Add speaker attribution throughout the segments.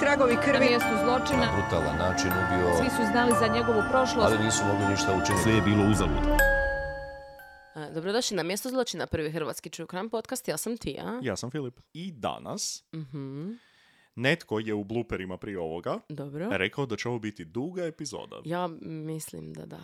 Speaker 1: tragovi
Speaker 2: Na
Speaker 1: krvi.
Speaker 2: mjestu zločina
Speaker 3: brutalan način
Speaker 2: svi
Speaker 3: ubio,
Speaker 2: su znali za njegovu prošlost.
Speaker 3: ali nisu mogli ništa učiniti.
Speaker 4: Sve je bilo uzalud.
Speaker 5: E, Dobrodošli na mjesto zločina, prvi hrvatski True Crime podcast, ja sam Tija.
Speaker 4: Ja sam Filip. I danas
Speaker 5: Mhm,
Speaker 4: netko je u blooperima prije ovoga
Speaker 5: dobro.
Speaker 4: rekao da će ovo biti duga epizoda.
Speaker 5: Ja mislim da da.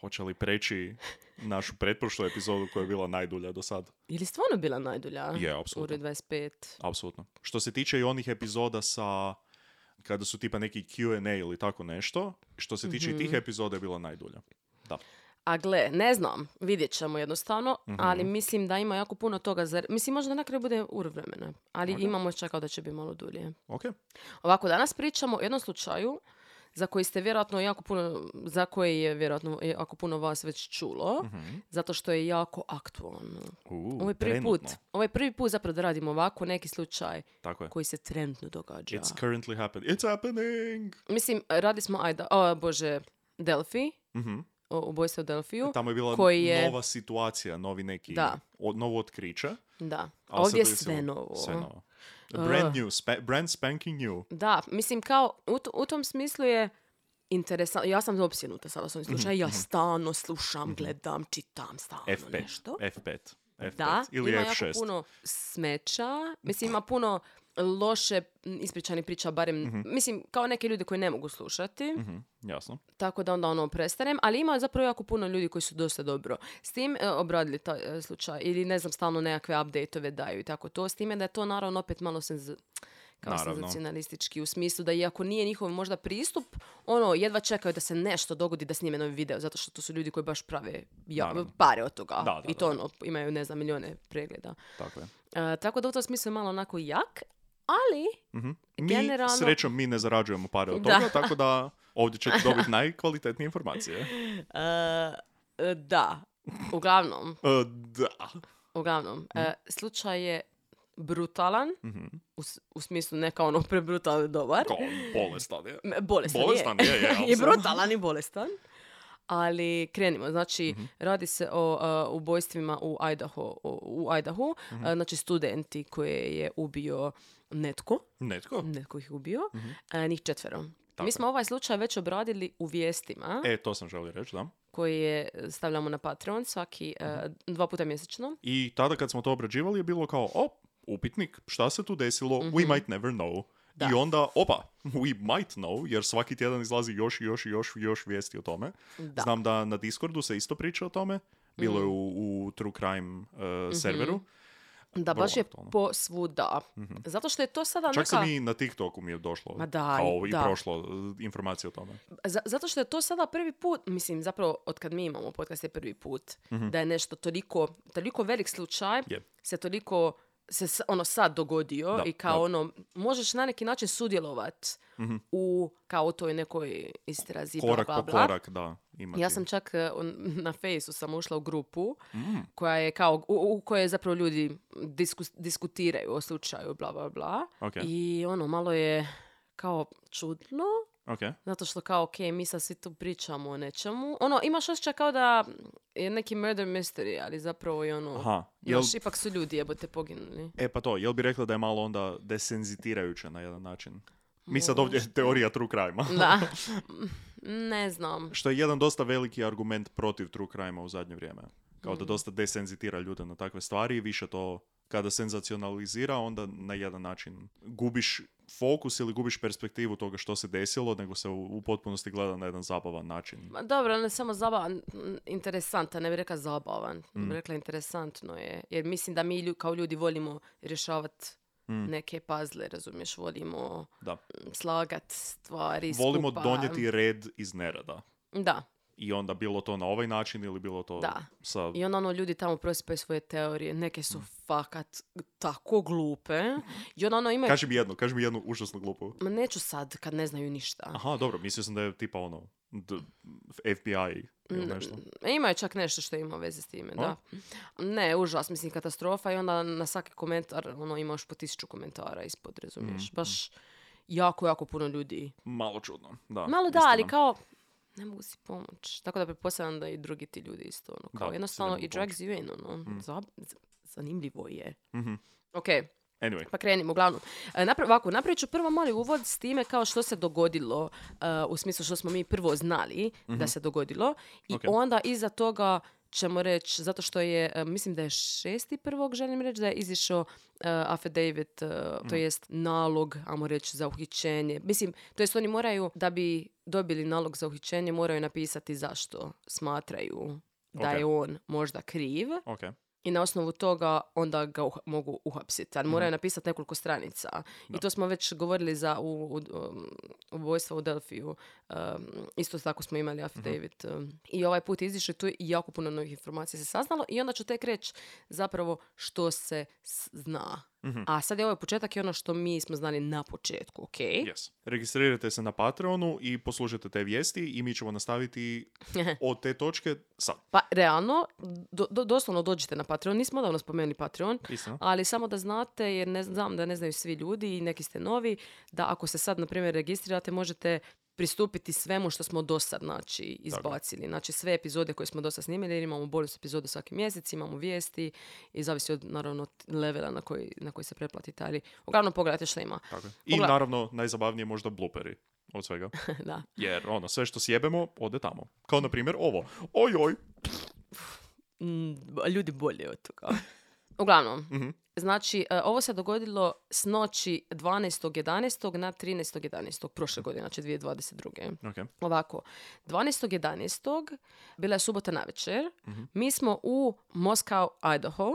Speaker 4: Hoće li preći našu pretprošlu epizodu koja je bila najdulja do sad?
Speaker 5: Je li stvarno bila najdulja?
Speaker 4: Je, apsolutno.
Speaker 5: Uri 25.
Speaker 4: Apsolutno. Što se tiče i onih epizoda sa kada su tipa neki Q&A ili tako nešto, što se tiče i
Speaker 5: Mhm.
Speaker 4: tih epizoda je bila najdulja. Da.
Speaker 5: A gle, ne znam, vidjet ćemo jednostavno,
Speaker 4: Mhm.
Speaker 5: ali mislim da ima jako puno toga. Za... Mislim, možda na kraju bude ur vremena, ali imamo čekao da će biti malo dulje.
Speaker 4: Ok.
Speaker 5: Ovako, danas pričamo o jednom slučaju za koji ste vjerojatno jako puno, za koji je vjerojatno jako puno vas već čulo,
Speaker 4: Mhm.
Speaker 5: zato što je jako aktualno.
Speaker 4: U,
Speaker 5: Ovo je prvi
Speaker 4: trenutno.
Speaker 5: put, ovo je prvi put zapravo da radimo ovako neki slučaj
Speaker 4: Tako je.
Speaker 5: koji se trenutno događa.
Speaker 4: It's currently happening. It's happening!
Speaker 5: Mislim, radi smo, ajda, o bože, Delfi,
Speaker 4: Mhm. E,
Speaker 5: o ubojstvo u Delfiju.
Speaker 4: Tamo je bila
Speaker 5: koji je-
Speaker 4: nova situacija, novi neki,
Speaker 5: Da.
Speaker 4: o- novo otkriće.
Speaker 5: Da,
Speaker 4: ali
Speaker 5: a ovdje je
Speaker 4: sad
Speaker 5: sve
Speaker 4: recimo-
Speaker 5: novo.
Speaker 4: Sve novo. Brand new, spa- brand spanking new.
Speaker 5: Da, mislim, kao, u, t- u tom smislu je interesantno, ja sam opsjenuta sada s ovim
Speaker 4: Mhm,
Speaker 5: slučajem, ja stalno slušam, gledam, čitam, stalno
Speaker 4: F5.
Speaker 5: nešto.
Speaker 4: F5. F5.
Speaker 5: Da,
Speaker 4: Ili
Speaker 5: ima
Speaker 4: F6.
Speaker 5: jako puno smeća, mislim ima puno loše m, ispričanih priča, barem, mislim, kao neke ljude koji ne mogu slušati,
Speaker 4: Mhm, jasno.
Speaker 5: tako da onda ono prestanem, ali ima zapravo jako puno ljudi koji su dosta dobro s tim e, obradili taj e, slučaj ili ne znam, stalno nekakve update-ove daju i tako to, s time da je to naravno opet malo senz- kao
Speaker 4: Naravno.
Speaker 5: senzacionalistički u smislu da iako nije njihov možda pristup, ono, jedva čekaju da se nešto dogodi da snime novi video, zato što to su ljudi koji baš prave ja,
Speaker 4: Naravno.
Speaker 5: pare od toga.
Speaker 4: Da, da,
Speaker 5: I to
Speaker 4: da.
Speaker 5: ono, imaju, ne znam, milijone pregleda.
Speaker 4: Tako je.
Speaker 5: E, tako da u tom smislu je malo onako jak, ali
Speaker 4: Mhm. Mi,
Speaker 5: Generalno-
Speaker 4: srećom, mi ne zarađujemo pare od
Speaker 5: Da.
Speaker 4: toga, tako da ovdje ćete dobiti najkvalitetnije informacije.
Speaker 5: e, e, da, uglavnom,
Speaker 4: E, da.
Speaker 5: uglavnom,
Speaker 4: Mhm.
Speaker 5: e, slučaj je brutalan, u, s- u smislu ne kao ono prebrutalan dobar,
Speaker 4: Kao, bolestan je.
Speaker 5: M, bolestan,
Speaker 4: Bolestan je, je,
Speaker 5: I
Speaker 4: apsolutno.
Speaker 5: brutalan i bolestan. Ali krenimo, znači
Speaker 4: Mhm.
Speaker 5: radi se o e, ubojstvima u Idaho, u, u Idahu,
Speaker 4: Mhm.
Speaker 5: E, znači studenti koje je ubio netko,
Speaker 4: Netko?
Speaker 5: netko ih ubio, e, njih četvero.
Speaker 4: Mhm. Tako je.
Speaker 5: Mi smo ovaj slučaj već obradili u vijestima
Speaker 4: E, to sam želio reći, da.
Speaker 5: koji je stavljamo na Patreon svaki e,
Speaker 4: Mhm.
Speaker 5: dva puta mjesečno.
Speaker 4: I tada kad smo to obrađivali je bilo kao, op, upitnik, šta se tu desilo, we might never know.
Speaker 5: Mhm. Da.
Speaker 4: I onda, opa, we might know, jer svaki tjedan izlazi još i još i još i još vijesti o tome.
Speaker 5: Da. Mhm.
Speaker 4: Znam da na Discordu se isto priča o tome, bilo je u, u True Crime uh, serveru.
Speaker 5: Da,
Speaker 4: Vrlo
Speaker 5: baš je
Speaker 4: aktualno. Mhm.
Speaker 5: posvuda. Zato što je to sada
Speaker 4: Čak sam
Speaker 5: neka...
Speaker 4: i na TikToku mi je došlo,
Speaker 5: Pa Ma da,
Speaker 4: kao
Speaker 5: i
Speaker 4: i
Speaker 5: da.
Speaker 4: prošlo uh, informacije o tome.
Speaker 5: za- zato što je to sada prvi put, mislim, zapravo od kad mi imamo podcast je prvi put, da je nešto toliko, toliko velik slučaj,
Speaker 4: Mhm. Je.
Speaker 5: se toliko se s- ono sad dogodio
Speaker 4: Da,
Speaker 5: i
Speaker 4: da.
Speaker 5: kao
Speaker 4: Mhm.
Speaker 5: ono, možeš na neki način sudjelovat u kao toj nekoj istrazi. bla,
Speaker 4: Korak
Speaker 5: bla,
Speaker 4: po
Speaker 5: bla.
Speaker 4: korak, da. Imati.
Speaker 5: Ja sam čak e, on- na fejsu sam ušla u grupu
Speaker 4: Mm.
Speaker 5: koja je kao, u, u kojoj zapravo ljudi diskus- diskutiraju o slučaju, bla, bla, bla.
Speaker 4: Ok.
Speaker 5: I ono, malo je kao čudno,
Speaker 4: Ok,
Speaker 5: zato što kao, ok, mi sad svi tu pričamo o nečemu. Ono, imaš osjećaj kao da je neki murder mystery, ali zapravo je ono,
Speaker 4: aha. Jel,
Speaker 5: znaš, ipak su ljudi jebote poginuli.
Speaker 4: e pa to, jel bi rekla da je malo onda desenzitirajuće na jedan način? Mi sad ovdje teorija true crime
Speaker 5: Da, ne znam.
Speaker 4: Što je jedan dosta veliki argument protiv true crime u zadnje vrijeme. Kao
Speaker 5: Mm.
Speaker 4: da dosta desenzitira ljude na takve stvari i više to kada senzacionalizira, onda na jedan način gubiš fokus ili gubiš perspektivu toga što se desilo, nego se u, u potpunosti gleda na jedan zabavan način.
Speaker 5: Ma dobro, ne samo zabavan, m, interesantan, ne bih rekla zabavan,
Speaker 4: Mm.
Speaker 5: bi rekla interesantno je. Jer mislim da mi lju- kao ljudi volimo rješavati
Speaker 4: Mm.
Speaker 5: neke puzzle, razumiješ, volimo
Speaker 4: Da.
Speaker 5: m, slagat stvari
Speaker 4: Volimo
Speaker 5: skupa.
Speaker 4: donijeti red iz nerada.
Speaker 5: Da,
Speaker 4: I onda bilo to na ovaj način ili bilo to
Speaker 5: Da.
Speaker 4: sa...
Speaker 5: i onda ono ljudi tamo prosipaju svoje teorije, neke su
Speaker 4: Mm.
Speaker 5: fakat tako glupe. I onda ono imaju...
Speaker 4: Kaži mi jednu, kaži mi jednu užasno glupu.
Speaker 5: Ma neću sad kad ne znaju ništa.
Speaker 4: Aha, dobro, mislio sam da je tipa ono d- FBI ili nešto.
Speaker 5: Ima je čak nešto što ima veze s time,
Speaker 4: A?
Speaker 5: da. Ne, užas, mislim, katastrofa i onda na svaki komentar ono, imaš po tisuću komentara ispod, razumiješ?
Speaker 4: Mm,
Speaker 5: Baš jako, jako puno ljudi.
Speaker 4: Malo čudno, da.
Speaker 5: Malo
Speaker 4: Pa,
Speaker 5: da,
Speaker 4: istina.
Speaker 5: ali kao, ne mogu si pomoć. Tako da pretpostavljam da i drugi ti ljudi isto, ono,
Speaker 4: Da, Mm.
Speaker 5: kao
Speaker 4: si ne
Speaker 5: jednostavno
Speaker 4: mogu Mhm.
Speaker 5: i drags you in, ono, za- z- zanimljivo je. Ok,
Speaker 4: Anyway,
Speaker 5: Pa krenimo, uglavnom. E, Napra- ovako, napravit ću prvo mali uvod s time kao što se dogodilo, e, u smislu što smo mi prvo znali da se dogodilo i
Speaker 4: Mhm. Ok.
Speaker 5: onda iza toga ćemo reći, zato što je, e, mislim da je šesti prvog, želim reći, da je izišao e, affidavit, e,
Speaker 4: Mhm.
Speaker 5: to jest nalog, ajmo reći, za uhićenje. Mislim, to jest oni moraju, da bi dobili nalog za uhićenje, moraju napisati zašto smatraju da
Speaker 4: Ok.
Speaker 5: je on možda kriv
Speaker 4: ok.
Speaker 5: i na osnovu toga onda ga uha- mogu uhapsiti. Ali moraju napisati nekoliko stranica.
Speaker 4: Da.
Speaker 5: I to smo već govorili za u, u, um, ubojstvo u Delfiju. Um, isto tako smo imali affidavit. um, I ovaj put izišli tu i jako puno novih informacija se saznalo. I onda ću tek reći zapravo što se s- zna.
Speaker 4: mhm.
Speaker 5: A sad je ovaj početak i ono što mi smo znali na početku, ok?
Speaker 4: Yes. Registrirajte se na Patreonu i poslušajte te vijesti i mi ćemo nastaviti od te točke sad.
Speaker 5: Pa, realno, do- do- doslovno dođite na Patreon. Nismo odavno spomenuli Patreon.
Speaker 4: Istina?
Speaker 5: Ali samo da znate, jer ne znam da ne znaju svi ljudi i neki ste novi, da ako se sad, na primjer, registrirate, možete pristupiti svemu što smo do sad znači, izbacili. Znači sve epizode koje smo do sad snimili, jer imamo bonus epizodu svaki mjesec, imamo vijesti i zavisi od naravno t- levela na koji, na koji se preplatite. Ali uglavnom pogledajte što ima.
Speaker 4: Tako je. I
Speaker 5: Pogled-
Speaker 4: naravno, najzabavnije možda bluperi od svega.
Speaker 5: da.
Speaker 4: Jer ono, sve što sjebemo, ode tamo. Kao na primjer ovo. Oj, oj.
Speaker 5: Mm, b- ljudi bolje od toga. Uglavnom,
Speaker 4: Mhm.
Speaker 5: znači, e, ovo se dogodilo s noći 12.11. na 13.11. prošle godine, znači 2022.
Speaker 4: Ok.
Speaker 5: Ovako, 12.11. bila je subota na večer.
Speaker 4: Mhm.
Speaker 5: Mi smo u Moskau, Idaho.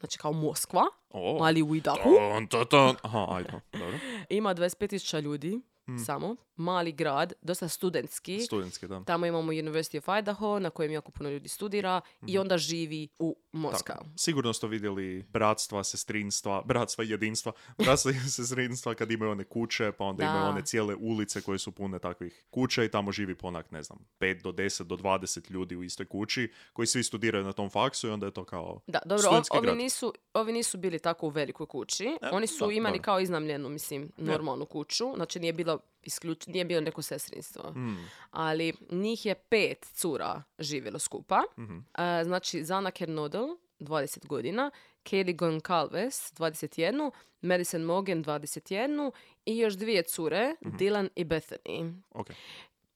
Speaker 5: Znači kao Moskva,
Speaker 4: O.
Speaker 5: ali u Idahu.
Speaker 4: Tan, ta, tan. Aha, ajde. Dobro.
Speaker 5: Ima 25.000 ljudi
Speaker 4: Mm.
Speaker 5: samo. Mali grad, dosta studentski.
Speaker 4: Studentski, da.
Speaker 5: Tamo imamo University of Idaho, na kojem jako puno ljudi studira. I
Speaker 4: Mhm.
Speaker 5: onda živi u Moskau.
Speaker 4: Sigurno ste vidjeli bratstva, sestrinstva, bratstva i jedinstva, bratstva i sestrinstva kad imaju one kuće, pa onda
Speaker 5: Da.
Speaker 4: imaju one cijele ulice koje su pune takvih kuća i tamo živi ponak, ne znam, 5 do 10 do 20 ljudi u istoj kući koji svi studiraju na tom faksu i onda je to kao...
Speaker 5: Da, dobro, ov-
Speaker 4: Studentski
Speaker 5: ovi
Speaker 4: grad.
Speaker 5: nisu, ovi nisu bili tako u velikoj kući.
Speaker 4: E,
Speaker 5: Oni su
Speaker 4: da,
Speaker 5: imali
Speaker 4: dobro.
Speaker 5: kao iznamljenu, mislim, normalnu kuću. Znači nije bilo, isključ... nije bilo neko sestrinstvo.
Speaker 4: Mm,
Speaker 5: ali njih je pet cura živjelo skupa.
Speaker 4: mhm.
Speaker 5: E, znači, Zana Kernodel, 20 godina, Kelly Goncalves, 21, Madison Mogen, 21 i još dvije cure,
Speaker 4: Mhm.
Speaker 5: Dylan i Bethany.
Speaker 4: Ok.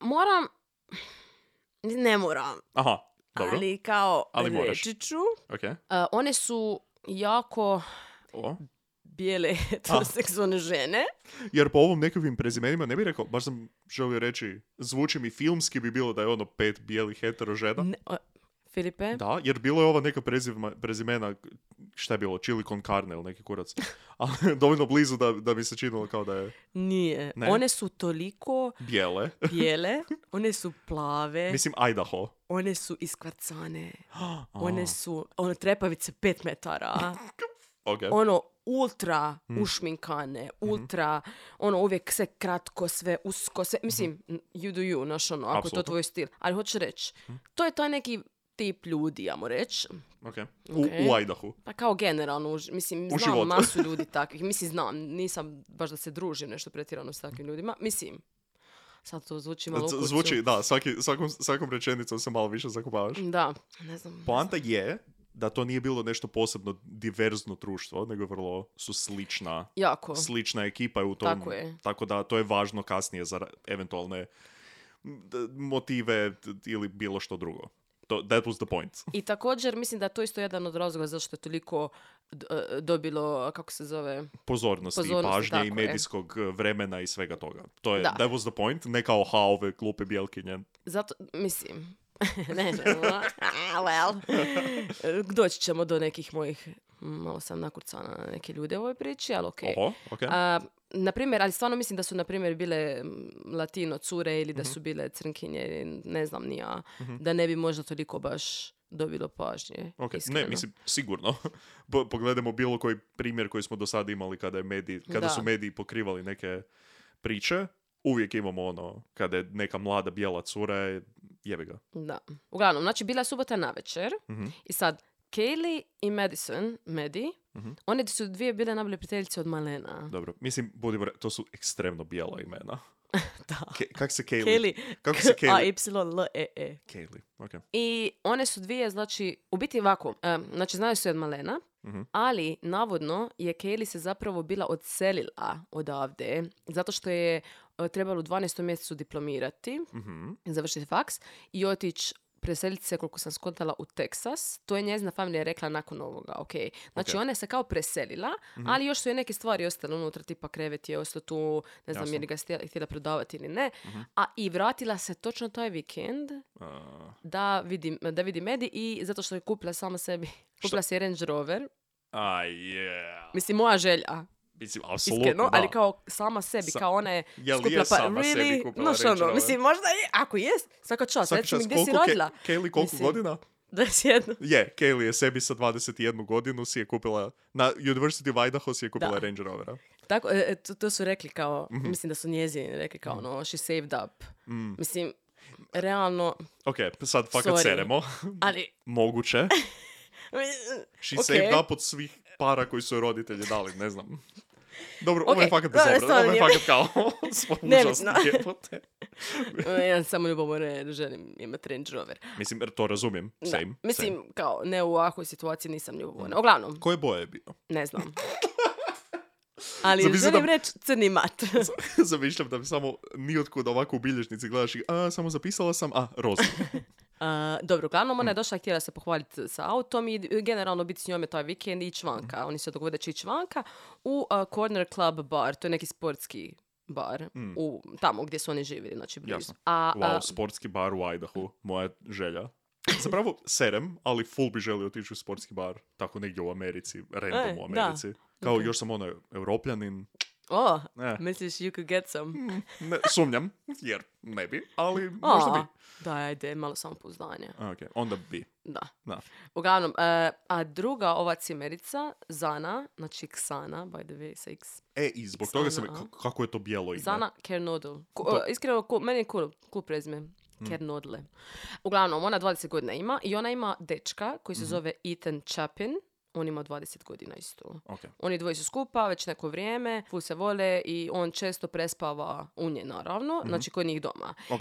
Speaker 5: Moram, ne moram,
Speaker 4: Aha, dobro.
Speaker 5: ali kao
Speaker 4: Ali moraš.
Speaker 5: reći ću.
Speaker 4: Ok.
Speaker 5: E, one su jako
Speaker 4: O.
Speaker 5: bijele heteroseksualne žene.
Speaker 4: Jer po ovom nekakvim prezimenima ne bih rekao, baš sam želio reći, zvuči mi filmski bi bilo da je ono pet bijelih hetero žena.
Speaker 5: Ne, e, Filipe?
Speaker 4: Da, jer bilo je ova neka prezivma, prezimena, šta je bilo, chili con carne ili neki kurac. Ali dovoljno blizu da, da mi se činilo kao da je
Speaker 5: Nije.
Speaker 4: Ne.
Speaker 5: One su toliko
Speaker 4: bijele.
Speaker 5: bijele, one su plave.
Speaker 4: Mislim, Idaho.
Speaker 5: one su iskvarcane,
Speaker 4: A,
Speaker 5: one su, ono, trepavice pet metara,
Speaker 4: ok.
Speaker 5: ono, ultra
Speaker 4: Mm.
Speaker 5: ušminkane,
Speaker 4: Mhm.
Speaker 5: ultra, ono, uvijek sve kratko, sve usko, sve, mislim, you do you, znaš, ono, ako je
Speaker 4: Mhm.
Speaker 5: to
Speaker 4: Apsolutno. Mhm.
Speaker 5: tvoj stil. Ali hoću reći, to je taj neki tip ljudi, ja mu reći.
Speaker 4: ok. U, u Idahu.
Speaker 5: Pa kao generalno, už- mislim, znam
Speaker 4: životu.
Speaker 5: masu ljudi takvih. Mislim, znam, nisam baš da se družim nešto pretjerano s takvim ljudima. Mislim, sad to zvuči malo...
Speaker 4: Mhm. Z-
Speaker 5: u kurcu.
Speaker 4: Zvuči, da, svaki, svakom, svakom rečenicom se malo više zakopavaš.
Speaker 5: Da, ne znam.
Speaker 4: Poanta je da to nije bilo nešto posebno diverzno društvo, nego vrlo su slična
Speaker 5: Jako.
Speaker 4: slična ekipa je u tom.
Speaker 5: Tako je.
Speaker 4: tako da to je važno kasnije za ra- eventualne m, d- motive d- ili bilo što drugo. To, that was the point.
Speaker 5: I također mislim da je to isto jedan od razloga zašto je toliko d- e, dobilo, kako se zove,
Speaker 4: Pozornosti,
Speaker 5: Pozornosti,
Speaker 4: i pažnje i
Speaker 5: tako je.
Speaker 4: medijskog eh, vremena i svega toga. To je,
Speaker 5: Da.
Speaker 4: that was the point, ne kao ha, ove glupe bjelkinje.
Speaker 5: zato, mislim, ne želimo, a, well, doći ćemo do nekih mojih, malo sam nakurcana na neke ljude u ovoj priči, ali okej.
Speaker 4: Oho, ok.
Speaker 5: E, A, na primjer, ali stvarno mislim da su na primjer bile m, latino cure ili
Speaker 4: Mhm.
Speaker 5: da su bile crnkinje, ili ne znam ni ja, da ne bi možda toliko baš dobilo pažnje.
Speaker 4: Ok, ne,
Speaker 5: iskreno.
Speaker 4: mislim, sigurno. Po- Pogledajmo bilo koji primjer koji smo do sada imali kada, je mediji, kada
Speaker 5: Da.
Speaker 4: su mediji pokrivali neke priče, uvijek imamo ono, kada je neka mlada bijela cura, jebi ga.
Speaker 5: Da. Uglavnom, znači bila je subota na večer
Speaker 4: Mhm.
Speaker 5: i sad Kaylee i Madison, Medi,
Speaker 4: Mhm.
Speaker 5: one su dvije bile najbolje prijateljice od malena.
Speaker 4: Dobro, mislim, budimo, re- to su ekstremno bijela imena.
Speaker 5: Da.
Speaker 4: Ke, kak se Kaylee?
Speaker 5: Kaylee,
Speaker 4: Kako se
Speaker 5: A,
Speaker 4: Kaylee?
Speaker 5: Y, L, E, E.
Speaker 4: Kaylee, ok.
Speaker 5: I one su dvije, znači, u biti ovako, em, znači znaju se od malena
Speaker 4: Mhm.
Speaker 5: Ali, navodno, je Kelly se zapravo bila odselila odavde, zato što je e, trebalo u 12. mjesecu diplomirati,
Speaker 4: Mhm.
Speaker 5: završiti faks i otići preseliti se, koliko sam skontala, u Teksas. To je njezina familija rekla nakon ovoga, ok. Znači,
Speaker 4: Ok. Mhm.
Speaker 5: ona je se kao preselila, ali još su je neke stvari ostale unutra, tipa krevet je ostao tu, ne znam
Speaker 4: Jasno.
Speaker 5: je li ga stjela- htjela prodavati ili ne.
Speaker 4: Mhm.
Speaker 5: A i vratila se točno taj vikend
Speaker 4: A,
Speaker 5: da vidi, da vidi Medi i zato što je kupila sama sebi, kupila se Range Rover.
Speaker 4: a yeah.
Speaker 5: Mislim, moja želja,
Speaker 4: Mislim, apsolutno,
Speaker 5: iskreno, ali
Speaker 4: da.
Speaker 5: kao sama sebi,
Speaker 4: Sa-
Speaker 5: kao ona je
Speaker 4: Jel
Speaker 5: skupila,
Speaker 4: je
Speaker 5: pa
Speaker 4: sama
Speaker 5: really,
Speaker 4: sebi kupila
Speaker 5: znaš
Speaker 4: Range
Speaker 5: ono,
Speaker 4: Rover?
Speaker 5: mislim, možda je, ako jest, svaka čast,
Speaker 4: Svaka
Speaker 5: reci mi
Speaker 4: čast,
Speaker 5: gdje si
Speaker 4: koliko Ke-
Speaker 5: rodila.
Speaker 4: Kaylee, koliko
Speaker 5: Mislim.
Speaker 4: godina?
Speaker 5: 21.
Speaker 4: Je, Kaylee je sebi sa 21 godinu si je kupila, na University of Idaho si je kupila
Speaker 5: Da.
Speaker 4: Range Rovera.
Speaker 5: Tako, e, e, to, to su rekli kao,
Speaker 4: Mhm.
Speaker 5: mislim da su njezini rekli kao, ono, she saved up. Mislim, realno,
Speaker 4: Ok, Mm, sad fakat
Speaker 5: Sorry.
Speaker 4: seremo.
Speaker 5: ali...
Speaker 4: Moguće. She
Speaker 5: Ok.
Speaker 4: saved up od svih para koji su joj roditelji dali, ne znam. Dobro, ovo je
Speaker 5: Ok,
Speaker 4: fakat
Speaker 5: dobro,
Speaker 4: bezobrazno, ovo je
Speaker 5: stvarno
Speaker 4: fakat kao smo
Speaker 5: Nebitno.
Speaker 4: užasni jebote.
Speaker 5: ja sam ljubomorna jer želim imati Range Rover.
Speaker 4: Mislim, jer to razumijem,
Speaker 5: Da.
Speaker 4: same. same.
Speaker 5: Mislim, kao, ne u ovakvoj situaciji nisam ljubomorna. Uglavnom,
Speaker 4: Koje boje je bio?
Speaker 5: ne znam. Ali
Speaker 4: Zamisli
Speaker 5: želim
Speaker 4: da-
Speaker 5: reći crni mat.
Speaker 4: Zamišljam da bi samo nijotkud ovako u bilježnici gledaš i a, samo zapisala sam, a, roza.
Speaker 5: A, E, dobro, uglavnom
Speaker 4: Mm.
Speaker 5: ona je došla, htjela se pohvaliti sa autom i generalno biti s njome taj vikend i ići
Speaker 4: Mm.
Speaker 5: vanka. Oni se dogovore da će ići vanka u a, Corner Club bar, to je neki sportski bar u, tamo gdje su oni živjeli, znači blizu.
Speaker 4: Mm. Jasno.
Speaker 5: A, a,
Speaker 4: Wow, sportski bar u Idaho, moja želja. Zapravo serem, ali full bi želio otići u sportski bar, tako negdje u Americi, random
Speaker 5: E,
Speaker 4: u
Speaker 5: da.
Speaker 4: Americi. Kao još sam ono, europljanin,
Speaker 5: o,
Speaker 4: Eh.
Speaker 5: misliš you could get some?
Speaker 4: ne, sumnjam, jer ne bi, ali
Speaker 5: O,
Speaker 4: možda bi.
Speaker 5: Daj, ajde, malo samopouzdanja.
Speaker 4: A, ok, onda bi.
Speaker 5: Da.
Speaker 4: Da.
Speaker 5: Uglavnom, e, a druga ova cimerica, Zana, znači Xana, by the way, sa X.
Speaker 4: E, i zbog toga sam,
Speaker 5: Zana, a?
Speaker 4: k- kako je to bijelo ime?
Speaker 5: Zana Kernodle. Ku-
Speaker 4: To-
Speaker 5: e, iskreno, ku- meni je cool, cool prezime. Kernodle. Uglavnom, ona 20 godina ima i ona ima dečka koji se zove Ethan Chapin. On ima 20 godina isto.
Speaker 4: Ok,
Speaker 5: Oni dvoji su skupa već neko vrijeme, ful se vole i on često prespava u nje, naravno, znači kod njih doma.
Speaker 4: ok,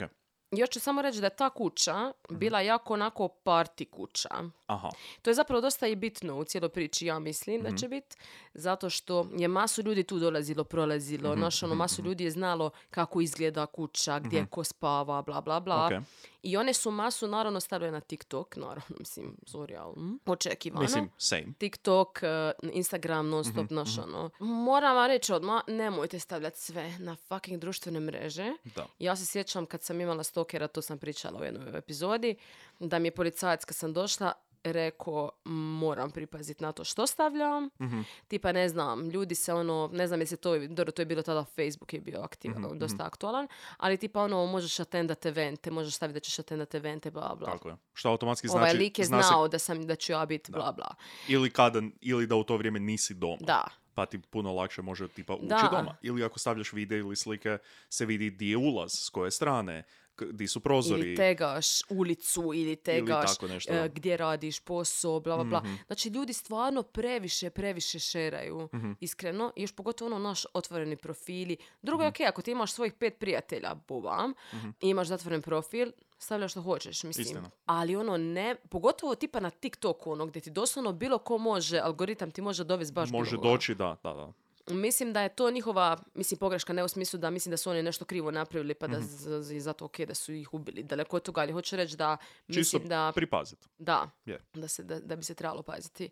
Speaker 5: Još ću samo reći da je ta kuća bila jako onako party kuća.
Speaker 4: aha.
Speaker 5: To je zapravo dosta i bitno u cijeloj priči, ja mislim
Speaker 4: Mhm.
Speaker 5: da će biti, zato što je masu ljudi tu dolazilo, prolazilo,
Speaker 4: Mhm,
Speaker 5: znaš, ono, masu ljudi je znalo kako izgleda kuća, gdje ko spava, bla, bla, bla.
Speaker 4: Mhm. Ok.
Speaker 5: I one su masu, naravno, stavile na TikTok, naravno, mislim, sorry, ali mm, očekivano.
Speaker 4: Mislim, Mhm, same.
Speaker 5: TikTok, eh, Instagram, non stop, znaš, ono. Moram vam reći odmah, nemojte stavljati sve na fucking društvene mreže.
Speaker 4: Da.
Speaker 5: Ja se sjećam kad sam imala stokera, to sam pričala u jednoj epizodi, da mi je policajac kad sam došla rekao moram pripaziti na to što stavljam.
Speaker 4: Mhm,
Speaker 5: Tipa ne znam, ljudi se ono, ne znam jesi to, dobro to je bilo tada Facebook je bio aktivan,
Speaker 4: Mhm,
Speaker 5: dosta aktualan, ali tipa ono možeš atendat evente, možeš staviti da ćeš atendat evente, bla bla.
Speaker 4: Tako je. Što automatski znači,
Speaker 5: Ovaj lik je
Speaker 4: zna se
Speaker 5: znao da, sam, da ću ja biti bla bla.
Speaker 4: ili, kada, ili da u to vrijeme nisi doma.
Speaker 5: Da.
Speaker 4: pa ti puno lakše može tipa ući
Speaker 5: Da.
Speaker 4: doma. Ili ako stavljaš vide ili slike, se vidi di je ulaz, s koje strane, k- di su prozori.
Speaker 5: Ili tegaš ulicu, ili tegaš
Speaker 4: tako nešto,
Speaker 5: e,
Speaker 4: da. Mhm.
Speaker 5: gdje radiš posao, bla, bla, bla. Znači, ljudi stvarno previše, previše šeraju,
Speaker 4: Mhm.
Speaker 5: iskreno. I još pogotovo ono naš otvoreni profili. Drugo
Speaker 4: Mhm.
Speaker 5: je okej, ako ti imaš svojih pet prijatelja, bubam, i imaš zatvoren profil, stavljaš što hoćeš, mislim.
Speaker 4: Istina.
Speaker 5: Ali ono ne, pogotovo tipa na TikToku, ono gdje ti doslovno bilo ko može, algoritam ti može dovesti baš bilo
Speaker 4: može
Speaker 5: koga.
Speaker 4: doći, da, da, da.
Speaker 5: Mislim da je to njihova, mislim pogreška, ne u smislu da mislim da su oni nešto krivo napravili pa da
Speaker 4: Mhm.
Speaker 5: z- z- je zato ok da su ih ubili. Daleko od toga, ali hoću reći da
Speaker 4: Čisto
Speaker 5: mislim da,
Speaker 4: pripazit.
Speaker 5: da,
Speaker 4: Je.
Speaker 5: da, se, da, da bi se trebalo paziti.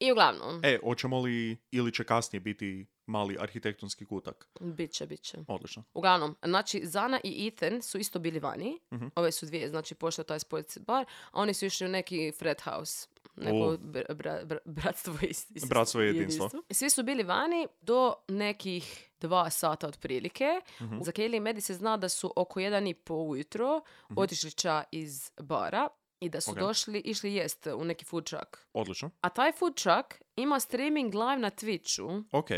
Speaker 5: I uglavnom,
Speaker 4: E, hoćemo li, ili će kasnije biti mali arhitektonski kutak.
Speaker 5: bit će, bit će.
Speaker 4: Odlično.
Speaker 5: Uglavnom, znači Zana i Ethan su isto bili vani.
Speaker 4: Mhm.
Speaker 5: Ove su dvije, znači pošle taj sports bar, a oni su išli u neki frat house. Neko
Speaker 4: U.
Speaker 5: br- bra- br- bratstvo i s- i s-
Speaker 4: Bratstvo i jedinstvo.
Speaker 5: Svi su bili vani do nekih dva sata otprilike.
Speaker 4: Mhm.
Speaker 5: Za Kelly i Medi se zna da su oko jedan i po ujutro otišli ča iz bara i da su
Speaker 4: Mhm. Ok.
Speaker 5: došli, išli jest u neki food truck.
Speaker 4: Odlično.
Speaker 5: A taj food truck ima streaming live na Twitchu.
Speaker 4: Ok,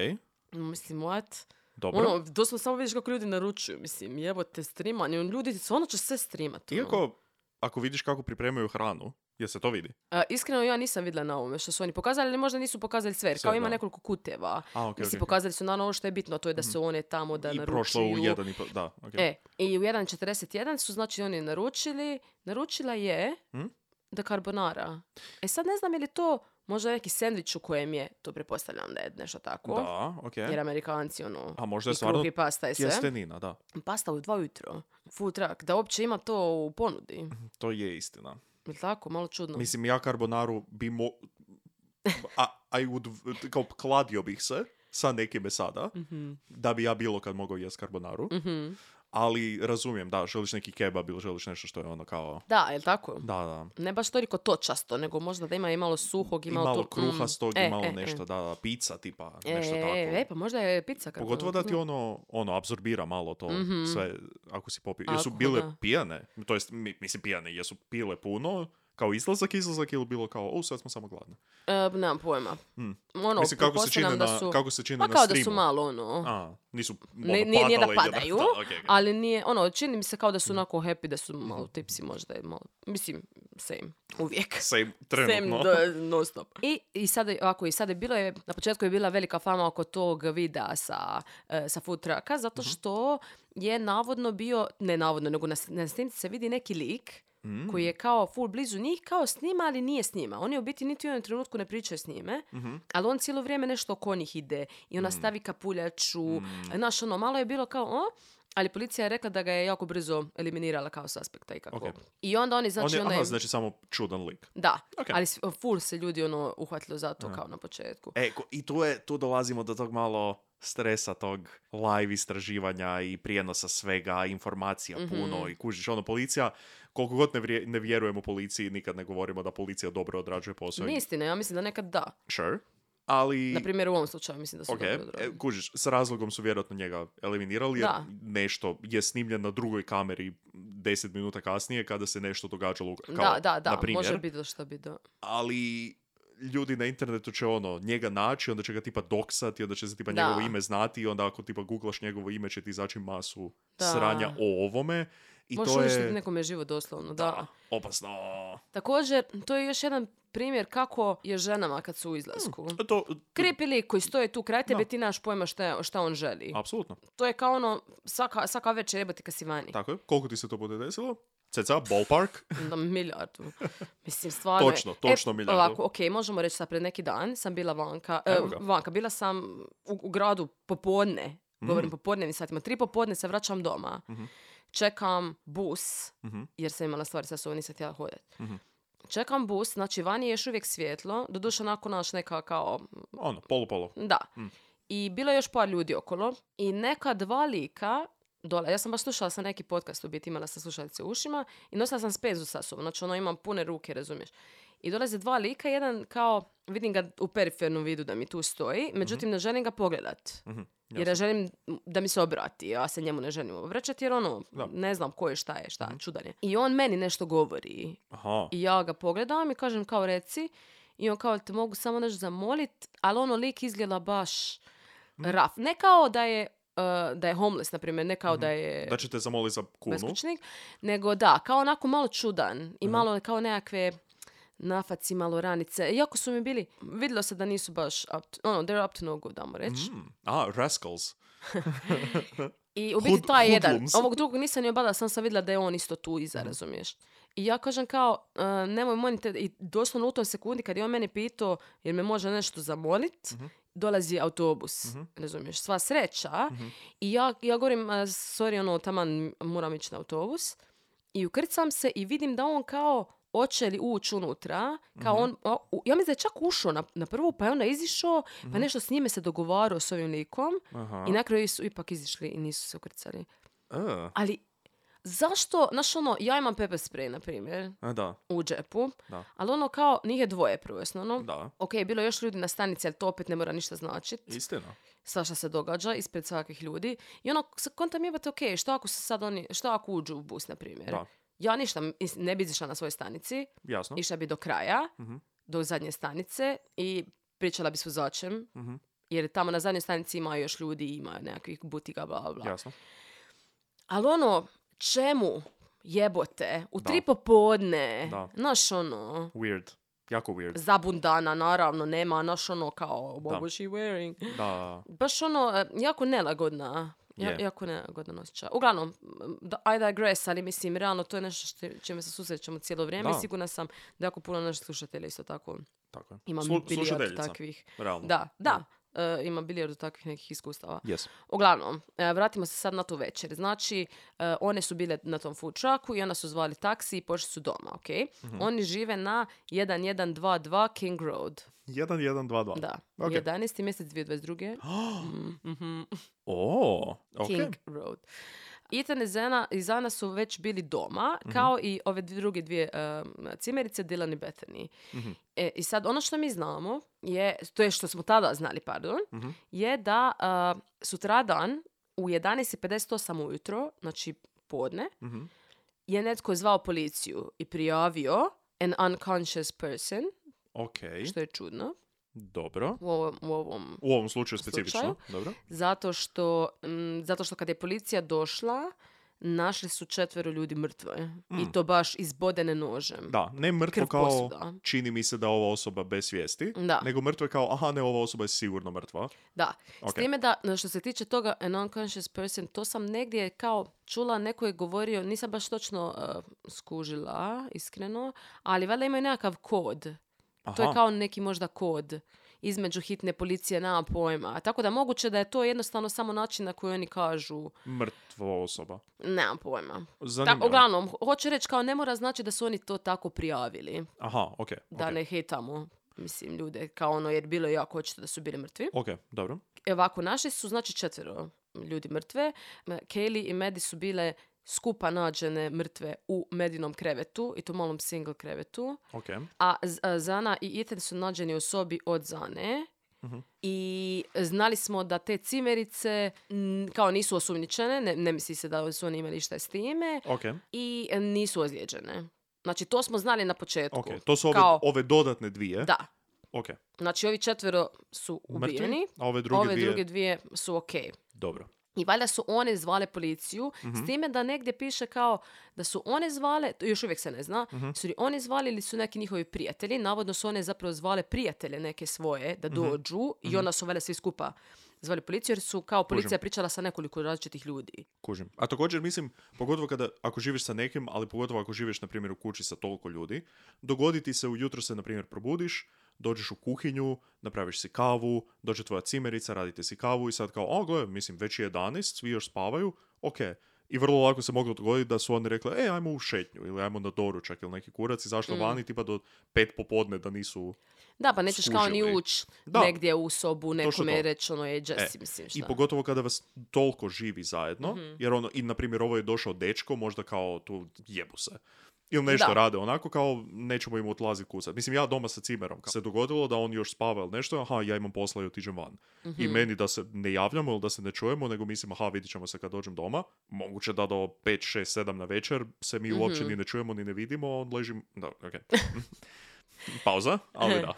Speaker 5: Mislim, what?
Speaker 4: dobro.
Speaker 5: Ono, doslovno samo vidiš kako ljudi naručuju, mislim, jebote, streamanje, on ljudi stvarno će sve streamat. ono.
Speaker 4: Iako, ako vidiš kako pripremaju hranu, jer se to vidi.
Speaker 5: A, E, iskreno, ja nisam vidjela na ovome što su oni pokazali, ali možda nisu pokazali sve, jer
Speaker 4: Sve,
Speaker 5: kao ima
Speaker 4: da.
Speaker 5: nekoliko kuteva.
Speaker 4: A, ok,
Speaker 5: Mislim,
Speaker 4: ok. Mhm.
Speaker 5: pokazali su naravno ovo što je bitno, to je da su one tamo da
Speaker 4: I
Speaker 5: naručuju.
Speaker 4: prošlo u jedan i po, da, ok.
Speaker 5: E, i u 1.41 su, znači, oni naručili, naručila je
Speaker 4: Mhm.
Speaker 5: da carbonara. E sad ne znam je li to Možda neki sendvič u kojem je, to pretpostavljam da je nešto tako.
Speaker 4: Da, ok.
Speaker 5: Jer Amerikanci, ono,
Speaker 4: E? A možda je
Speaker 5: i kruh
Speaker 4: stvarno
Speaker 5: i pasta i sve.
Speaker 4: tjestenina, da.
Speaker 5: Pasta u dva ujutro. Food truck, da uopće ima to u ponudi.
Speaker 4: To je istina.
Speaker 5: Jel tako? Malo čudno.
Speaker 4: Mhm. Mislim, ja karbonaru bi mo... A, a i udv- kao kladio bih se sa nekime sada,
Speaker 5: Mhm.
Speaker 4: da bi ja bilo kad mogao jest karbonaru.
Speaker 5: Mm.
Speaker 4: Ali razumijem, da, želiš neki kebab ili želiš nešto što je ono kao...
Speaker 5: Da, jel tako?
Speaker 4: Da, da.
Speaker 5: Ne baš toliko točasto, nego možda da ima i malo suhog i
Speaker 4: I
Speaker 5: malo...
Speaker 4: malo
Speaker 5: to-
Speaker 4: kruhastog, i
Speaker 5: E,
Speaker 4: malo
Speaker 5: e, e.
Speaker 4: nešto, da, da, pizza tipa,
Speaker 5: E,
Speaker 4: nešto tako.
Speaker 5: e, e, pa možda je pizza kako.
Speaker 4: Pogotovo da ti ono, ono, absorbira malo to
Speaker 5: Mhm.
Speaker 4: sve, ako si popio. Jesu
Speaker 5: Ako
Speaker 4: bile
Speaker 5: da.
Speaker 4: pijane? To jest, mi- mislim pijane, jesu pile puno? Kao izlazak, izlazak ili bilo kao, o, sad smo samo gladne.
Speaker 5: E, nemam pojma.
Speaker 4: Mm.
Speaker 5: Ono,
Speaker 4: mislim, kako se čine
Speaker 5: pretpostavljam da
Speaker 4: na,
Speaker 5: su...
Speaker 4: kako se čine
Speaker 5: Pa
Speaker 4: na
Speaker 5: kao da
Speaker 4: streamu.
Speaker 5: su malo, ono...
Speaker 4: A, nisu ono,
Speaker 5: Ne, nije, nije da
Speaker 4: padale
Speaker 5: padaju,
Speaker 4: jedan- da, okej, okej.
Speaker 5: ali nije, ono, čini mi se kao da
Speaker 4: Mm.
Speaker 5: su onako happy, da su malo tipsi možda, i malo, mislim, same, uvijek.
Speaker 4: Mhm. Same, trenutno.
Speaker 5: Sem, da, non stop. I, i sada, ovako, i sada je bilo, je, na početku je bila velika fama oko tog videa sa, e, sa food trucka, zato
Speaker 4: Mhm.
Speaker 5: što je navodno bio, ne navodno, nego na, s- na snimci se vidi neki lik
Speaker 4: Mm.
Speaker 5: koji je kao full blizu njih, kao s njima, ali nije s njima. Oni u biti niti u jednom trenutku ne pričaju s njime,
Speaker 4: Mhm. Mm.
Speaker 5: ali on cijelo vrijeme nešto oko njih ide i ona stavi kapuljaču. Znaš, ono, malo je bilo kao, o, ali policija je rekla da ga je jako brzo eliminirala kao suspekta i kako.
Speaker 4: Ok.
Speaker 5: I onda oni, znači,
Speaker 4: On je,
Speaker 5: onda
Speaker 4: aha,
Speaker 5: im-
Speaker 4: znači samo čudan lik.
Speaker 5: da,
Speaker 4: Ok.
Speaker 5: ali s- full se ljudi ono uhvatilo za to
Speaker 4: Aha.
Speaker 5: kao na početku.
Speaker 4: E, ko- i tu, je, tu dolazimo do tog malo stresa tog live istraživanja i prijenosa svega, informacija
Speaker 5: Mhm.
Speaker 4: puno i kužiš, ono, policija, koliko god ne, vrije- ne vjerujemo policiji, nikad ne govorimo da policija dobro odrađuje posao.
Speaker 5: Nije istina, ja mislim da nekad da.
Speaker 4: Sure. Ali,
Speaker 5: Na primjer u ovom slučaju mislim da su
Speaker 4: ok,
Speaker 5: dobro
Speaker 4: e,
Speaker 5: odradili.
Speaker 4: kužiš, s razlogom su vjerojatno njega eliminirali, jer
Speaker 5: Da.
Speaker 4: nešto je snimljen na drugoj kameri 10 minuta kasnije kada se nešto događalo u- kao,
Speaker 5: Da, da, da,
Speaker 4: na primjer,
Speaker 5: može biti da što bi da.
Speaker 4: ali ljudi na internetu će ono njega naći, onda će ga tipa doksati, onda će se tipa
Speaker 5: Da.
Speaker 4: njegovo ime znati i onda ako tipa googlaš njegovo ime će ti izaći masu
Speaker 5: Da.
Speaker 4: sranja o ovome. I
Speaker 5: Možeš
Speaker 4: to
Speaker 5: uništiti
Speaker 4: je...
Speaker 5: nekome život doslovno, da.
Speaker 4: Da, opasno.
Speaker 5: Također, to je još jedan primjer kako je ženama kad su u izlasku.
Speaker 4: To,
Speaker 5: Kripi lik koji stoje tu kraj tebe,
Speaker 4: Hmm. Da.
Speaker 5: ti naš pojma šta, je- šta on želi.
Speaker 4: Apsolutno,
Speaker 5: To je kao ono, svaka, svaka večer jebati kad si vani.
Speaker 4: tako je. Koliko ti se to bude desilo? Ceca, ballpark?
Speaker 5: Onda milijardu. Mislim, stvarno. je-
Speaker 4: Točno, točno
Speaker 5: e,
Speaker 4: milijardu.
Speaker 5: Ovako, ok, možemo reći sad pred neki dan sam bila vanka, e,
Speaker 4: Evo ga.
Speaker 5: vanka bila sam u, u gradu popodne, govorim popodnevnim satima, tri popodne se vraćam doma,
Speaker 4: Mm. Mhm.
Speaker 5: čekam bus,
Speaker 4: Mhm.
Speaker 5: jer sam imala stvari sa sobom, nisam htjela hodati.
Speaker 4: Mhm.
Speaker 5: Čekam bus, znači vani je još uvijek svjetlo, doduše onako naš neka kao
Speaker 4: Ono, polu-polu.
Speaker 5: da.
Speaker 4: Mm.
Speaker 5: I bilo je još par ljudi okolo i neka dva lika dole. Ja sam baš slušala sam neki podcast u biti, imala sam slušalice u ušima i nosila sam spezu sa sobom. Znači ono imam pune ruke, razumiješ. I dolaze dva lika, jedan kao, vidim ga u perifernom vidu da mi tu stoji, međutim ne želim ga pogledat.
Speaker 4: Mhm,
Speaker 5: Jer ja želim da mi se obrati, ja se njemu ne želim obraćati jer ono,
Speaker 4: Da. Mhm.
Speaker 5: ne znam ko je, šta je, šta, čudan je. I on meni nešto govori
Speaker 4: Aha,
Speaker 5: i ja ga pogledam i kažem kao reci. I on kao te mogu samo nešto zamolit, ali ono lik izgleda baš raf. Ne kao da je, uh, da je homeless, na primjer, ne kao da je
Speaker 4: da će te zamoli za kunu.
Speaker 5: beskućnik, nego da, kao onako malo čudan i malo kao nekakve nafaci, malo ranice. Iako su mi bili, vidjelo se da nisu baš up to, ono, they're up to no good, damo reći.
Speaker 4: Mm. A, Rascals.
Speaker 5: I u biti
Speaker 4: Hood-
Speaker 5: taj jedan,
Speaker 4: hoodlums.
Speaker 5: ovog drugog nisam ni obadala, sam sam vidjela da je on isto tu iza, razumiješ. I ja kažem kao, e, nemoj molim te, i doslovno u tom sekundi kad je on meni pitao jer me može nešto zamolit, dolazi autobus, razumiješ, sva sreća. I ja, ja govorim, "E, sorry, ono, taman moram ići na autobus. I ukrcam se i vidim da on kao oće li ući unutra, kao on, o- u- ja mislim da je čak ušao na, na prvu, pa je onda izišao, pa nešto s njime se dogovarao s ovim likom.
Speaker 4: Mhm. Aha.
Speaker 5: I na kraju su ipak izišli i nisu se ukrcali.
Speaker 4: E,
Speaker 5: Ali zašto, znaš ono, ja imam pepper spray, na primjer,
Speaker 4: a, da,
Speaker 5: u džepu,
Speaker 4: Da.
Speaker 5: ali ono kao, njih je dvoje prvenstveno. ono.
Speaker 4: da,
Speaker 5: Ok, bilo je još ljudi na stanici, ali to opet ne mora ništa značiti.
Speaker 4: istina.
Speaker 5: Sva šta se događa ispred svakih ljudi. I ono, sa- kontam jebate, ok, što ako se sad oni, što ako uđu u bus, na primjer.
Speaker 4: Da.
Speaker 5: Ja ništa is- ne bi izišla na svojoj stanici,
Speaker 4: Jasno.
Speaker 5: išla bi do kraja,
Speaker 4: Mhm.
Speaker 5: do zadnje stanice i pričala bi s vozačem,
Speaker 4: Mhm.
Speaker 5: jer tamo na zadnjoj stanici ima još ljudi, ima nekakvih butiga, bla, bla, bla.
Speaker 4: Jasno.
Speaker 5: Ali ono, čemu jebote? U
Speaker 4: Da.
Speaker 5: tri popodne.
Speaker 4: Da.
Speaker 5: Naš ono,
Speaker 4: Weird. Jako weird.
Speaker 5: zabundana naravno nema, naš ono kao, what
Speaker 4: Da.
Speaker 5: was she wearing?
Speaker 4: Da.
Speaker 5: Baš ono, e, jako nelagodna. Ja,
Speaker 4: Je.
Speaker 5: Jako nelagodan osjećaj. Uglavnom, da, I digress, ali mislim, realno to je nešto što, čime se susrećemo cijelo vrijeme.
Speaker 4: Da.
Speaker 5: i Sigurna sam da jako puno naših slušatelja isto tako
Speaker 4: Tako je.
Speaker 5: Imam
Speaker 4: Slu-
Speaker 5: bilijardu
Speaker 4: slušateljica,
Speaker 5: takvih.
Speaker 4: Realno.
Speaker 5: Da, da. e, imam bilijardu takvih nekih iskustava.
Speaker 4: Yes.
Speaker 5: Uglavnom, e, vratimo se sad na tu večer. Znači, e, one su bile na tom food trucku i onda su zvali taksi i pošli su doma, ok? Oni žive na 1122 King Road.
Speaker 4: 1122.
Speaker 5: Da.
Speaker 4: Ok.
Speaker 5: 11. mjesec 2022. Mhm.
Speaker 4: O, ok.
Speaker 5: King Road. Ethan i Zena, i Zana su već bili doma,
Speaker 4: Mhm.
Speaker 5: kao i ove dvi- druge dvije um, cimerice, Dylan i Bethany.
Speaker 4: Mhm.
Speaker 5: E, I sad, ono što mi znamo, je, to je što smo tada znali, pardon,
Speaker 4: Mhm.
Speaker 5: je da uh, sutradan u 11.58 ujutro, znači podne,
Speaker 4: Mhm.
Speaker 5: je netko zvao policiju i prijavio an unconscious person,
Speaker 4: Ok,
Speaker 5: što je čudno
Speaker 4: dobro.
Speaker 5: u ovom, u ovom
Speaker 4: U ovom slučaju specifično.
Speaker 5: Slučaju.
Speaker 4: Dobro.
Speaker 5: Zato što, mm, zato što kad je policija došla, našli su četvero ljudi mrtve. I to baš izbodene nožem.
Speaker 4: Mm. Da, ne mrtvo
Speaker 5: Krv
Speaker 4: kao
Speaker 5: posuda.
Speaker 4: čini mi se da je ova osoba bez svijesti,
Speaker 5: Da.
Speaker 4: nego mrtvo je kao aha ne, ova osoba je sigurno mrtva.
Speaker 5: Da. S
Speaker 4: Ok.
Speaker 5: time da, no, što se tiče toga, an unconscious person, to sam negdje kao čula, neko je govorio, nisam baš točno eh, skužila, iskreno, ali valjda imaju nekakav kod.
Speaker 4: Aha.
Speaker 5: To je kao neki možda kod između hitne policije, nema pojma. Tako da moguće da je to jednostavno samo način na koji oni kažu,
Speaker 4: Mrtva osoba.
Speaker 5: nemam pojma. Ta,
Speaker 4: Zanimljivo.
Speaker 5: uglavnom, hoću reći kao ne mora znači da su oni to tako prijavili.
Speaker 4: Aha, ok.
Speaker 5: Da ne hejtamo, mislim, ljude. Kao ono, jer bilo je jako očito da su bili mrtvi.
Speaker 4: Ok, dobro.
Speaker 5: E, ovako, naši su znači četvero ljudi mrtve. M, Kaylee i Maddie su bile skupa nađene mrtve u medinom krevetu i to malom single krevetu.
Speaker 4: Ok.
Speaker 5: A Z- a Zana i Ethan su nađeni u sobi od Zane.
Speaker 4: Mhm.
Speaker 5: I znali smo da te cimerice m, kao nisu osumnjičene, ne, ne misli se da su oni imali šta s time
Speaker 4: Ok.
Speaker 5: i nisu ozlijeđene. Znači, to smo znali na početku.
Speaker 4: Ok. To su ove,
Speaker 5: Kao-
Speaker 4: ove dodatne dvije.
Speaker 5: Da.
Speaker 4: Ok.
Speaker 5: Znači, ovi četvero su
Speaker 4: Mrtvi,
Speaker 5: ubijeni,
Speaker 4: a ove druge
Speaker 5: ove
Speaker 4: dvije.
Speaker 5: druge dvije su ok.
Speaker 4: Dobro.
Speaker 5: I valjda su one zvale policiju,
Speaker 4: Mhm.
Speaker 5: s time da negdje piše kao da su one zvale, to još uvijek se ne zna,
Speaker 4: Mhm.
Speaker 5: su li one zvali ili su neki njihovi prijatelji, navodno su one zapravo zvale prijatelje neke svoje
Speaker 4: Mhm.
Speaker 5: da dođu i onda su valjda svi skupa zvali policiju jer su kao policija
Speaker 4: Kužim.
Speaker 5: pričala sa nekoliko različitih ljudi.
Speaker 4: Kužim. A također mislim, pogotovo kada, ako živiš sa nekim, ali pogotovo ako živiš, na primjer, u kući sa toliko ljudi, dogoditi se ujutro se, na primjer, probudiš, dođeš u kuhinju, napraviš si kavu, dođe tvoja cimerica, radite si kavu i sad kao, o, gle, mislim, već je 11, svi još spavaju, ok. I vrlo lako se moglo dogoditi da su oni rekli, e, ajmo u šetnju ili ajmo na doručak ili neki kurac i zašli vani tipa do pet popodne da nisu...
Speaker 5: Da, pa nećeš kao ni
Speaker 4: Skužili.
Speaker 5: ući
Speaker 4: Da.
Speaker 5: negdje u sobu
Speaker 4: to.
Speaker 5: nekome reći ono je
Speaker 4: E,
Speaker 5: Jesse, mislim šta. Mhm.
Speaker 4: I pogotovo kada vas toliko živi zajedno, jer ono, i na primjer ovo je došao dečko, možda kao tu jebu se. Ili nešto
Speaker 5: Da.
Speaker 4: rade onako kao nećemo im odlaziti kucat. Mislim, ja doma sa cimerom kao se dogodilo da on još spava ili nešto, aha, ja imam posla i otiđem van.
Speaker 5: Mhm.
Speaker 4: I meni da se ne javljamo ili da se ne čujemo, nego mislim, aha, vidit ćemo se kad dođem doma. Moguće da do 5, 6, 7 na večer se
Speaker 5: Mhm.
Speaker 4: mi uopće ni ne čujemo, ni ne vidimo, on leži... Da, okej. Pauza, ali da.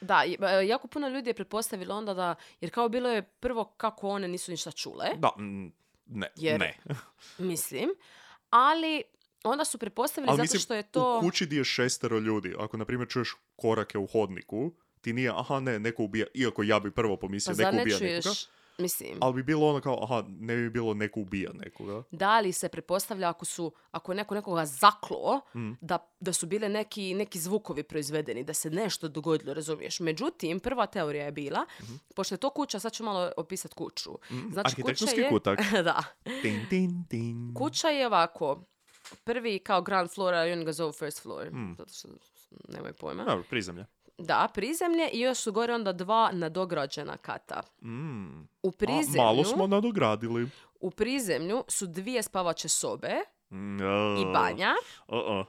Speaker 5: Da, i, e, jako puno ljudi je pretpostavilo onda da, jer kao bilo je prvo kako one nisu ništa čule,
Speaker 4: Da, mm, ne,
Speaker 5: E. Jer-
Speaker 4: ne.
Speaker 5: mislim, ali onda su pretpostavili
Speaker 4: Ali
Speaker 5: zato
Speaker 4: mislim,
Speaker 5: što je to...
Speaker 4: u kući di je šestero ljudi, ako na primjer čuješ korake u hodniku, ti nije, aha ne, neko ubija, iako ja bi prvo
Speaker 5: pa
Speaker 4: pomislio,
Speaker 5: zar
Speaker 4: neko
Speaker 5: ne
Speaker 4: ubija
Speaker 5: čuješ,
Speaker 4: nekoga,
Speaker 5: mislim,
Speaker 4: ali bi bilo ono kao, aha, ne bi bilo neko ubija nekoga.
Speaker 5: da li se pretpostavlja ako su, ako je neko nekoga zaklo,
Speaker 4: Mm.
Speaker 5: da, da su bile neki, neki zvukovi proizvedeni, da se nešto dogodilo, razumiješ. Međutim, prva teorija je bila,
Speaker 4: Mhm.
Speaker 5: pošto je to kuća, sad ću malo opisati kuću. Znači, kuća
Speaker 4: Mm. Arhitektonski
Speaker 5: je...
Speaker 4: kutak.
Speaker 5: da.
Speaker 4: Tin, tin, tin.
Speaker 5: Kuća je ovako, prvi kao grand floor, a oni ga zovu first floor,
Speaker 4: Hmm.
Speaker 5: zato što nemaju pojma.
Speaker 4: Dobro, prizemlje.
Speaker 5: Da, prizemlje i još su gore onda dva nadograđena kata.
Speaker 4: Mm. A,
Speaker 5: U prizemlju,
Speaker 4: malo smo nadogradili.
Speaker 5: u prizemlju su dvije spavače sobe
Speaker 4: Mm,
Speaker 5: i
Speaker 4: uh,
Speaker 5: banja,
Speaker 4: uh, uh.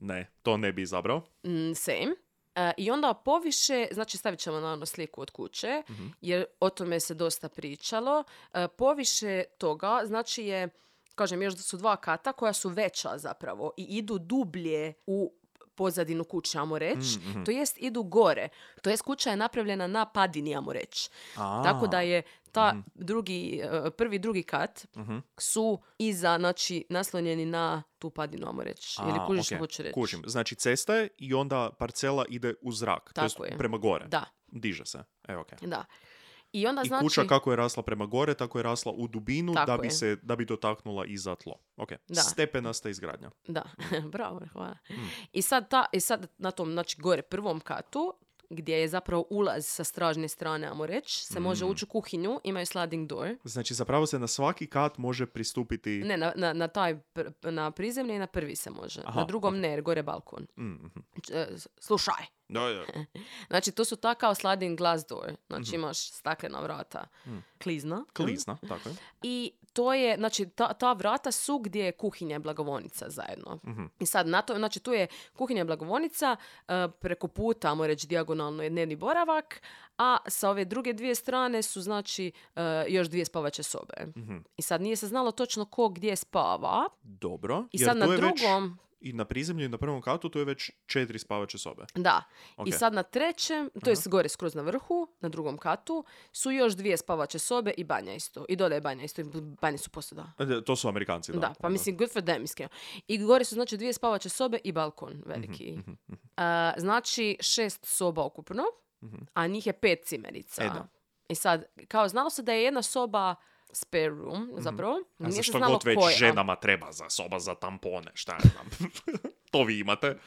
Speaker 4: Ne, to ne bi izabrao.
Speaker 5: mm, same. E, I onda poviše, znači stavit ćemo naravno sliku od kuće,
Speaker 4: Mhm.
Speaker 5: jer o tome se dosta pričalo. E, Poviše toga, znači je, kažem, još su dva kata koja su veća zapravo i idu dublje u pozadinu kuće, ajmo reći.
Speaker 4: Mm, mhm.
Speaker 5: To jest idu gore. To jest kuća je napravljena na padini, ajmo reći.
Speaker 4: A,
Speaker 5: Tako da je ta drugi, e, prvi i drugi kat
Speaker 4: mhm.
Speaker 5: su iza, znači, naslonjeni na tu padinu, ajmo reći. Ili
Speaker 4: A,
Speaker 5: kužiš što
Speaker 4: ok,
Speaker 5: hoću reći.
Speaker 4: Kužim. Znači cesta je i onda parcela ide u zrak, to jest
Speaker 5: Tako je.
Speaker 4: prema gore.
Speaker 5: Da,
Speaker 4: Diže se. E, ok.
Speaker 5: da. I onda
Speaker 4: I
Speaker 5: znači...
Speaker 4: kuća kako je rasla prema gore, tako je rasla u dubinu
Speaker 5: Tako
Speaker 4: da bi
Speaker 5: je.
Speaker 4: se da bi dotaknula i za tlo. Ok.
Speaker 5: Da.
Speaker 4: Stepenasta izgradnja. Mm.
Speaker 5: Da, bravo, hvala. I, sad ta, I sad na tom, znači, gore prvom katu gdje je zapravo ulaz sa stražne strane, ajmo reći, se može
Speaker 4: Mm.
Speaker 5: ući u kuhinju, imaju sliding door.
Speaker 4: Znači, zapravo se na svaki kat može pristupiti...
Speaker 5: Ne, na, na, na taj, pr- na prizemlje i na prvi se može.
Speaker 4: Aha,
Speaker 5: na drugom ne, jer gore je balkon.
Speaker 4: Mm, mhm.
Speaker 5: Č- e, s- Slušaj.
Speaker 4: Da, da.
Speaker 5: Znači, to su ta kao sliding glass door. Znači,
Speaker 4: Mhm.
Speaker 5: imaš staklena vrata.
Speaker 4: Mm.
Speaker 5: Klizna.
Speaker 4: Klizna, tako je.
Speaker 5: I to je, znači, ta, ta vrata su gdje je kuhinja i blagovonica zajedno.
Speaker 4: Mhm.
Speaker 5: I sad, na to, znači, tu je kuhinja i blagovonica, e, preko puta, ajmo reći, dijagonalno je dnevni boravak, a sa ove druge dvije strane su, znači, e, još dvije spavaće sobe.
Speaker 4: mhm.
Speaker 5: I sad nije se znalo točno ko gdje spava.
Speaker 4: Dobro.
Speaker 5: I
Speaker 4: jer
Speaker 5: sad na
Speaker 4: tu je već-
Speaker 5: drugom...
Speaker 4: I na prizemlju i na prvom katu tu je već četiri spavaće sobe.
Speaker 5: Da.
Speaker 4: Ok.
Speaker 5: I sad na trećem, to jest gore skroz na vrhu, na drugom katu, su još dvije spavaće sobe i banja isto. I dole je banja isto. i Banje su posuda.
Speaker 4: E, To su Amerikanci, da.
Speaker 5: Da, pa mislim, good for them, iskreno. I gore su znači dvije spavaće sobe i balkon veliki.
Speaker 4: Mhm, mhm, mhm.
Speaker 5: A, znači šest soba ukupno,
Speaker 4: Mhm.
Speaker 5: a njih je pet cimerica.
Speaker 4: E, da.
Speaker 5: I sad, kao znalo se da je jedna soba spare room, zapravo.
Speaker 4: Mhm. A za
Speaker 5: Nije se
Speaker 4: što
Speaker 5: znalo
Speaker 4: god već
Speaker 5: koja.
Speaker 4: ženama treba za soba za tampone, šta ja znam. to vi imate.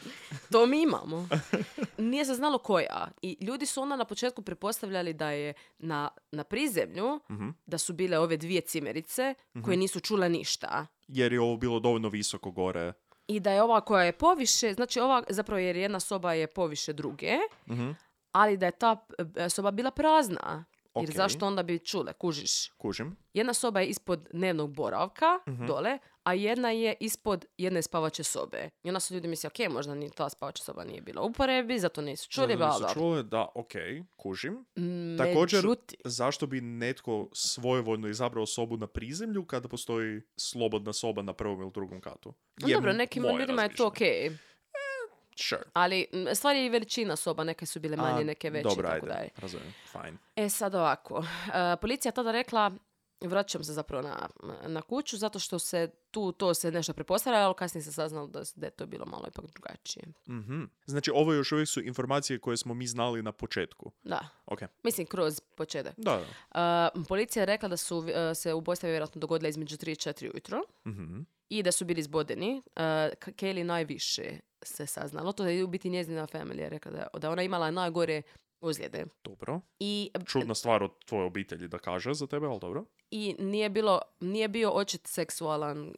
Speaker 5: To mi imamo. Nije se znalo koja. I ljudi su onda na početku pretpostavljali da je na, na prizemlju
Speaker 4: Mhm.
Speaker 5: da su bile ove dvije cimerice koje nisu čule ništa.
Speaker 4: Jer je ovo bilo dovoljno visoko gore.
Speaker 5: I da je ova koja je poviše, znači ova zapravo jer jedna soba je poviše druge,
Speaker 4: Mhm.
Speaker 5: ali da je ta e, soba bila prazna. Jer
Speaker 4: Ok.
Speaker 5: zašto onda bi čule, kužiš?
Speaker 4: Kužim.
Speaker 5: Jedna soba je ispod dnevnog boravka,
Speaker 4: Mhm.
Speaker 5: dole, a jedna je ispod jedne spavače sobe. I onda su ljudi mislili, ok, možda ni ta spavača soba nije bila u uporebi, zato nisu čuli,
Speaker 4: Zato
Speaker 5: bla,
Speaker 4: nisu
Speaker 5: bla, Mm, bla.
Speaker 4: čule, da, ok, kužim. Također-
Speaker 5: Također...
Speaker 4: Zašto bi netko svojevoljno izabrao sobu na prizemlju kada postoji slobodna soba na prvom ili drugom katu?
Speaker 5: No,
Speaker 4: Je
Speaker 5: dobro, nekim
Speaker 4: moje
Speaker 5: ljudima je to
Speaker 4: razmišljanje.
Speaker 5: okej.
Speaker 4: Sure.
Speaker 5: Ali m, stvar je i veličina soba, neke su bile manje,
Speaker 4: A,
Speaker 5: neke veće
Speaker 4: Dobro,
Speaker 5: i tako
Speaker 4: ajde,
Speaker 5: dalje.
Speaker 4: razumijem, fajn.
Speaker 5: E sad ovako, E, policija je tada rekla, vraćam se zapravo na, na kuću, zato što se tu to se nešto prepostavljalo, ali kasnije se saznalo da, s- da je to bilo malo ipak drugačije.
Speaker 4: Mhm. Znači, ovo još uvijek su informacije koje smo mi znali na početku.
Speaker 5: Da,
Speaker 4: Ok,
Speaker 5: mislim kroz početak.
Speaker 4: da, da.
Speaker 5: E, policija je rekla da su e, se ubojstva vjerojatno dogodila između 3 i 4 ujutro
Speaker 4: Mhm.
Speaker 5: i da su bili zbodeni. E, K- Kaylee najviše se saznalo, to je u biti njezina familija rekla da, da ona imala najgore ozljede.
Speaker 4: Dobro.
Speaker 5: I
Speaker 4: Čudna stvar od tvoje obitelji da kaže za tebe, ali dobro.
Speaker 5: i nije, bilo, nije bio očit seksualan uh,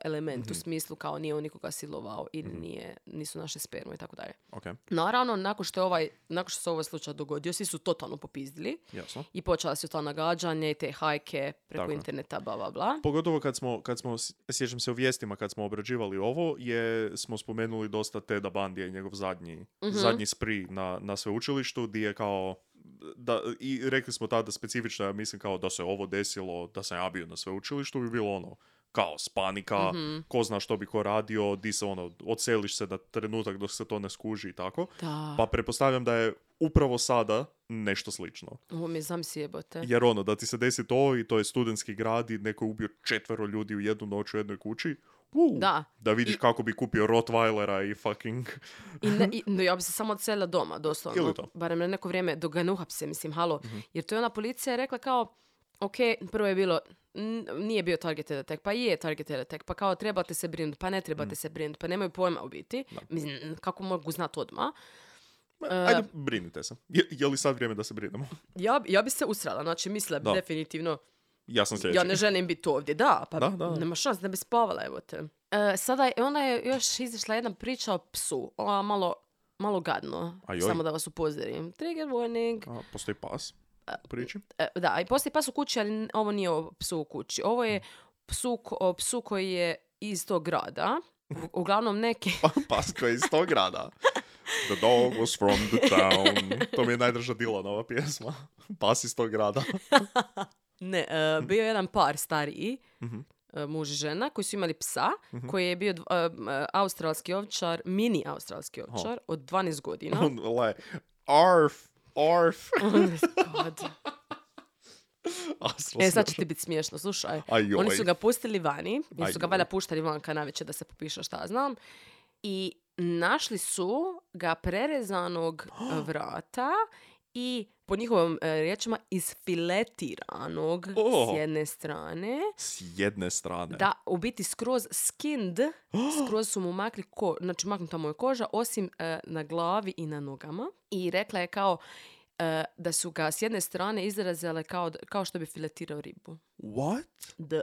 Speaker 5: element u
Speaker 4: Mhm.
Speaker 5: smislu kao nije on nikoga silovao ili
Speaker 4: Mhm.
Speaker 5: nije, nisu naše sperme i tako dalje.
Speaker 4: Ok,
Speaker 5: Naravno, nakon što, je ovaj, nakon što se ovaj slučaj dogodio, svi su totalno popizdili
Speaker 4: jasno.
Speaker 5: i počela su ta nagađanja i te hajke preko
Speaker 4: Tako je.
Speaker 5: interneta, bla, bla, bla.
Speaker 4: Pogotovo kad smo, kad smo, sjećam se u vijestima kad smo obrađivali ovo, je, smo spomenuli dosta Teda Bandija i njegov zadnji, zadnji spri na, na sveučilištu, di je kao, da, i rekli smo tada specifično, ja mislim kao da se ovo desilo, da sam ja bio na sveučilištu, bi bilo ono, kaos, panika,
Speaker 5: Mhm.
Speaker 4: ko zna što bi ko radio, di se ono, odseliš se na trenutak dok se to ne skuži i tako.
Speaker 5: Da,
Speaker 4: Pa pretpostavljam da je upravo sada nešto slično.
Speaker 5: ovo mi je zamisli jebote.
Speaker 4: Jer ono, da ti se desi to i to je studentski grad i neko je ubio četvero ljudi u jednu noć u jednoj kući, uu,
Speaker 5: Da.
Speaker 4: da vidiš
Speaker 5: I-
Speaker 4: kako bi kupio Rottweilera i fucking...
Speaker 5: I ne, i, no, ja bi se samo odselila doma, doslovno.
Speaker 4: Mhm. Ili to. Mhm.
Speaker 5: Barem na neko vrijeme, dok ga ne uhapse, mislim, halo. Jer to je ona policija je rekla kao, ok, prvo je bilo, n- nije bio targeted attack, pa je targeted attack, pa kao trebate se brinuti, pa ne
Speaker 4: Mhm.
Speaker 5: trebate se brinuti, pa nemaju pojma u biti. Mislim, n- kako mogu znati odmah.
Speaker 4: Ma,
Speaker 5: E,
Speaker 4: Ajde, brinite se. Je, je li sad vrijeme da se brinemo?
Speaker 5: Ja, bi- ja bi se usrala, znači mislila bi
Speaker 4: Da.
Speaker 5: definitivno,
Speaker 4: Ja sam sljedeći.
Speaker 5: ja ne želim biti ovdje, da, pa
Speaker 4: Da, da.
Speaker 5: nema šans, ne bi spavala, evo te. E, sada je, onda je još izašla jedna priča o psu, ova malo, malo gadno,
Speaker 4: Ajoj.
Speaker 5: samo da vas upozorim. Trigger warning.
Speaker 4: A, postoji pas u priči?
Speaker 5: E, da, i poslije pas u kući, ali n- ovo nije o psu u kući. Ovo je psu, ko- o psu koji je iz tog grada. U- Uglavnom neki...
Speaker 4: Pa, pas koji je iz tog grada. The dog was from the town. To mi je najdrža Dylan ova pjesma. Pas iz tog grada.
Speaker 5: Ne, e, bio je jedan par stariji,
Speaker 4: Mhm.
Speaker 5: e, muž i žena, koji su imali psa, koji je bio dv- e, m, e, australski ovčar, mini australski ovčar, od 12 godina.
Speaker 4: On le, arf, arf.
Speaker 5: God.
Speaker 4: A, slo
Speaker 5: E, sad će
Speaker 4: smiješno.
Speaker 5: ti biti smiješno, slušaj.
Speaker 4: Ajoj.
Speaker 5: Oni su ga pustili vani, jer su ga
Speaker 4: Ajoj.
Speaker 5: valjda puštali vanka navečer da se popiša šta ja znam. I našli su ga prerezanog vrata i po njihovim e, riječima isfiletiranog
Speaker 4: O.
Speaker 5: s jedne strane.
Speaker 4: S jedne strane.
Speaker 5: Da, u biti skroz skinned, skroz su mu makli, ko, znači maknuta mu je koža, osim e, na glavi i na nogama. I rekla je kao e, da su ga s jedne strane izrazile kao, d- kao što bi filetirao ribu.
Speaker 4: What?
Speaker 5: D.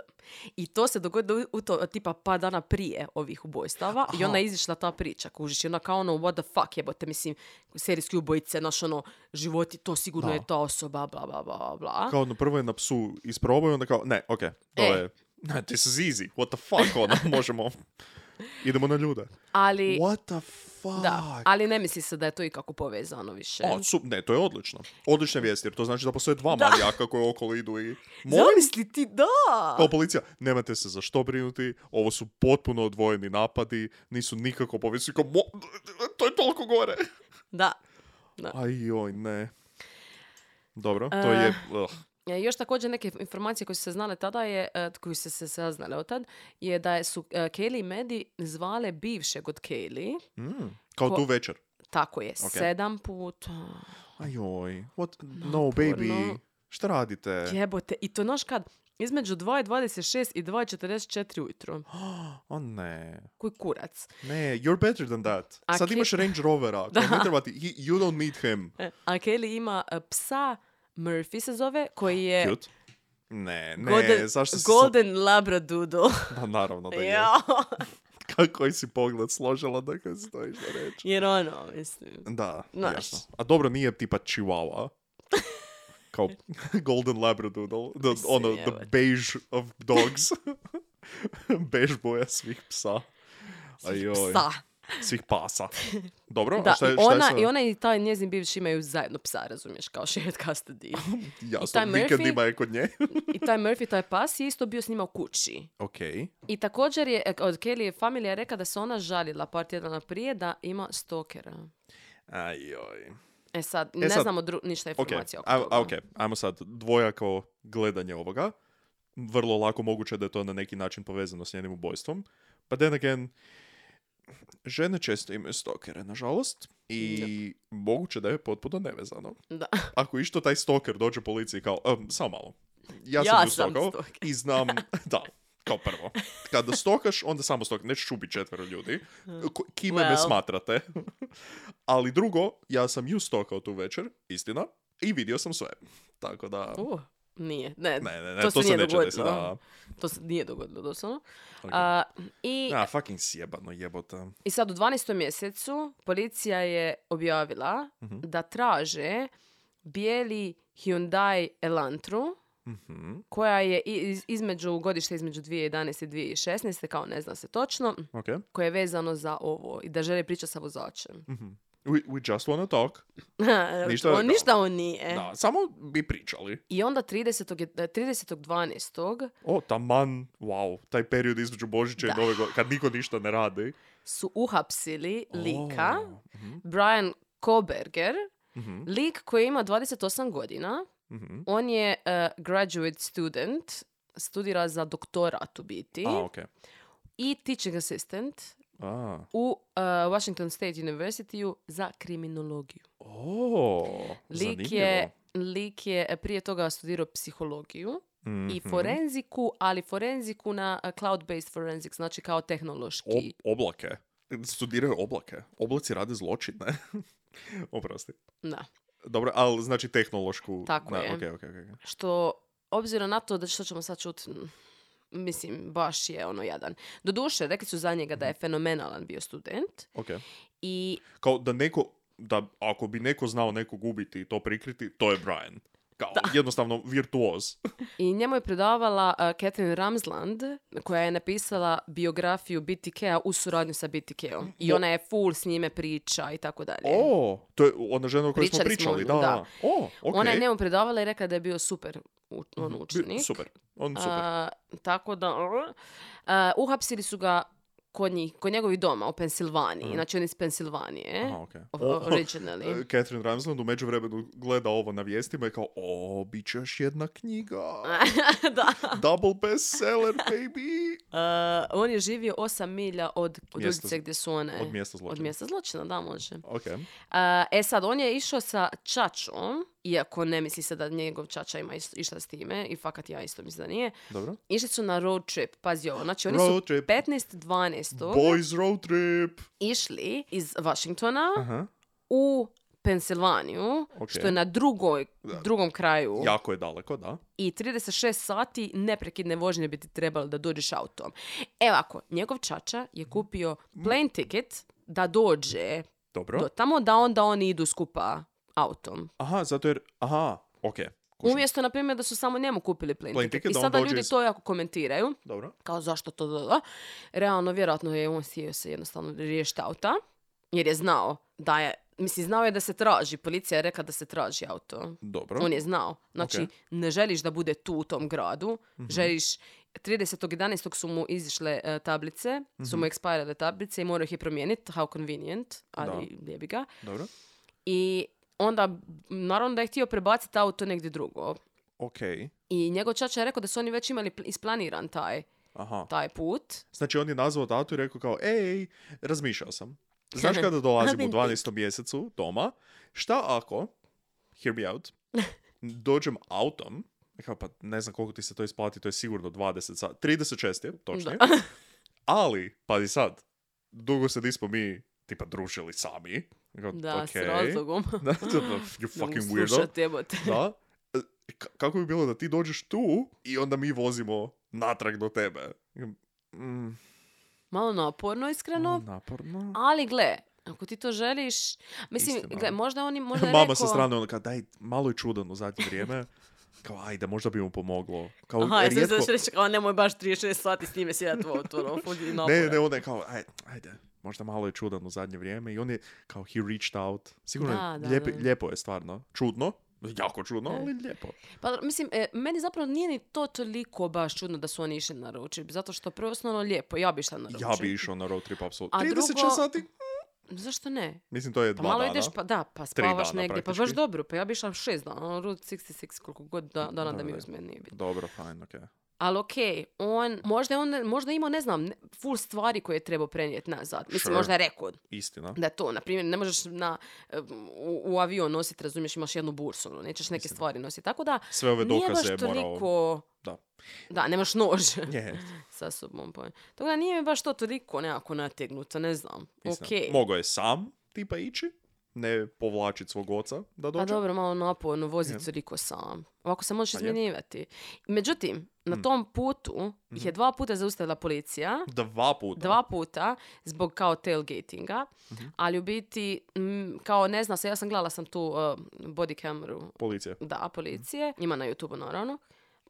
Speaker 5: I to se dogodilo u to, tipa pa dana prije ovih ubojstava i
Speaker 4: Aha.
Speaker 5: onda je izišla ta priča, kužiš, i ona kao ono, what the fuck, jebote, mislim, serijski ubojice, naš ono, životi, to sigurno
Speaker 4: Da.
Speaker 5: je ta osoba, bla, bla, bla, bla.
Speaker 4: Kao ono, prvo je na psu isprobaju, onda kao, ne, okej, to
Speaker 5: E.
Speaker 4: je, ne, this is easy, what the fuck, ono, možemo, idemo na ljude.
Speaker 5: Ali,
Speaker 4: What the fuck?
Speaker 5: da, ali ne misli se da je to ikako povezano više.
Speaker 4: O, su- ne, to je odlično. Odlična vijest, jer to znači da postoje dva
Speaker 5: Da.
Speaker 4: marijaka koji okolo idu i... Molim,
Speaker 5: Zamisli ti, da!
Speaker 4: kao policija, nemate se za što brinuti, ovo su potpuno odvojeni napadi, nisu nikako povezani, kao, mo- to je toliko gore.
Speaker 5: Da.
Speaker 4: Aj, joj, ne. Dobro, to je... ugh.
Speaker 5: E, Još također neke informacije koje su se znale tada je, e, koje su se saznale od tad, je da su e, Kaylee i Medi zvale bivšeg od Kaylee,
Speaker 4: Mm, kao
Speaker 5: Ko-
Speaker 4: tu večer.
Speaker 5: tako je,
Speaker 4: Ok.
Speaker 5: sedam puta.
Speaker 4: Ajoj, what? No, baby. Šta radite?
Speaker 5: Jebote, i to znaš kad? Između 2.26 i 2.44 ujutro.
Speaker 4: O ne.
Speaker 5: Koji kurac.
Speaker 4: Ne, you're better than that.
Speaker 5: A
Speaker 4: Sad
Speaker 5: ki-
Speaker 4: imaš Range Rovera. Da. Ne treba ti, he- you don't need him.
Speaker 5: E, A Kelly ima e, psa, Murphy se zove, koji je
Speaker 4: Cute. Ne, ne,
Speaker 5: golden,
Speaker 4: zašto si...
Speaker 5: golden labradoodle.
Speaker 4: Da, naravno da je.
Speaker 5: Ja.
Speaker 4: Kako si pogled složila da kad si to išla reći.
Speaker 5: Jer ono, mislim.
Speaker 4: Da,
Speaker 5: Znaš.
Speaker 4: jasno. A dobro, nije tipa Chihuahua. Kao Golden Labradoodle. The,
Speaker 5: Mislim,
Speaker 4: ono, the
Speaker 5: jebote.
Speaker 4: beige of dogs. beige boja svih psa. Ajoj.
Speaker 5: Psa.
Speaker 4: svih pasa. Dobro,
Speaker 5: Da,
Speaker 4: a šta je,
Speaker 5: i,
Speaker 4: šta je
Speaker 5: ona,
Speaker 4: sa-
Speaker 5: i ona i taj njezin bivši imaju zajedno psa, razumiješ, kao shared custody.
Speaker 4: Jasno,
Speaker 5: i taj
Speaker 4: vikendima
Speaker 5: Murphy-
Speaker 4: je kod nje.
Speaker 5: I taj Murphy, taj pas je isto bio s njima u kući.
Speaker 4: ok.
Speaker 5: I također je, e, od Kelly je familija rekla da se ona žalila par tjedana prije da ima stokera.
Speaker 4: Ajoj.
Speaker 5: E sad, ne
Speaker 4: sad-
Speaker 5: znamo dru- ništa
Speaker 4: Ok,
Speaker 5: informacija
Speaker 4: a,
Speaker 5: oko toga.
Speaker 4: a, ok, ajmo sad dvojako gledanje ovoga. Vrlo lako moguće da je to na neki način povezano s njenim ubojstvom. Pa then again, žene često imaju stokere, nažalost. I moguće da je potpuno nevezano.
Speaker 5: Da.
Speaker 4: Ako išto taj stoker dođe policiji kao, "Em, samo malo. Ja,
Speaker 5: Ja
Speaker 4: sam ju
Speaker 5: sam
Speaker 4: stokao
Speaker 5: stoker."
Speaker 4: i znam, da, kao prvo. Kada stokaš, onda samo stokaš, nećeš ubiti četvero ljudi. Ko- Kime me
Speaker 5: Hm. Well.
Speaker 4: smatrate? Ali drugo, ja sam ju stokao tu večer, istina, i vidio sam sve. Tako da...
Speaker 5: Uh, nije. Ne,
Speaker 4: Ne, ne, ne,
Speaker 5: to, se nije
Speaker 4: neće
Speaker 5: dogodilo.
Speaker 4: desiti. da.
Speaker 5: To se nije dogodilo, doslovno.
Speaker 4: Ok.
Speaker 5: A, i,
Speaker 4: A, fucking sjebano jebota.
Speaker 5: I sad u 12. mjesecu policija je objavila
Speaker 4: Mhm.
Speaker 5: da traže bijeli Hyundai Elantru,
Speaker 4: Mhm,
Speaker 5: koja je i- iz- između godišta između 2011. i 2016. kao ne zna se točno,
Speaker 4: ok.
Speaker 5: koje je vezano za ovo i da žele pričati sa vozačem.
Speaker 4: Mhm. We, we just wanna talk. Ništa
Speaker 5: on,
Speaker 4: kao-
Speaker 5: ništa on nije.
Speaker 4: Da, samo bi pričali.
Speaker 5: I onda 30. je- 30.12.
Speaker 4: O, taman, wow, taj period između Božića i
Speaker 5: Da.
Speaker 4: Nove godine, kad niko ništa ne radi.
Speaker 5: su uhapsili lika,
Speaker 4: O, mhm,
Speaker 5: Brian Koberger,
Speaker 4: mhm,
Speaker 5: lik koji ima 28 godina.
Speaker 4: mhm.
Speaker 5: On je eh, graduate student, studira za doktorat u biti
Speaker 4: A, okej.
Speaker 5: i teaching assistant
Speaker 4: A,
Speaker 5: u eh, Washington State University za kriminologiju.
Speaker 4: o,
Speaker 5: Lik je, lik je eh, prije toga studirao psihologiju i
Speaker 4: Mhm.
Speaker 5: forenziku, ali forenziku na eh, cloud-based forensics, znači kao tehnološki.
Speaker 4: Ob- oblake. Studiraju oblake. Oblaci rade zločine. Oprosti.
Speaker 5: Da.
Speaker 4: Dobro, ali znači tehnološku...
Speaker 5: Tako je.
Speaker 4: Okay, okay, okay.
Speaker 5: što obzirom na to da što ćemo sad čuti, m, mislim, baš je ono jadan. Doduše, rekli su za njega da
Speaker 4: Mhm.
Speaker 5: je fenomenalan bio student i
Speaker 4: Kao da neko, da ako bi neko znao nekog ubiti i to prikriti, to je Brian. Kao, jednostavno, virtuoz.
Speaker 5: I njemu je predavala uh, Catherine Ramsland, koja je napisala biografiju BTK-a u suradnju sa BTK-om. I
Speaker 4: O.
Speaker 5: ona je full s njime priča i tako dalje.
Speaker 4: o, to je ona žena o kojoj smo
Speaker 5: Pričali smo o
Speaker 4: pričali.
Speaker 5: njoj,
Speaker 4: da,
Speaker 5: da.
Speaker 4: O, okej. Mhm,
Speaker 5: Ona je njemu predavala i rekla da je bio super u, on
Speaker 4: Bi-
Speaker 5: učenik.
Speaker 4: Super. On super.
Speaker 5: A, e, tako da... a, uhapsili su ga kod, njih, kod njegovih doma u Pensilvaniji. Znači on je iz Pensilvanije.
Speaker 4: Mhm. Aha, okej.
Speaker 5: o-
Speaker 4: O, e,
Speaker 5: originally.
Speaker 4: Catherine Ramsland u međuvremenu gleda ovo na vijestima i kao, o, bit će još jedna knjiga.
Speaker 5: da.
Speaker 4: Double bestseller, baby.
Speaker 5: E, on je živio 8 milja od, od
Speaker 4: Mjesta
Speaker 5: ulice gdje su one.
Speaker 4: Od mjesta zločina.
Speaker 5: Od mjesta zločina, da, može.
Speaker 4: Ok.
Speaker 5: E, e sad, on je išao sa čačom iako ne misli se da njegov čača ima is- išta s time i fakat ja isto mislim da nije.
Speaker 4: Dobro.
Speaker 5: Išli su na road trip, pazi ovo, znači oni
Speaker 4: Road
Speaker 5: su
Speaker 4: trip.
Speaker 5: 15.12.
Speaker 4: Boys road trip.
Speaker 5: išli iz Washingtona
Speaker 4: Aha.
Speaker 5: u Pensilvaniju,
Speaker 4: Ok.
Speaker 5: što je na drugoj, drugom kraju
Speaker 4: Jako je daleko, da.
Speaker 5: i 36 sati neprekidne vožnje bi ti trebalo da dođeš autom. Evo ako, njegov čača je kupio plane ticket da dođe
Speaker 4: Dobro.
Speaker 5: do tamo da onda oni idu skupa autom.
Speaker 4: Aha, zato jer... Aha, ok. kužim.
Speaker 5: Umjesto, na primjer, da su samo njemu kupili plane,
Speaker 4: Plane
Speaker 5: ticket.
Speaker 4: ticket,
Speaker 5: I
Speaker 4: da on
Speaker 5: sada
Speaker 4: dođe
Speaker 5: ljudi
Speaker 4: iz-
Speaker 5: to jako komentiraju.
Speaker 4: Dobro.
Speaker 5: Kao zašto to da, da. Realno, vjerojatno je on sjeo se jednostavno riješiti auta. Jer je znao da je... Mislim, znao je da se traži. Policija je rekla da se traži auto.
Speaker 4: Dobro.
Speaker 5: On je znao. Znači,
Speaker 4: Ok.
Speaker 5: ne želiš da bude tu u tom gradu.
Speaker 4: Mhm,
Speaker 5: Želiš... 30.11. su mu izišle e, tablice, su
Speaker 4: Mhm.
Speaker 5: mu ekspajale tablice i morao ih je promijeniti, how convenient, ali jebi ga.
Speaker 4: Dobro.
Speaker 5: I onda, m, naravno da je htio prebaciti auto negdje drugo.
Speaker 4: Ok.
Speaker 5: I njegov čača je rekao da su oni već imali pl- isplaniran taj,
Speaker 4: Aha.
Speaker 5: taj put.
Speaker 4: Znači on je nazvao tatu i rekao kao, ej, razmišljao sam. Znaš kada dolazim u 12. mjesecu doma, šta ako, hear me out, dođem autom, kao pa ne znam koliko ti se to isplati, to je sigurno 20 sat, 36 je, točnije. Ali, pazi sad, dugo se nismo mi, tipa, družili sami. Kao,
Speaker 5: Da, s
Speaker 4: "Okej."
Speaker 5: razlogom.
Speaker 4: Da, you
Speaker 5: Ne mogu
Speaker 4: fucking weirdo.
Speaker 5: slušat, jebote.
Speaker 4: Da. E, k- kako bi bilo da ti dođeš tu i onda mi vozimo natrag do tebe? Mm,
Speaker 5: Malo naporno,
Speaker 4: Mhm.
Speaker 5: iskreno.
Speaker 4: naporno.
Speaker 5: Ali gle, ako ti to želiš... Mislim,
Speaker 4: Istina.
Speaker 5: gle, možda oni... Možda je
Speaker 4: Mama
Speaker 5: rekao,
Speaker 4: sa strane ono kao, daj, malo je čudan u zadnje vrijeme. Kao, ajde, možda bi mu pomoglo. Kao,
Speaker 5: Aha, ja sam
Speaker 4: rijetko...
Speaker 5: sad što reći, kao nemoj baš 36 sati s njime sjedati u autu, ono, full je
Speaker 4: Ne,
Speaker 5: naporan.
Speaker 4: ne, onda je kao, aj- ajde, možda malo je čudan u zadnje vrijeme. I on je kao, he reached out. Sigurno,
Speaker 5: Da,
Speaker 4: je,
Speaker 5: da,
Speaker 4: lijepi-
Speaker 5: da.
Speaker 4: lijepo je stvarno. Čudno, jako čudno,
Speaker 5: Da.
Speaker 4: ali lijepo.
Speaker 5: Pa dobro, mislim, e, meni zapravo nije ni to toliko baš čudno da su oni išli na road trip, zato što prvo osnovno lijepo, ja bi išla na road
Speaker 4: Ja
Speaker 5: trip.
Speaker 4: bi išao na road trip, apsolutno.
Speaker 5: A
Speaker 4: 36
Speaker 5: drugo-
Speaker 4: sati?
Speaker 5: Zašto ne?
Speaker 4: Mislim, to je
Speaker 5: Pa
Speaker 4: dva
Speaker 5: malo
Speaker 4: dana.
Speaker 5: ideš, pa da, pa spavaš
Speaker 4: dana
Speaker 5: negdje, pa baš
Speaker 4: praktički.
Speaker 5: dobro, pa ja bi išla šest dana, ono, route 66 koliko god da, dana da mi
Speaker 4: Dobro.
Speaker 5: uzme, nije bitno.
Speaker 4: Dobro, fajn, okej.
Speaker 5: Ali okej, on, možda je on, možda je imao, ne znam, ne- full stvari koje je trebao prenijeti nazad. Mislim,
Speaker 4: Sure.
Speaker 5: možda je rekao
Speaker 4: Istina.
Speaker 5: da to, na primjer, ne možeš na, em, u, u avion nositi, razumiješ, imaš jednu bursu, ono, nećeš neke stvari nositi. Tako da,
Speaker 4: Sve ove
Speaker 5: nije baš
Speaker 4: dokaze je morao...
Speaker 5: toliko...
Speaker 4: Da.
Speaker 5: Da, nemaš nož
Speaker 4: Je,
Speaker 5: sa sobom. Pa. Tako da nije mi baš to toliko nekako nategnuto, ne znam.
Speaker 4: istina.
Speaker 5: Okej.
Speaker 4: Mogao je sam, tipa, ići. Ne povlačit svog oca da dođe.
Speaker 5: Pa dobro, malo naporno vozit
Speaker 4: Je.
Speaker 5: Curiko sam. Ovako se možeš
Speaker 4: Pa je. Mm.
Speaker 5: izmjenjivati. Međutim, na tom putu ih
Speaker 4: Mhm.
Speaker 5: je dva puta zaustavila policija.
Speaker 4: Dva puta.
Speaker 5: Dva puta zbog kao tailgatinga,
Speaker 4: Mhm.
Speaker 5: ali u biti mm, kao ne zna se, ja sam gledala sam tu uh, body cameru,
Speaker 4: Policija.
Speaker 5: da, policije,
Speaker 4: Mhm.
Speaker 5: ima na youtube naravno.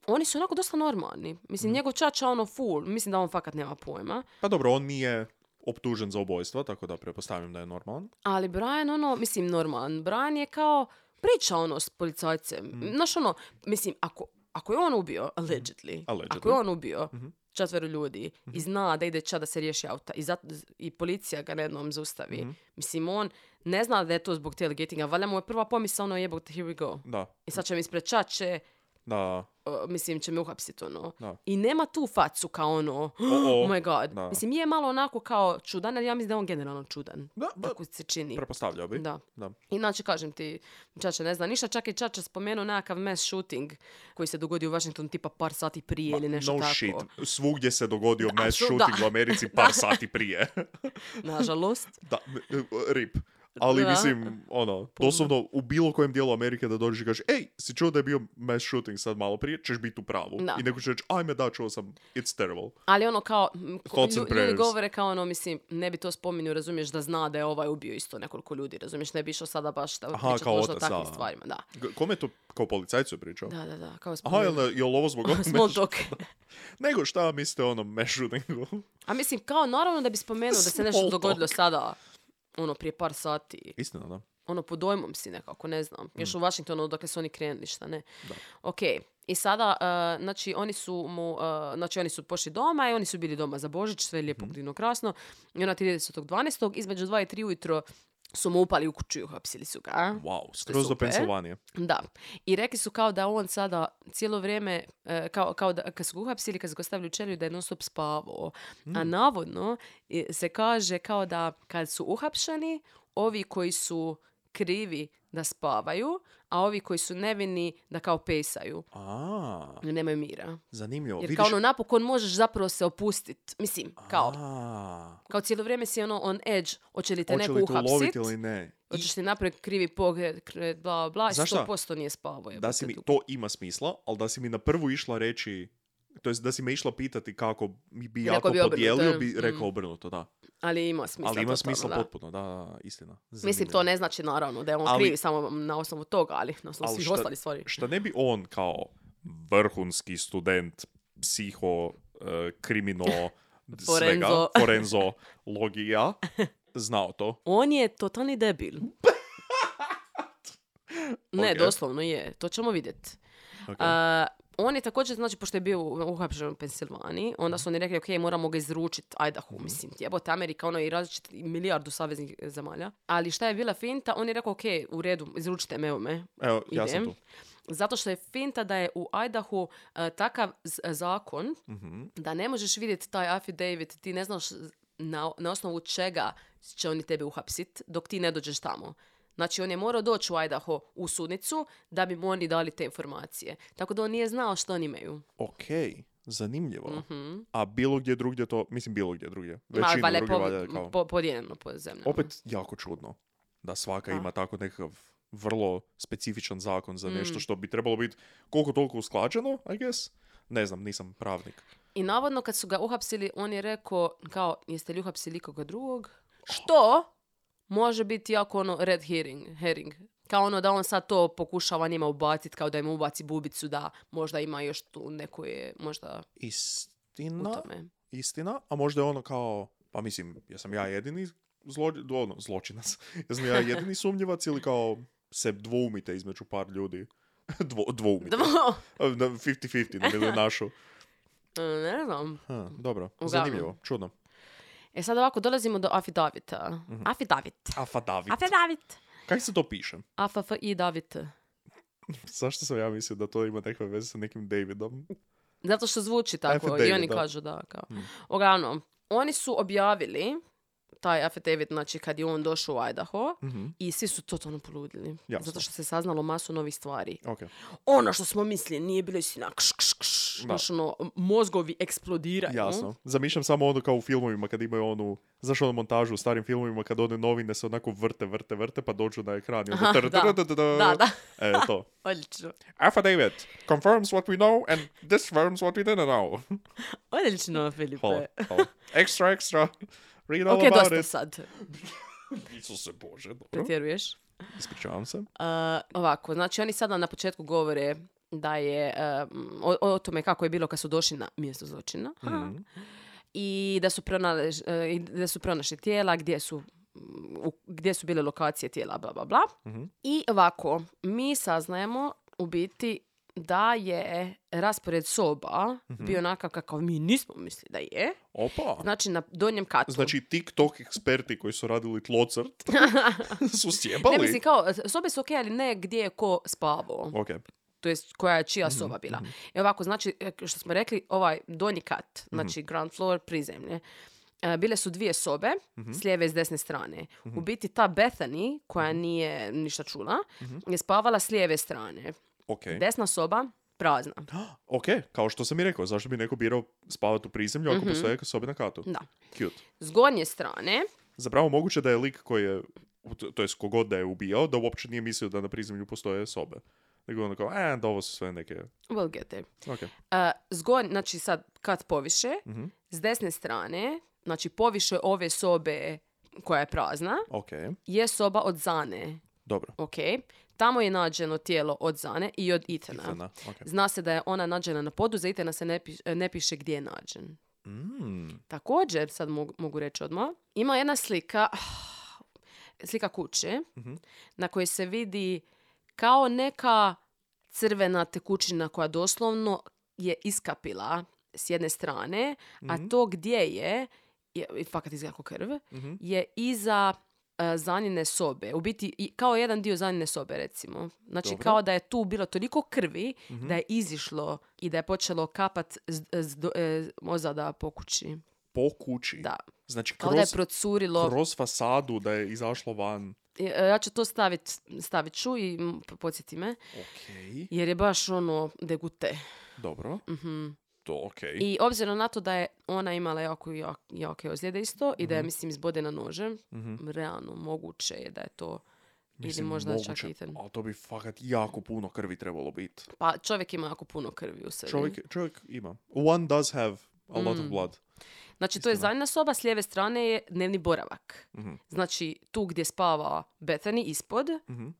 Speaker 5: Oni su onako dosta normalni.
Speaker 4: Mhm.
Speaker 5: Mislim, njegov čača ono full, mislim da on fakat nema pojma.
Speaker 4: Pa dobro, on nije optužen za ubojstvo, tako da pretpostavljam da je normalan.
Speaker 5: Ali Brian, ono, mislim, normalan. Brian je kao priča, ono, s policajcem.
Speaker 4: Mhm.
Speaker 5: Znaš, ono, mislim, ako, ako je on ubio, allegedly, ako je
Speaker 4: Allegedly. Mhm.
Speaker 5: on ubio četvero ljudi i zna da ide ča da se riješi auta i, zato, i policija ga na jednom zaustavi.
Speaker 4: Mhm.
Speaker 5: Mislim, on ne zna da je to zbog tailgatinga. Valjda mu je prva pomisla, ono, jebote, here we go.
Speaker 4: Da,
Speaker 5: I sad će mi ispred čače,
Speaker 4: da,
Speaker 5: o, mislim, će me uhapsit, ono.
Speaker 4: Da.
Speaker 5: I nema tu facu kao ono,
Speaker 4: o.
Speaker 5: oh my god.
Speaker 4: Da.
Speaker 5: Mislim, je malo onako kao čudan, ali ja mislim da je on generalno čudan.
Speaker 4: Da, ba-
Speaker 5: Tako se čini.
Speaker 4: pretpostavljao bi.
Speaker 5: Da.
Speaker 4: da.
Speaker 5: Inače, znači, kažem ti, Čača ne zna ništa, čak je Čača spomenuo nekakav mass shooting koji se dogodio u Washingtonu tipa par sati prije ili nešto
Speaker 4: no
Speaker 5: tako.
Speaker 4: shit, svugdje se dogodio mass
Speaker 5: apsu-
Speaker 4: shooting
Speaker 5: da.
Speaker 4: u Americi par sati prije.
Speaker 5: Nažalost.
Speaker 4: da, rip. Ali
Speaker 5: Da.
Speaker 4: mislim, ono, doslovno u bilo kojem dijelu Amerike da dođeš i kažeš Ej, si čuo da je bio mass shooting sad malo prije, ćeš biti u pravu.
Speaker 5: Da.
Speaker 4: I neko će reći, ajme da, čuo sam, it's terrible.
Speaker 5: Ali ono kao, m, ko-
Speaker 4: Thoughts and
Speaker 5: lju- ljudi
Speaker 4: prayers.
Speaker 5: govore kao ono, mislim, ne bi to spominju, razumiješ da zna da je ovaj ubio isto nekoliko ljudi, razumiješ, ne bi išao sada baš da
Speaker 4: Aha,
Speaker 5: pričat
Speaker 4: kao
Speaker 5: možda o
Speaker 4: otac,
Speaker 5: takvim
Speaker 4: da.
Speaker 5: stvarima, da.
Speaker 4: G- Kome je to kao policajcu je pričao?
Speaker 5: Da, da, da, kao
Speaker 4: Aha, jel,
Speaker 5: spominju.
Speaker 4: jel ovo zbog ovog
Speaker 5: Small
Speaker 4: mass-
Speaker 5: talk.
Speaker 4: Nego šta mislite o onom mass shootingu?
Speaker 5: A mislim, kao naravno da bi spomenuo da se nešto
Speaker 4: Small
Speaker 5: dogodilo sada, ono, prije par sati.
Speaker 4: Istina, da.
Speaker 5: ono pod dojmom si nekako, ne znam. Još u Washingtonu odakle su oni krenuli, šta ne.
Speaker 4: Da.
Speaker 5: Ok, i sada, e, znači oni su mu, e, znači oni su pošli doma i oni su bili doma za Božić, sve lijepo divno krasno. I ona 30.12. između 2 i 3 ujutro su mu upali u kuću i uhapsili su ga.
Speaker 4: Wow, skroz do
Speaker 5: super.
Speaker 4: Pensilvanije.
Speaker 5: Da. I rekli su kao da on sada cijelo vrijeme, e, kao, kao da kad su ga uhapsili, kad su ga stavili u čeliju, da je non stop spavao. A
Speaker 4: Mm.
Speaker 5: navodno e, se kaže kao da kad su uhapšeni, ovi koji su krivi da spavaju, a ovi koji su nevini da kao pesaju.
Speaker 4: A,
Speaker 5: Nemaju mira.
Speaker 4: zanimljivo.
Speaker 5: Jer
Speaker 4: Pa Vidiš...
Speaker 5: kao ono, napokon možeš zapravo se opustit. Mislim, kao,
Speaker 4: A,
Speaker 5: kao cijelo vrijeme si ono on edge, hoće li te
Speaker 4: hoće
Speaker 5: neko
Speaker 4: li te uloviti
Speaker 5: uhapsit,
Speaker 4: ili ne? I
Speaker 5: hoćeš li napraviti krivi pogled, kre- bla, bla,
Speaker 4: Znaš šta?
Speaker 5: bla, posto nije spavo.
Speaker 4: da si mi, to ima smisla, ali da si mi na prvu išla reći, to jest da si me išla pitati kako mi bi
Speaker 5: Rekao
Speaker 4: jako
Speaker 5: bi obrnuto,
Speaker 4: podijelio, bi
Speaker 5: mm.
Speaker 4: rekao obrnuto, da.
Speaker 5: Ali ima smisla.
Speaker 4: ali ima
Speaker 5: totalno,
Speaker 4: smisla
Speaker 5: da.
Speaker 4: potpuno, da, da, istina.
Speaker 5: Mislim,
Speaker 4: Zanimljivo.
Speaker 5: to ne znači naravno da je on
Speaker 4: Ali-
Speaker 5: kriv samo na osnovu toga, ali na osnovu
Speaker 4: Ali
Speaker 5: svih
Speaker 4: šta-
Speaker 5: ostalih stvari.
Speaker 4: Šta ne bi on kao vrhunski student, psiho, eh, krimino, svega,
Speaker 5: Forenzo.
Speaker 4: forenzo, logija, znao to.
Speaker 5: On je totalni debil. ne,
Speaker 4: Ok.
Speaker 5: doslovno je. To ćemo vidjeti.
Speaker 4: Ok.
Speaker 5: A, on je također, znači, pošto je bio u- uhapšen u Pensilvaniji, onda su oni rekli, ok, moramo ga izručiti
Speaker 4: Mhm.
Speaker 5: Idaho, mislim, jebote, Amerika, ono i različit i milijardu saveznih zemalja. Ali šta je bila finta? On je rekao, ok, u redu, izručite me, evo me,
Speaker 4: Evo, ja sam
Speaker 5: idem.
Speaker 4: tu.
Speaker 5: Zato što je finta da je u Idaho e, takav z- zakon
Speaker 4: Mhm.
Speaker 5: da ne možeš vidjeti taj affidavit, ti ne znaš na, na osnovu čega će oni tebe uhapsit dok ti ne dođeš tamo. Znači, on je morao doći u Idaho u sudnicu da bi mu oni dali te informacije. Tako da on nije znao što oni imaju.
Speaker 4: Ok, zanimljivo.
Speaker 5: Mhm.
Speaker 4: A bilo gdje drugdje to, mislim bilo gdje drugdje,
Speaker 5: Ma,
Speaker 4: većinu
Speaker 5: valjda je
Speaker 4: drugdje
Speaker 5: po-
Speaker 4: valja kao...
Speaker 5: po- podijeljeno po zemljama.
Speaker 4: Opet jako čudno da svaka
Speaker 5: Da.
Speaker 4: ima tako nekakav vrlo specifičan zakon za nešto
Speaker 5: Mm.
Speaker 4: što bi trebalo biti koliko toliko usklađeno, I guess. Ne znam, nisam pravnik.
Speaker 5: I navodno kad su ga uhapsili, on je rekao, kao, jeste li uhapsili ikoga drugog? Što može biti jako ono red herring, herring. Kao ono da on sad to pokušava njima ubaciti, kao da im ubaci bubicu, da možda ima još tu neko je možda u
Speaker 4: Istina,
Speaker 5: tome.
Speaker 4: istina, a možda je ono kao, pa mislim, jesam ja jedini zlo, ono, zločinac, jesam ja jedini sumnjivac ili kao se dvoumite između par ljudi. Dvo, dvoumite.
Speaker 5: Dvo-
Speaker 4: Na 50-50 na milijunašu.
Speaker 5: ne znam.
Speaker 4: Ha, dobro,
Speaker 5: Uglavnom.
Speaker 4: zanimljivo, čudno.
Speaker 5: E sad ovako, dolazimo do afidavita. Afidavit.
Speaker 4: Afadavit.
Speaker 5: Mhm. Afidavit.
Speaker 4: Kako se to piše?
Speaker 5: Afafi i Davit.
Speaker 4: Zašto sam ja mislio da to ima nekakve veze sa nekim Davidom?
Speaker 5: Zato što zvuči tako i
Speaker 4: Affidavit,
Speaker 5: oni
Speaker 4: da.
Speaker 5: kažu da. Mhm. Kao.
Speaker 4: Mm.
Speaker 5: Uglavnom, oni su objavili taj affidavit, znači kad je on došao u Idaho
Speaker 4: Mhm.
Speaker 5: i svi su totalno poludili.
Speaker 4: Jasno.
Speaker 5: Zato što se saznalo masu novih stvari.
Speaker 4: Ok.
Speaker 5: Ono što smo mislili nije bilo istina. Kš, kš, kš.
Speaker 4: Da.
Speaker 5: Znaš, ono, mozgovi eksplodiraju.
Speaker 4: Jasno.
Speaker 5: Mm.
Speaker 4: Zamišljam samo ono kao u filmovima kad imaju onu, znaš onu montažu u starim filmovima kad one novine se onako vrte, vrte, vrte pa dođu na ekran i onda
Speaker 5: Aha,
Speaker 4: tr-
Speaker 5: da.
Speaker 4: tr- tr- tr- tr-
Speaker 5: Da, da.
Speaker 4: E, to.
Speaker 5: Odlično.
Speaker 4: Affidavit confirms what we know and disfirms what we didn't know.
Speaker 5: Odlično, Filipe.
Speaker 4: Hvala, hvala. Extra, extra. Read all
Speaker 5: Ok,
Speaker 4: about
Speaker 5: dosta
Speaker 4: it.
Speaker 5: sad.
Speaker 4: Isuse Bože, dobro.
Speaker 5: Pretjeruješ.
Speaker 4: Ispričavam se.
Speaker 5: Uh, ovako, znači oni sada na početku govore da je um, o, o tome kako je bilo kad su došli na mjesto zločina
Speaker 4: Mhm.
Speaker 5: i da su, pronalež- e, i da su pronašli tijela gdje su mm, u- gdje su bile lokacije tijela, bla, bla, bla.
Speaker 4: Mhm.
Speaker 5: I ovako, mi saznajemo u biti da je raspored soba
Speaker 4: Mhm.
Speaker 5: bio onakav kakav mi nismo mislili da je.
Speaker 4: Opa.
Speaker 5: Znači, na donjem katu.
Speaker 4: Znači, TikTok eksperti koji su radili tlocrt su
Speaker 5: ne,
Speaker 4: sjebali.
Speaker 5: mislim, kao, e, sobe su okej, ali ne gdje je ko spavao.
Speaker 4: Ok.
Speaker 5: to jest koja je čija soba bila. I ovako, znači, e, što smo rekli, ovaj donji kat, znači ground floor prizemlje, e, bile su dvije sobe, s lijeve i s desne strane. U biti ta Bethany, koja nije ništa čula, je spavala s lijeve strane.
Speaker 4: Ok.
Speaker 5: Desna soba, prazna.
Speaker 4: Ok, kao što sam i rekao, zašto bi neko birao spavati u prizemlju ako postoje sobe na katu?
Speaker 5: Mhm. Da.
Speaker 4: Cute.
Speaker 5: S gornje strane,
Speaker 4: Zapravo moguće da je lik koji je, to- to jest kogod da je ubijao, da uopće nije mislio da na prizemlju postoje sobe. Nego ono kao, e, da ovo su sve neke...
Speaker 5: we'll get there.
Speaker 4: Ok.
Speaker 5: E, s gornje, znači sad kat poviše, s desne strane, znači poviše ove sobe koja je prazna,
Speaker 4: Ok,
Speaker 5: je soba od Zane.
Speaker 4: dobro.
Speaker 5: Ok, tamo je nađeno tijelo od Zane i od Itana.
Speaker 4: Fena, ok.
Speaker 5: Zna se da je ona nađena na podu, za Itana se ne, piš- ne piše gdje je nađen.
Speaker 4: Mm,
Speaker 5: Također, sad mogu, mogu reći odmah, ima jedna slika, slika kuće,
Speaker 4: Mhm.
Speaker 5: na kojoj se vidi kao neka crvena tekućina koja doslovno je iskapila s jedne strane,
Speaker 4: Mhm.
Speaker 5: a to gdje je, je i fakat izgleda kao krv,
Speaker 4: mhm.
Speaker 5: je iza e, zanine sobe. U biti, i- kao jedan dio zanine sobe, recimo. Znači,
Speaker 4: Dobro.
Speaker 5: kao da je tu bilo toliko krvi
Speaker 4: Mhm.
Speaker 5: da je izišlo i da je počelo kapat z, z, do- e, ozada po kući.
Speaker 4: Po kući.
Speaker 5: Da.
Speaker 4: Znači,
Speaker 5: Kao da je
Speaker 4: kroz,
Speaker 5: procurilo...
Speaker 4: kroz fasadu da je izašlo van.
Speaker 5: E, Ja ću to staviti, stavit ću i m, podsjeti me,
Speaker 4: Ok,
Speaker 5: jer je baš ono degute.
Speaker 4: dobro. To ok.
Speaker 5: Mhm. I obzirom na to da je ona imala jako, jak- jake ozljede isto i da
Speaker 4: Mhm.
Speaker 5: je, mislim, izbodena nožem, realno moguće je da je to
Speaker 4: Mislim,
Speaker 5: ili možda
Speaker 4: moguće,
Speaker 5: čak i ten.
Speaker 4: Ali to bi fakat jako puno krvi trebalo biti.
Speaker 5: Pa čovjek ima jako puno krvi u sebi.
Speaker 4: Čovjek, čovjek ima. One does have a lot of
Speaker 5: Mm.
Speaker 4: blood.
Speaker 5: Znači, to je zadnja soba, s lijeve strane je dnevni boravak.
Speaker 4: Mhm.
Speaker 5: Znači, tu gdje spava Bethany ispod,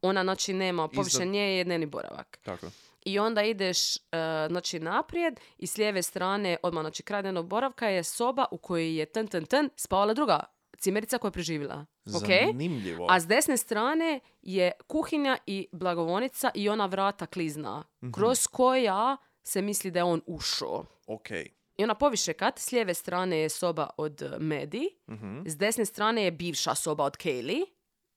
Speaker 5: ona znači nema, poviše
Speaker 4: Iznad-
Speaker 5: nje je dnevni boravak.
Speaker 4: Mhm, Tako je.
Speaker 5: I onda ideš e, znači naprijed i s lijeve strane, odmah znači kraj dnevnog boravka je soba u kojoj je ten ten ten spavala druga cimerica koja je preživjela. Ok?
Speaker 4: Zanimljivo.
Speaker 5: A s desne strane je kuhinja i blagovonica i ona vrata klizna, kroz koja se misli da je on ušao.
Speaker 4: Ok.
Speaker 5: I ona poviše kat, s lijeve strane je soba od e, Medi,
Speaker 4: Mhm.
Speaker 5: s desne strane je bivša soba od Kaylee,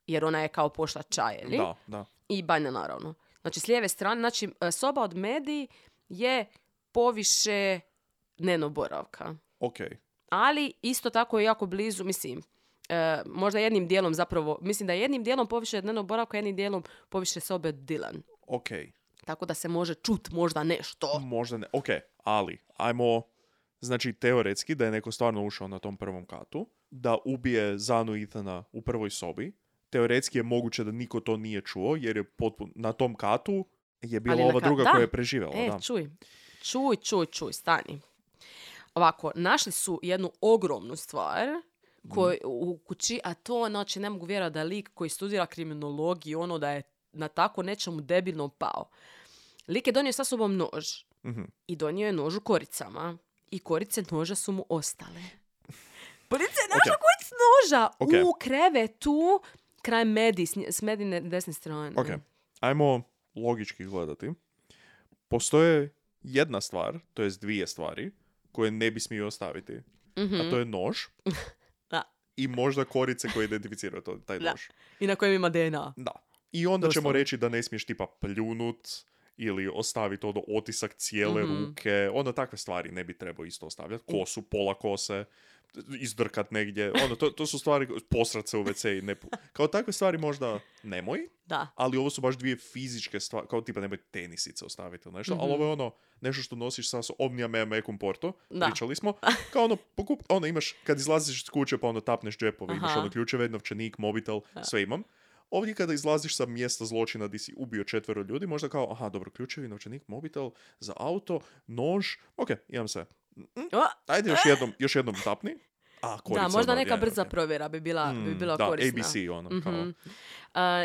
Speaker 5: jer ona je kao pošla čaj, je li?
Speaker 4: Da, da.
Speaker 5: I banja, naravno. Znači, s lijeve strane, znači, e, soba od Medi je poviše dnevno boravka.
Speaker 4: Ok.
Speaker 5: Ali isto tako je jako blizu, mislim, e, možda jednim dijelom zapravo, mislim da jednim dijelom poviše dnevnog boravka, jednim dijelom poviše sobe od Dylan.
Speaker 4: Ok.
Speaker 5: Tako da se može čut možda nešto.
Speaker 4: Možda ne. Ok, ali ajmo... Znači, teoretski da je neko stvarno ušao na tom prvom katu, da ubije Zanu Ethana u prvoj sobi. Teoretski je moguće da niko to nije čuo, jer je potpuno... Na tom katu je bila
Speaker 5: na
Speaker 4: ova
Speaker 5: ka-
Speaker 4: druga
Speaker 5: da.
Speaker 4: koja je preživjela.
Speaker 5: E,
Speaker 4: da.
Speaker 5: čuj, čuj, čuj, čuj, stani. Ovako, našli su jednu ogromnu stvar koj,
Speaker 4: Mhm.
Speaker 5: u kući, a to, znači, ne mogu vjerovati da je lik koji studira kriminologiju, ono da je na tako nečemu debilnom pao. Lik je donio sa sobom nož
Speaker 4: Mhm.
Speaker 5: i donio je nož u koricama. I korice noža su mu ostale. Policija je našla
Speaker 4: Ok.
Speaker 5: koricu noža
Speaker 4: Ok.
Speaker 5: u krevetu kraj Medi, s nje- s Medine desne strane.
Speaker 4: Ok, ajmo logički gledati. Postoje jedna stvar, to jest dvije stvari, koje ne bi smio ostaviti.
Speaker 5: Mhm.
Speaker 4: A to je nož
Speaker 5: Hmm. Da.
Speaker 4: i možda korice koje identificiraju to, taj
Speaker 5: Da.
Speaker 4: nož.
Speaker 5: I na kojem ima DNA.
Speaker 4: Da. I onda ćemo
Speaker 5: Doslovno.
Speaker 4: reći da ne smiješ tipa pljunut ili ostaviti ono otisak cijele ruke, onda takve stvari ne bi trebao isto ostavljati. Kosu, pola kose, izdrkat negdje, ono, to, to su stvari, posrat se u WC i ne... pu- Kao takve stvari možda nemoj,
Speaker 5: Da.
Speaker 4: ali ovo su baš dvije fizičke stvari, kao tipa nemoj tenisice ostaviti ili nešto, ali ovo je ono nešto što nosiš sa sobom, omnia mea mecum porto,
Speaker 5: Mhm. Da.
Speaker 4: pričali smo, kao ono, pokup, ono imaš, kad izlaziš iz kuće pa ono tapneš džepove, imaš
Speaker 5: Aha.
Speaker 4: ono ključeve, novčanik, mobitel, sve imam. Ovdje kada izlaziš sa mjesta zločina di si ubio četvero ljudi, možda kao, aha, dobro, ključevi, novčanik, mobitel, za auto, nož, ok, imam sve.
Speaker 5: O,
Speaker 4: Ajde još jednom, još jednom tapni. A, korica
Speaker 5: da, možda
Speaker 4: odmah,
Speaker 5: neka
Speaker 4: je,
Speaker 5: brza
Speaker 4: ok.
Speaker 5: provjera bi bila, bi
Speaker 4: Mm,
Speaker 5: bila
Speaker 4: da,
Speaker 5: korisna.
Speaker 4: ABC, ono, kao,
Speaker 5: Mhm. Uh,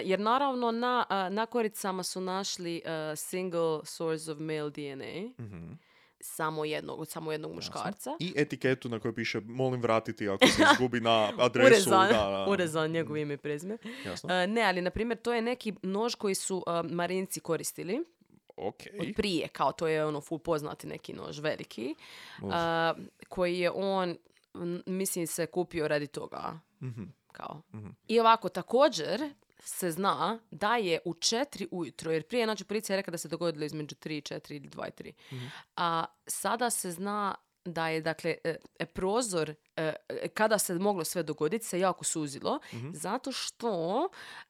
Speaker 5: jer naravno na, uh, na koricama su našli uh, single source of male DNA,
Speaker 4: mhm.
Speaker 5: samo jednog, od samo jednog muškarca.
Speaker 4: I etiketu na kojoj piše molim vratiti ako se izgubi na adresu.
Speaker 5: Urezan,
Speaker 4: da, da, da.
Speaker 5: urezan njegovo ime i prezime.
Speaker 4: Jasno.
Speaker 5: Uh, ne, ali na primjer to je neki nož koji su uh, marinci koristili
Speaker 4: Ok.
Speaker 5: od prije, kao to je ono full poznati neki nož, veliki,
Speaker 4: Uf.
Speaker 5: a, koji je on, m, mislim, se kupio radi toga.
Speaker 4: Mhm.
Speaker 5: Kao.
Speaker 4: Mhm.
Speaker 5: I ovako, također se zna da je u četiri ujutro, jer prije znači policija je rekla da se dogodilo između 3, 4 ili 2 i 3.
Speaker 4: Mhm.
Speaker 5: A sada se zna da je, dakle, e, e, prozor e, e, kada se moglo sve dogoditi se jako suzilo,
Speaker 4: Mhm.
Speaker 5: zato što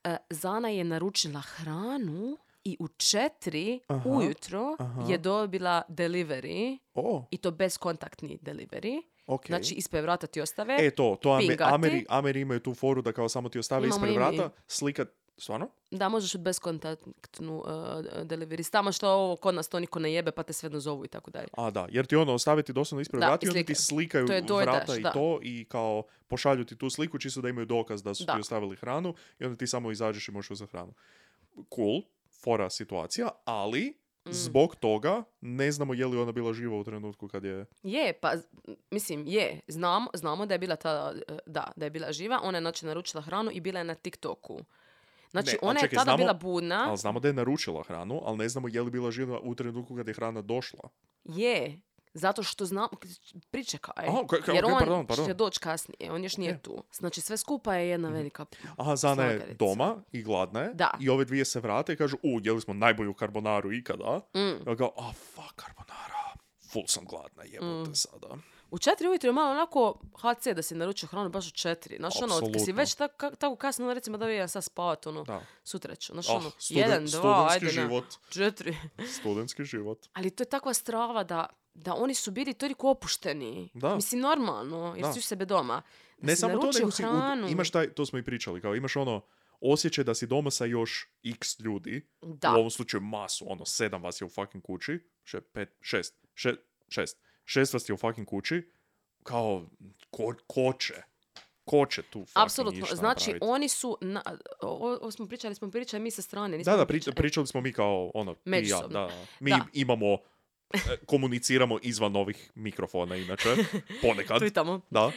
Speaker 5: e, Zana je naručila hranu i u četiri
Speaker 4: Aha,
Speaker 5: ujutro
Speaker 4: aha.
Speaker 5: je dobila delivery
Speaker 4: O,
Speaker 5: i to bezkontaktni delivery.
Speaker 4: ok.
Speaker 5: Znači, ispred vrata ti ostave.
Speaker 4: e to, to Ame-
Speaker 5: pingati.
Speaker 4: Ameri, Ameri imaju tu foru da kao samo ti ostave
Speaker 5: Imamo
Speaker 4: ispred
Speaker 5: i mi.
Speaker 4: vrata, slika, stvarno?
Speaker 5: Da, možeš u bezkontaktnu uh, delivery. Samo što ovo kod nas to niko ne jebe, pa te svejedno zovu i tako dalje.
Speaker 4: A da, jer ti ono ostaviti doslovno ispred
Speaker 5: Da,
Speaker 4: vrata
Speaker 5: i
Speaker 4: i onda ti
Speaker 5: slike.
Speaker 4: slikaju
Speaker 5: To je
Speaker 4: vrata
Speaker 5: DoorDash,
Speaker 4: i
Speaker 5: da.
Speaker 4: to i kao pošalju ti tu sliku čisto da imaju dokaz da su
Speaker 5: Da.
Speaker 4: ti ostavili hranu i onda ti samo izađeš i možeš uzeti hranu. Cool, fora situacija, ali
Speaker 5: Mm.
Speaker 4: zbog toga ne znamo je li ona bila živa u trenutku kad je...
Speaker 5: Je, pa, z- mislim, je. Znamo, znamo da je bila ta, e, da, da je bila živa. Ona je znači naručila hranu i bila je na TikToku. Znači,
Speaker 4: Ne, a
Speaker 5: ona je
Speaker 4: čekaj,
Speaker 5: tada
Speaker 4: znamo-
Speaker 5: bila budna.
Speaker 4: Ali znamo da je naručila hranu, ali ne znamo je li bila živa u trenutku kad je hrana došla.
Speaker 5: Je. Zato što znam, pričekaj.
Speaker 4: Aha, ok, ok,
Speaker 5: e, jer
Speaker 4: ok,
Speaker 5: on
Speaker 4: pardon, pardon. Mhm.
Speaker 5: će doći kasnije, on još nije
Speaker 4: Ok.
Speaker 5: tu. Znači sve skupa je jedna velika...
Speaker 4: Aha, Zana je
Speaker 5: Slagalica.
Speaker 4: doma i gladna je.
Speaker 5: Da.
Speaker 4: I ove dvije se vrate i kažu, u, jeli smo najbolju karbonaru ikada.
Speaker 5: Mm. Mm.
Speaker 4: Ja kao, a fuck karbonara, full sam gladna, jebote sada.
Speaker 5: u četiri ujutro je malo onako HC da si naručio hranu baš u četiri. Znaš, ono, kad si
Speaker 4: Apsolutno.
Speaker 5: već tak- ka- tako kasno, ono, recimo da bi ja sad spavat, ono,
Speaker 4: Da.
Speaker 5: sutra ću. Znaš,
Speaker 4: Ah,
Speaker 5: ono,
Speaker 4: studen-
Speaker 5: jedan, dva,
Speaker 4: studentski
Speaker 5: ajde, ne,
Speaker 4: život.
Speaker 5: četiri.
Speaker 4: Studentski život.
Speaker 5: Ali to je takva strava da, da oni su bili toliko opušteni.
Speaker 4: Da.
Speaker 5: Mislim, normalno, jer
Speaker 4: Da.
Speaker 5: si u sebe doma. Da
Speaker 4: Ne
Speaker 5: si
Speaker 4: samo to,
Speaker 5: naručio
Speaker 4: nego si, u-
Speaker 5: hranu.
Speaker 4: imaš taj, to smo i pričali, kao imaš ono osjećaj da si doma sa još x ljudi,
Speaker 5: Da.
Speaker 4: u ovom slučaju masu, ono, sedam vas je u fucking kući, še, pet, šest, še, šest, šest vas je u fucking kući, kao, ko, ko će? Ko će tu fucking
Speaker 5: Apsolutno.
Speaker 4: ništa
Speaker 5: Znači,
Speaker 4: napraviti?
Speaker 5: oni su... Na, o, ovo smo pričali, smo pričali mi sa strane. nismo
Speaker 4: Da, da,
Speaker 5: pričali-
Speaker 4: priča- pričali smo mi kao, ono, mi i ja,
Speaker 5: Međusobno.
Speaker 4: da. Mi
Speaker 5: Da.
Speaker 4: imamo, e, komuniciramo izvan ovih mikrofona, inače, ponekad.
Speaker 5: Tu i tamo.
Speaker 4: Da,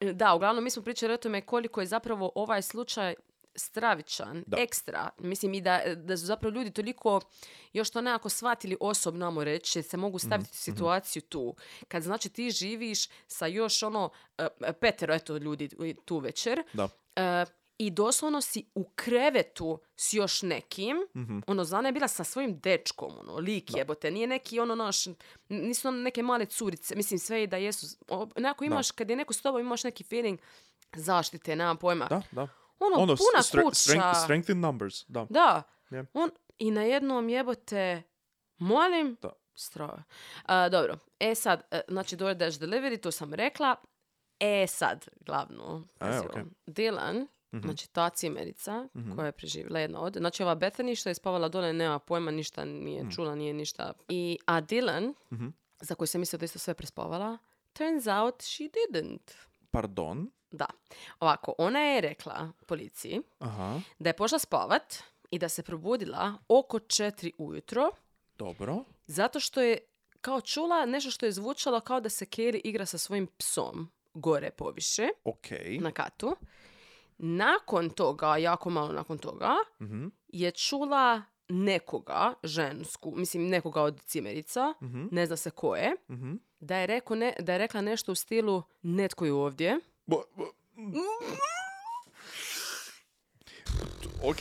Speaker 5: E, da, uglavnom mi smo pričali o tome koliko je zapravo ovaj slučaj stravičan,
Speaker 4: Da.
Speaker 5: ekstra. Mislim i da, da su zapravo ljudi toliko još to nekako shvatili osobno, ajmo reći, jer se
Speaker 4: Mhm,
Speaker 5: mogu staviti u situaciju tu. Kad znači ti živiš sa još ono e, e, petero eto, ljudi tu večer
Speaker 4: da.
Speaker 5: e, i doslovno si u krevetu s još nekim,
Speaker 4: Mhm.
Speaker 5: ono, Zana je bila sa svojim dečkom, ono, lik jebote, nije neki, ono, naš, n- nisu ono neke male curice, mislim, sve i da jesu, o, nekako imaš, kad je neko s tobom, imaš neki feeling zaštite, nemam pojma.
Speaker 4: Da, da.
Speaker 5: Ono,
Speaker 4: s-
Speaker 5: puna
Speaker 4: stre-
Speaker 5: kuća.
Speaker 4: strength, strength in numbers, da.
Speaker 5: Da.
Speaker 4: Je.
Speaker 5: On, I na jednom jebote, molim,
Speaker 4: Da.
Speaker 5: strava. A, dobro, e sad, e, znači DoorDash delivery, to sam rekla. E sad, glavno,
Speaker 4: A, e,
Speaker 5: pazi
Speaker 4: okej. Mhm.
Speaker 5: ovo. Dylan, znači ta cimerica koja je preživjela jedna od, znači ova Bethany što je spavala dole, nema pojma, ništa nije čula, nije ništa. I, a Dylan,
Speaker 4: Mhm.
Speaker 5: za koju sam mislila da je isto sve prespavala, turns out she didn't.
Speaker 4: Pardon?
Speaker 5: Da. Ovako, ona je rekla policiji
Speaker 4: Aha,
Speaker 5: da je pošla spavat i da se probudila oko 4 ujutro
Speaker 4: dobro.
Speaker 5: zato što je kao čula nešto što je zvučalo kao da se Kerry igra sa svojim psom gore poviše
Speaker 4: Ok.
Speaker 5: na katu. Nakon toga, jako malo nakon toga,
Speaker 4: Mhm,
Speaker 5: je čula nekoga žensku, mislim nekoga od cimerica,
Speaker 4: mhm,
Speaker 5: ne zna se ko je,
Speaker 4: mhm.
Speaker 5: da je, rekao ne, da je rekla nešto u stilu netko je ovdje.
Speaker 4: Bo- bo- Mm. Ok,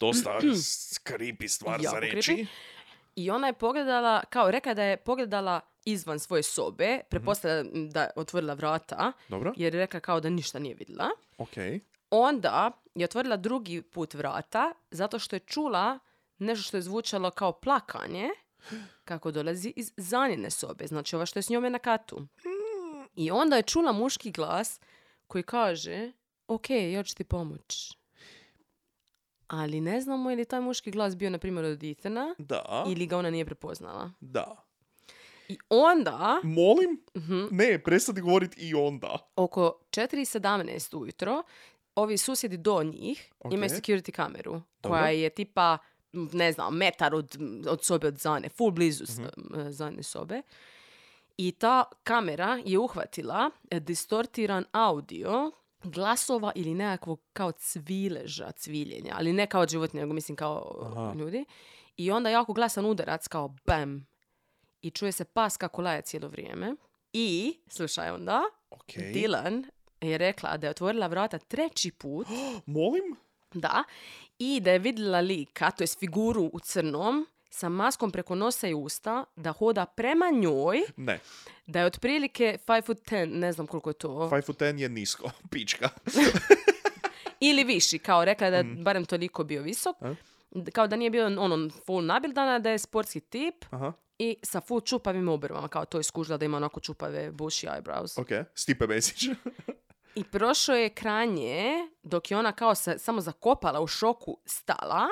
Speaker 4: dosta skripi stvar
Speaker 5: Jako
Speaker 4: za reći.
Speaker 5: creepy. I ona je pogledala, kao reka da je pogledala izvan svoje sobe, pretpostavlja da je otvorila vrata,
Speaker 4: Dobro,
Speaker 5: jer je rekla kao da ništa nije vidjela.
Speaker 4: ok.
Speaker 5: Onda je otvorila drugi put vrata, zato što je čula nešto što je zvučalo kao plakanje, kako dolazi iz zanjene sobe, znači ova što je s njome na katu. I onda je čula muški glas koji kaže, ok, ja ću ti pomoć. Ali ne znamo je li taj muški glas bio, na primjer, od Ethana,
Speaker 4: Da,
Speaker 5: ili ga ona nije prepoznala.
Speaker 4: da.
Speaker 5: I onda,
Speaker 4: Molim,
Speaker 5: mhm,
Speaker 4: ne, prestati govoriti i onda.
Speaker 5: oko 4.17 ujutro, ovi susjedi do njih
Speaker 4: Ok.
Speaker 5: imaju security kameru,
Speaker 4: Dobro.
Speaker 5: koja je tipa, m, ne znam, metar od, od sobe od Zane, full blizu s-
Speaker 4: Mhm.
Speaker 5: m, Zane sobe. I ta kamera je uhvatila e, distortiran audio glasova ili nekakvog kao cvileža, cviljenja, ali ne kao od životinja, nego mislim kao
Speaker 4: Aha.
Speaker 5: ljudi. I onda jako glasan udarac kao bam. I čuje se pas kako laje cijelo vrijeme. I, slušaj onda,
Speaker 4: Ok.
Speaker 5: Dylan je rekla da je otvorila vrata treći put,
Speaker 4: Molim?
Speaker 5: da, i da je vidjela lika, to je figuru u crnom, sa maskom preko nosa i usta, da hoda prema njoj,
Speaker 4: Ne,
Speaker 5: da je otprilike 5 foot 10, ne znam koliko je to,
Speaker 4: 5 foot 10 je nisko, pička.
Speaker 5: ili viši, kao rekla da je barem toliko bio visok,
Speaker 4: E?
Speaker 5: d- kao da nije bio ono full nabildana, da je sportski tip
Speaker 4: Aha,
Speaker 5: i sa full čupavim obrvama, kao to je skužila da ima onako čupave bush i eyebrows.
Speaker 4: ok. Stipe Mesić.
Speaker 5: I prošao je kranje dok je ona kao se samo zakopala u šoku stala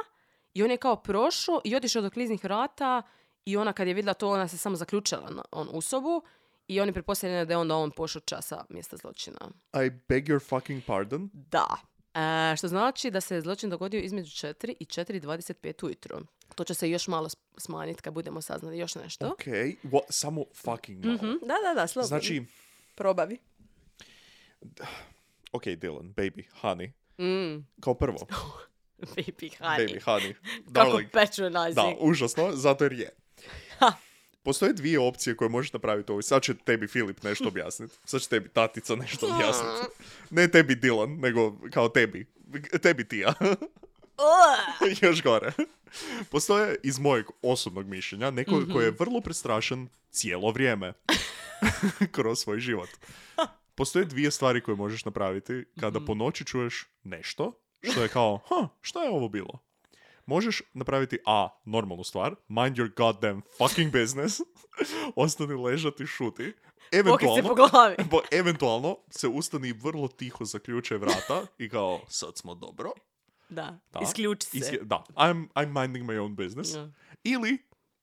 Speaker 5: i on je kao prošao i otišao do kliznih vrata i ona kad je vidjela to ona se samo zaključala na, on, u sobu i oni pretpostavljaju da je onda on pošao časa mjesta zločina.
Speaker 4: I beg your fucking pardon.
Speaker 5: Da. E, što znači da se zločin dogodio između 4 i 4.25 ujutro. To će se još malo sp- smanjiti kad budemo saznali još nešto.
Speaker 4: Ok, wa- samo fucking malo.
Speaker 5: Mhm, Da, da, da, slobodno.
Speaker 4: Znači,
Speaker 5: probavi.
Speaker 4: ok, Dylan, baby, honey.
Speaker 5: Mm,
Speaker 4: Kao prvo,
Speaker 5: baby,
Speaker 4: baby,
Speaker 5: honey.
Speaker 4: honey.
Speaker 5: Kako
Speaker 4: darling. Da,
Speaker 5: patronizing.
Speaker 4: užasno, zato jer je. Postoje dvije opcije koje možeš napraviti ovdje. Sad će tebi Filip nešto objasniti. Sad će tebi tatica nešto objasniti. Ne tebi Dylan, nego kao tebi. Tebi tija.
Speaker 5: Ugh.
Speaker 4: Još gore.
Speaker 5: Mhm.
Speaker 4: Postoje iz mojeg osobnog mišljenja neko koji je vrlo prestrašen cijelo vrijeme. kroz svoj život. Postoje dvije stvari koje možeš napraviti kada
Speaker 5: Mhm.
Speaker 4: po noći čuješ nešto što je kao, ha, šta je ovo bilo? Možeš napraviti A, normalnu stvar, mind your goddamn fucking business, ostani ležati, šuti,
Speaker 5: Pokrit se
Speaker 4: eventualno,
Speaker 5: po glavi.
Speaker 4: Bo, eventualno se ustani i vrlo tiho zaključe vrata i kao, sad smo dobro.
Speaker 5: Da,
Speaker 4: Da.
Speaker 5: isključi se.
Speaker 4: Isje- da, I'm, I'm minding my own business.
Speaker 5: Da.
Speaker 4: Ili,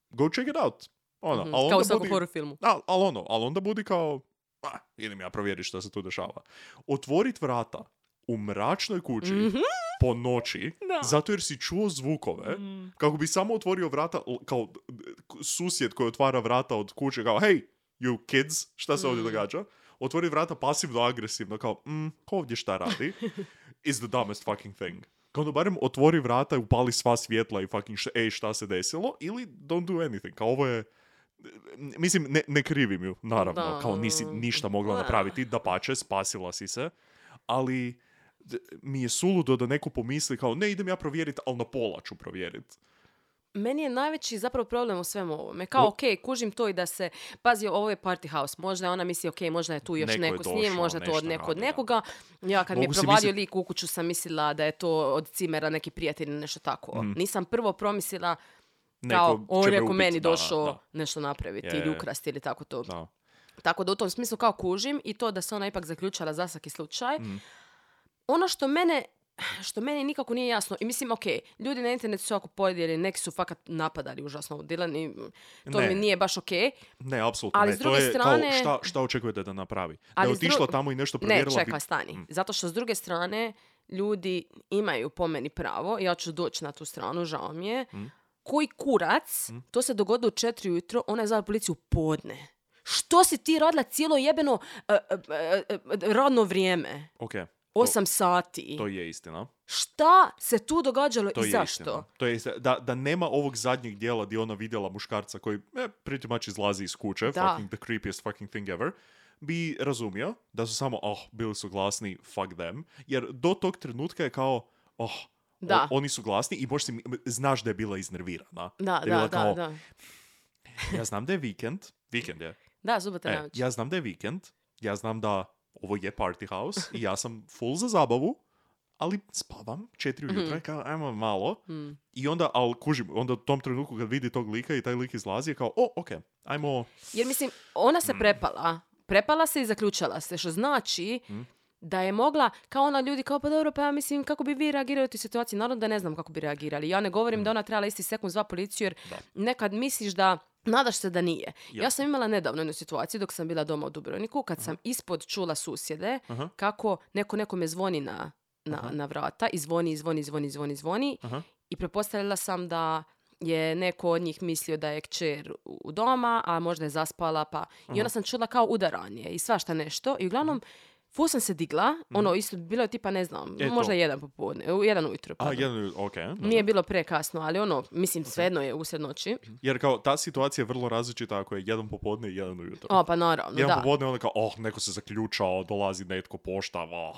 Speaker 4: go check it out. Ono,
Speaker 5: Mhm,
Speaker 4: ali
Speaker 5: Kao u
Speaker 4: onda
Speaker 5: svakom
Speaker 4: budi-
Speaker 5: horror filmu.
Speaker 4: Al, al ono, ali onda budi kao, pa, idem ja provjeriti što se tu dešava. Otvorit vrata u mračnoj kući,
Speaker 5: Mhm.
Speaker 4: po noći,
Speaker 5: Da. Mhm.
Speaker 4: zato jer si čuo zvukove, kako bi samo otvorio vrata, l- kao d- d- k- susjed koji otvara vrata od kuće, kao, hey, you kids, šta se ovdje
Speaker 5: Mm.
Speaker 4: događa? Otvori vrata pasivno-agresivno, kao, mm, ko ovdje šta radi? Is the dumbest fucking thing. Kao onda barem otvori vrata i upali sva svjetla i fucking, š- ej, šta se desilo? Ili don't do anything, kao ovo je... n- Mislim, ne, ne krivim ju, naravno,
Speaker 5: Da.
Speaker 4: kao nisi ništa mogla
Speaker 5: Da.
Speaker 4: napraviti, da pače, spasila si se, ali d- mi je suludo da neko pomisli kao ne idem ja provjerit, ali na pola ću provjerit.
Speaker 5: Meni je najveći zapravo problem u svemu ovome. Kao,
Speaker 4: O-
Speaker 5: ok, kužim to i da se... Pazi, ovo je party house. Možda ona misli, ok, možda je tu još
Speaker 4: Neko
Speaker 5: neko,
Speaker 4: je
Speaker 5: s njim,
Speaker 4: došao,
Speaker 5: možda to od
Speaker 4: nešto
Speaker 5: neko od
Speaker 4: radi, da.
Speaker 5: nekoga. Ja kad mi je
Speaker 4: Mogu si
Speaker 5: provalio
Speaker 4: mislit-
Speaker 5: lik u kuću sam mislila da je to od cimera neki prijatelj ili nešto tako. Nisam prvo promislila kao
Speaker 4: Mhm. Neko će
Speaker 5: on
Speaker 4: me
Speaker 5: je ako
Speaker 4: ubit,
Speaker 5: meni
Speaker 4: da,
Speaker 5: došao
Speaker 4: da,
Speaker 5: nešto napraviti
Speaker 4: Je,
Speaker 5: ili
Speaker 4: je.
Speaker 5: ukrasti ili tako to.
Speaker 4: da.
Speaker 5: Tako da u tom smislu kao kužim i to da se ona ipak zaključala za svaki slučaj. Ono što mene što meni nikako nije jasno, i mislim, ok, ljudi na internetu su ako podijeli, neki su fakat napadali užasno u Dylan i mm, to
Speaker 4: Ne.
Speaker 5: mi nije baš ok.
Speaker 4: Ne, apsolutno
Speaker 5: Ali
Speaker 4: ne.
Speaker 5: s
Speaker 4: To
Speaker 5: druge
Speaker 4: je
Speaker 5: strane-
Speaker 4: kao šta, šta očekujete da napravi. Da
Speaker 5: Ali
Speaker 4: je
Speaker 5: s dru-
Speaker 4: otišla tamo i nešto
Speaker 5: Ne,
Speaker 4: provjerila.
Speaker 5: čekaj, stani. Zato što s druge strane, ljudi imaju po meni pravo, ja ću doći na tu stranu, žao mi je, koji kurac, to se dogodilo u četiri ujutro, ona je zvala policiju podne. Što si ti radila cijelo jebeno e, e, e, e, radno vrijeme?
Speaker 4: Ok,
Speaker 5: Osam sati.
Speaker 4: to je istina.
Speaker 5: Šta se tu događalo
Speaker 4: To
Speaker 5: i
Speaker 4: je
Speaker 5: zašto?
Speaker 4: istina. To je istina. Da, da nema ovog zadnjeg dijela gdje ona vidjela muškarca koji eh, pretty much izlazi iz kuće,
Speaker 5: Da.
Speaker 4: fucking the creepiest fucking thing ever, bi razumio da su samo, oh, bili su glasni, fuck them. Jer do tog trenutka je kao, oh, o-
Speaker 5: Da.
Speaker 4: oni su glasni i možeš si, mi- znaš da je bila iznervirana.
Speaker 5: Da,
Speaker 4: je
Speaker 5: da,
Speaker 4: bila
Speaker 5: da,
Speaker 4: kao,
Speaker 5: da.
Speaker 4: Ja znam da je vikend, vikend je,
Speaker 5: Da, Zubata
Speaker 4: E,
Speaker 5: Navić.
Speaker 4: ja znam da je vikend, ja znam da ovo je party house i ja sam full za zabavu, ali spavam četiri
Speaker 5: Mhm.
Speaker 4: ujutro, i kao ajmo malo.
Speaker 5: Mm.
Speaker 4: I onda, ali kužim, onda u tom trenutku kad vidi tog lika i taj lik izlazi je kao, o, ok, ajmo,
Speaker 5: Jer mislim, ona
Speaker 4: Mm.
Speaker 5: se prepala. Prepala se i zaključala se, što znači
Speaker 4: Mm.
Speaker 5: da je mogla, kao ona ljudi, kao pa dobro, pa ja mislim, kako bi vi reagirali u toj situaciji? Naravno da ne znam kako bi reagirali. Ja ne govorim
Speaker 4: Mm.
Speaker 5: da ona trebala isti sekund zva policiju, jer nekad misliš da Nadaš se da nije. Ja sam imala nedavno jednu situaciju dok sam bila doma u Dubrovniku, kad sam ispod čula susjede
Speaker 4: Aha.
Speaker 5: kako neko nekome zvoni na, na, na vrata i zvoni, i zvoni, i zvoni, i zvoni, i zvoni
Speaker 4: Aha.
Speaker 5: i prepostavila sam da je neko od njih mislio da je kćer u u doma, a možda je zaspala, pa...
Speaker 4: Mhm.
Speaker 5: I onda sam čula kao udaranje i svašta nešto. I uglavnom, ful sam se digla, ono, isto bilo je tipa, ne znam,
Speaker 4: Mhm. E, to.
Speaker 5: možda jedan popodne, u jedan ujutro,
Speaker 4: a,
Speaker 5: pardon.
Speaker 4: jedan, ok. dobro.
Speaker 5: Nije bilo prekasno, ali ono, mislim, svejedno je usred noći.
Speaker 4: Jer kao, ta situacija je vrlo različita ako je jedan popodne i jedan ujutro.
Speaker 5: O, pa naravno,
Speaker 4: jedan
Speaker 5: da.
Speaker 4: popodne je onda kao, oh, neko se zaključao, dolazi netko, pošta, oh.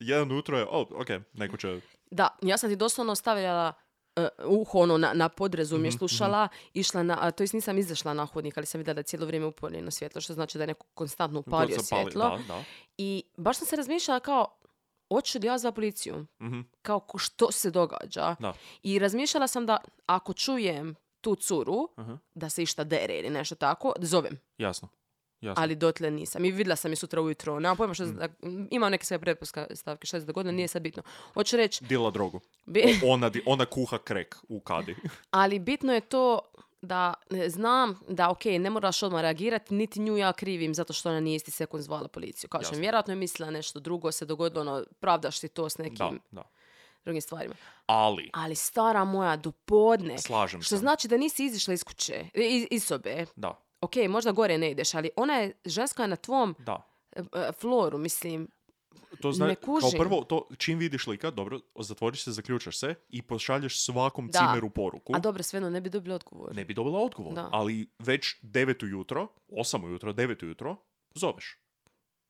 Speaker 4: Jedan ujutro je, oh, ok, neko će,
Speaker 5: Da, ja sam ti doslovno stavljala uh, uho ono, na, na podrezu
Speaker 4: Mhm,
Speaker 5: mi je slušala, išla na, a, to jest nisam izašla na hodnik, ali sam vidjela da je cijelo vrijeme upaljeno svjetlo, što znači da je neko konstantno upalio
Speaker 4: zapali-
Speaker 5: svjetlo.
Speaker 4: da, da.
Speaker 5: I baš sam se razmišljala kao, hoću li ja za policiju?
Speaker 4: Mhm,
Speaker 5: Kao, ko- što se događa?
Speaker 4: Da.
Speaker 5: I razmišljala sam da ako čujem tu curu,
Speaker 4: Aha.
Speaker 5: da se išta dere ili nešto tako, zovem.
Speaker 4: mhm. Jasno. Jasno.
Speaker 5: Ali dotle nisam. I vidjela sam je sutra ujutro. Nemam pojma
Speaker 4: Mm.
Speaker 5: što... se- Imam neke sve pretpostavke što se dogodilo, nije sad bitno. Hoću reći...
Speaker 4: Dila drogu.
Speaker 5: bi-
Speaker 4: O- E, Ona, di- ona kuha krek u kadi.
Speaker 5: Ali bitno je to da e, znam da ok, ne moraš odmah reagirati, niti nju ja krivim zato što ona nije isti sekund zvala policiju. Kažem,
Speaker 4: Jasno.
Speaker 5: vjerojatno je mislila nešto drugo, se dogodilo ono, pravdaš ti to s nekim
Speaker 4: Da, da.
Speaker 5: drugim stvarima.
Speaker 4: Ali,
Speaker 5: Ali stara moja, do podne.
Speaker 4: slažem
Speaker 5: Što
Speaker 4: se.
Speaker 5: znači da nisi izišla iz kuće, i- iz, iz sobe.
Speaker 4: Da,
Speaker 5: Ok, možda gore ne ideš, ali ona je ženska je na tvom
Speaker 4: da.
Speaker 5: e, e, floru, mislim.
Speaker 4: To znači,
Speaker 5: Ne
Speaker 4: kao
Speaker 5: kužim.
Speaker 4: prvo, to, čim vidiš lika, dobro, zatvoriš se, zaključaš se i pošalješ svakom
Speaker 5: Da.
Speaker 4: cimeru poruku.
Speaker 5: A dobro, svejedno, ne bi dobila odgovor.
Speaker 4: Ne bi dobila odgovor.
Speaker 5: Da.
Speaker 4: Ali već 9 ujutro, 8 ujutro, 9 ujutro, zoveš.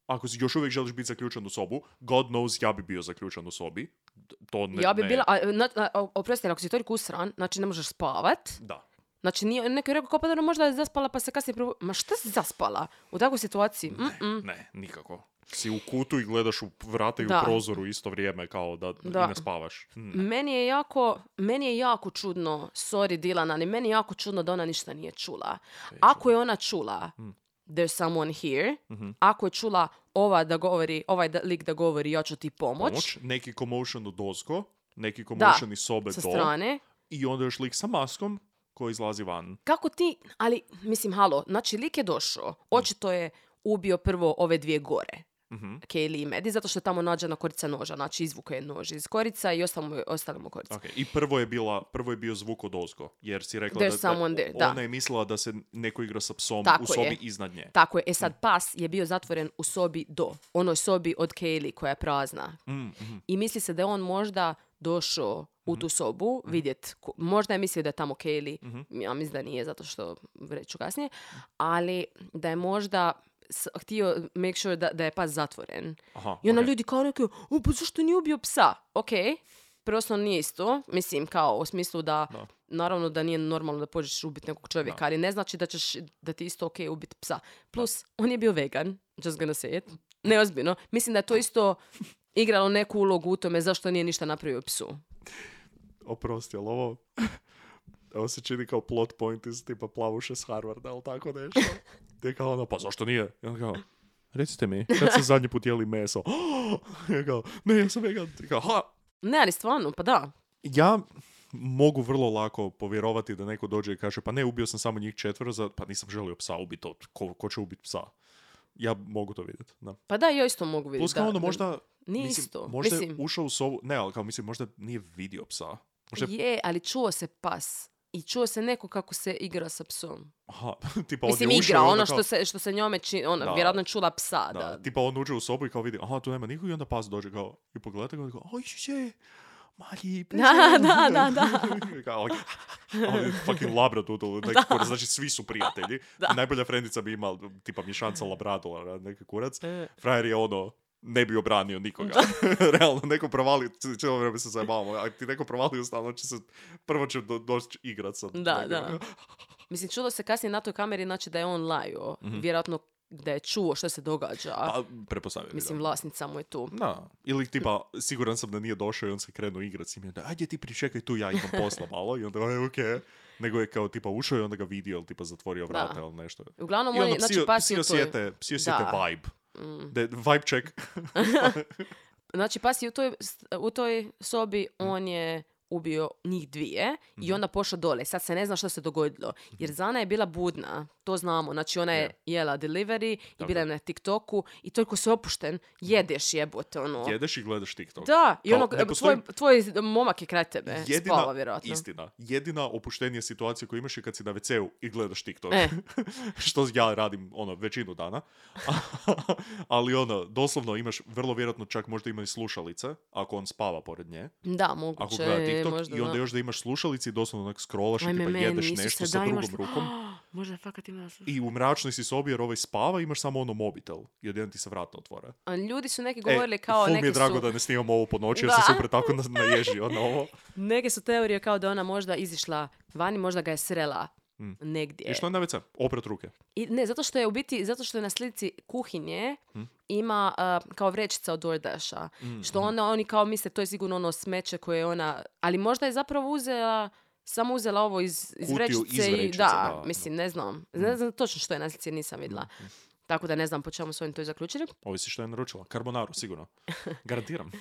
Speaker 4: Ako si još uvijek želiš biti zaključan u sobu, God knows ja bi bio zaključan u sobi. To ne,
Speaker 5: ja bi
Speaker 4: ne-
Speaker 5: bila, a, na, na- o- oprosti, ako si toliko usran, znači ne možeš spavat,
Speaker 4: Da.
Speaker 5: Znači, nije, neko je rekao kao pa dobro, možda je zaspala pa se kasnije probu... Ma šta si zaspala u takvoj situaciji? Mm-mm.
Speaker 4: Ne, nikako. Si u kutu i gledaš u vrata i
Speaker 5: Da.
Speaker 4: u prozoru isto vrijeme kao da,
Speaker 5: Da.
Speaker 4: ne spavaš. Mm.
Speaker 5: Meni je jako, meni je jako čudno, sorry Dilan, ali meni je jako čudno da ona ništa nije čula. Ako je Mm. ona čula, there's someone here, ako je čula ova da govori, ovaj da, lik da govori, ja ću ti pomoć,
Speaker 4: Moć, neki commotion u dozgo, neki commotion iz sobe
Speaker 5: sa
Speaker 4: do
Speaker 5: strane,
Speaker 4: i onda još lik sa maskom koji izlazi van.
Speaker 5: kako ti, ali mislim, halo, znači lik je došao, očito je ubio prvo ove dvije gore.
Speaker 4: Mhm.
Speaker 5: Kaylee i Medi, zato što je tamo nađena korica noža, znači izvukao je nož iz korica i ostalo mu, je- ostala mu korica.
Speaker 4: Ok, I prvo je, bila, prvo je bio zvuk od ozgo, jer si rekla
Speaker 5: There's
Speaker 4: da,
Speaker 5: someone there, da.
Speaker 4: ona je mislila da se neko igra sa psom
Speaker 5: Tako
Speaker 4: u sobi
Speaker 5: je.
Speaker 4: iznad nje.
Speaker 5: Tako je, e sad pas je bio zatvoren u sobi do, onoj sobi od Kaylee koja je prazna.
Speaker 4: Mm, mhm.
Speaker 5: I misli se da je on možda došao u tu sobu vidjet, ko- možda je mislio da je tamo Kaylee, ja mislim da nije zato što reću kasnije, ali da je možda s- htio make sure da, da je pas zatvoren.
Speaker 4: Aha,
Speaker 5: I onda
Speaker 4: ok.
Speaker 5: ljudi kao neki, o, pa zašto nije ubio psa? Ok, prosto nije isto, mislim kao u smislu da,
Speaker 4: Da.
Speaker 5: naravno da nije normalno da pođeš ubiti nekog čovjeka, ali ne znači da ćeš, da ti isto ok ubiti psa. Plus, on je bio vegan, just gonna say it, neozbiljno. Mislim da je to isto igralo neku ulogu u tome zašto nije ništa napravio psu.
Speaker 4: Oprosti, ali ovo... Ovo se čini kao plot point iz tipa plavuše s Harvarda, ali tako nešto. Ti je kao ono, pa zašto nije? I on kao, recite mi, kad ste zadnji put jeli meso? ja kao, ne, ja sam vegan. Ti kao, ha!
Speaker 5: Ne, ali stvarno, pa da.
Speaker 4: Ja mogu vrlo lako povjerovati da neko dođe i kaže, pa ne, ubio sam samo njih četvero, za- pa nisam želio psa ubiti, to ko, ko će ubiti psa? Ja mogu to vidjeti, da.
Speaker 5: Pa da, ja isto mogu vidjeti.
Speaker 4: Plus kao
Speaker 5: da-
Speaker 4: ono,
Speaker 5: da-
Speaker 4: možda...
Speaker 5: Nije
Speaker 4: mislim,
Speaker 5: isto.
Speaker 4: Možda je
Speaker 5: Mislim-
Speaker 4: ušao u sobu, ne, ali kao, mislim, možda nije vidio psa. Možda je,
Speaker 5: Je, ali čuo se pas. I čuo se neko kako se igra sa psom.
Speaker 4: aha, tipa on pa je
Speaker 5: Mislim,
Speaker 4: ušao i
Speaker 5: igra,
Speaker 4: onda kao-
Speaker 5: ono što se, što se njome čini, ona,
Speaker 4: Da.
Speaker 5: vjerojatno je čula psa, da.
Speaker 4: Da, tipa on uđe u sobu i kao vidi, aha, tu nema nikog i onda pas dođe kao, i pogleda ga i kao, oj, še, mali, peče.
Speaker 5: da, da, da.
Speaker 4: kao, like, a on je fucking labradoodle, neki kurac, znači svi su prijatelji. Najbolja frendica bi imala, tipa, mješanca labradora, neki kurac.
Speaker 5: E.
Speaker 4: Frajer je ono, ne bi obranio nikoga. Realno, neko provali, c- cijelo vrijeme se zajebavamo, a ti neko provali stalno će se, prvo će do, doći igrat sa
Speaker 5: Da,
Speaker 4: nekim.
Speaker 5: da. Mislim, čulo se kasnije na toj kameri, znači da je on laju. Vjerojatno da je čuo što se događa.
Speaker 4: Mhm. Pa, pretpostavljam.
Speaker 5: Mislim, vlasnica mu je tu.
Speaker 4: Da. Ili tipa, siguran sam da nije došao i on se krenuo igrat s njim. i onda, Ajde ti pričekaj tu, ja imam posla malo. I onda, je ok. Nego je kao tipa ušao i onda ga vidio ili tipa zatvorio vrata ili nešto.
Speaker 5: Uglavnom,
Speaker 4: I ono
Speaker 5: on
Speaker 4: onda
Speaker 5: je,
Speaker 4: psi,
Speaker 5: znači, pas
Speaker 4: psi
Speaker 5: je u toj...
Speaker 4: osjete, psi osjete
Speaker 5: Da. Mm.
Speaker 4: vibe. Da, je vibe check.
Speaker 5: Znači, pas je u toj, u toj sobi,
Speaker 4: Mhm.
Speaker 5: on je ubio njih dvije i onda pošao dole. Sad se ne zna što se dogodilo.
Speaker 4: Mhm.
Speaker 5: Jer Zana je bila budna, to znamo. Znači, ona je jela delivery i bila je na TikToku i toliko se opušten, jedeš jebote, ono.
Speaker 4: Mhm. Jedeš i gledaš TikTok.
Speaker 5: Da, i
Speaker 4: Kao,
Speaker 5: ono,
Speaker 4: ne postoji-
Speaker 5: tvoj, tvoj momak je kraj tebe,
Speaker 4: jedina,
Speaker 5: spava e, vjerojatno.
Speaker 4: Istina. Jedina opuštenija situacija koju imaš je kad si na WC-u i gledaš TikTok.
Speaker 5: E.
Speaker 4: Što ja radim ono, većinu dana. Ali ono, doslovno imaš, vrlo vjerojatno čak možda ima i slušalice, ako on spava pored nje.
Speaker 5: Da, moguće.
Speaker 4: Ako gleda TikTok
Speaker 5: možda,
Speaker 4: i onda
Speaker 5: da.
Speaker 4: još da imaš slušalice i doslovno onak scrollaš i
Speaker 5: Ajme,
Speaker 4: tipa
Speaker 5: meni,
Speaker 4: jedeš
Speaker 5: Isuse,
Speaker 4: nešto
Speaker 5: da,
Speaker 4: sa drugom
Speaker 5: imaš-
Speaker 4: rukom
Speaker 5: Možda je fakat ima da sluša.
Speaker 4: i u mračnoj si sobi jer ovaj spava imaš samo ono mobitel i odjedan ti se vratno otvore.
Speaker 5: A Ljudi su neki govorili
Speaker 4: e,
Speaker 5: kao
Speaker 4: ful mi
Speaker 5: neke
Speaker 4: je drago
Speaker 5: su,
Speaker 4: da ne snimamo ovo po noći jer
Speaker 5: Da.
Speaker 4: sam super tako na- naježio na ovo.
Speaker 5: neke su teorije kao da ona možda izišla vani, možda ga je srela negdje.
Speaker 4: Mm. I što je na WC? Oprat ruke.
Speaker 5: I, ne, zato što je u biti, zato što je na slici kuhinje
Speaker 4: Mm.
Speaker 5: ima a, kao vrećica od DoorDasha.
Speaker 4: mm.
Speaker 5: Što onda oni kao misle to je sigurno ono smeće koje je ona, ali možda je zapravo uzela samo uzela ovo iz, iz
Speaker 4: Kutiju
Speaker 5: vrećice,
Speaker 4: iz
Speaker 5: i,
Speaker 4: vrećice,
Speaker 5: da,
Speaker 4: da. Mm.
Speaker 5: mislim, ne znam. Ne znam točno što je na slici, jer nisam vidjela. Tako da ne znam po čemu su oni to zaključili.
Speaker 4: Ovisi što je naručila. Karbonaru, sigurno. Garantiram.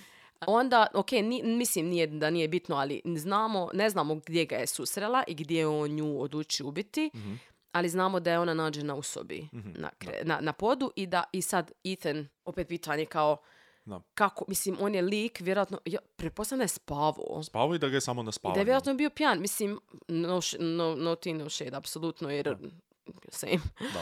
Speaker 5: Onda, ok, ni, mislim nije, da nije bitno, ali znamo, ne znamo gdje ga je susrela i gdje je on nju odlučio ubiti,
Speaker 4: Mhm.
Speaker 5: ali znamo da je ona nađena u sobi na, kre- na, na podu i da i sad Ethan, opet pitanje kao
Speaker 4: Da.
Speaker 5: kako, mislim, on je lik, vjerojatno, ja, pretpostavljam da je spavao.
Speaker 4: Spavao i da ga je samo na
Speaker 5: I da je
Speaker 4: spavanju.
Speaker 5: vjerojatno bio pijan, mislim, no, sh- no, no tea, no shade, apsolutno, jer same.
Speaker 4: Da.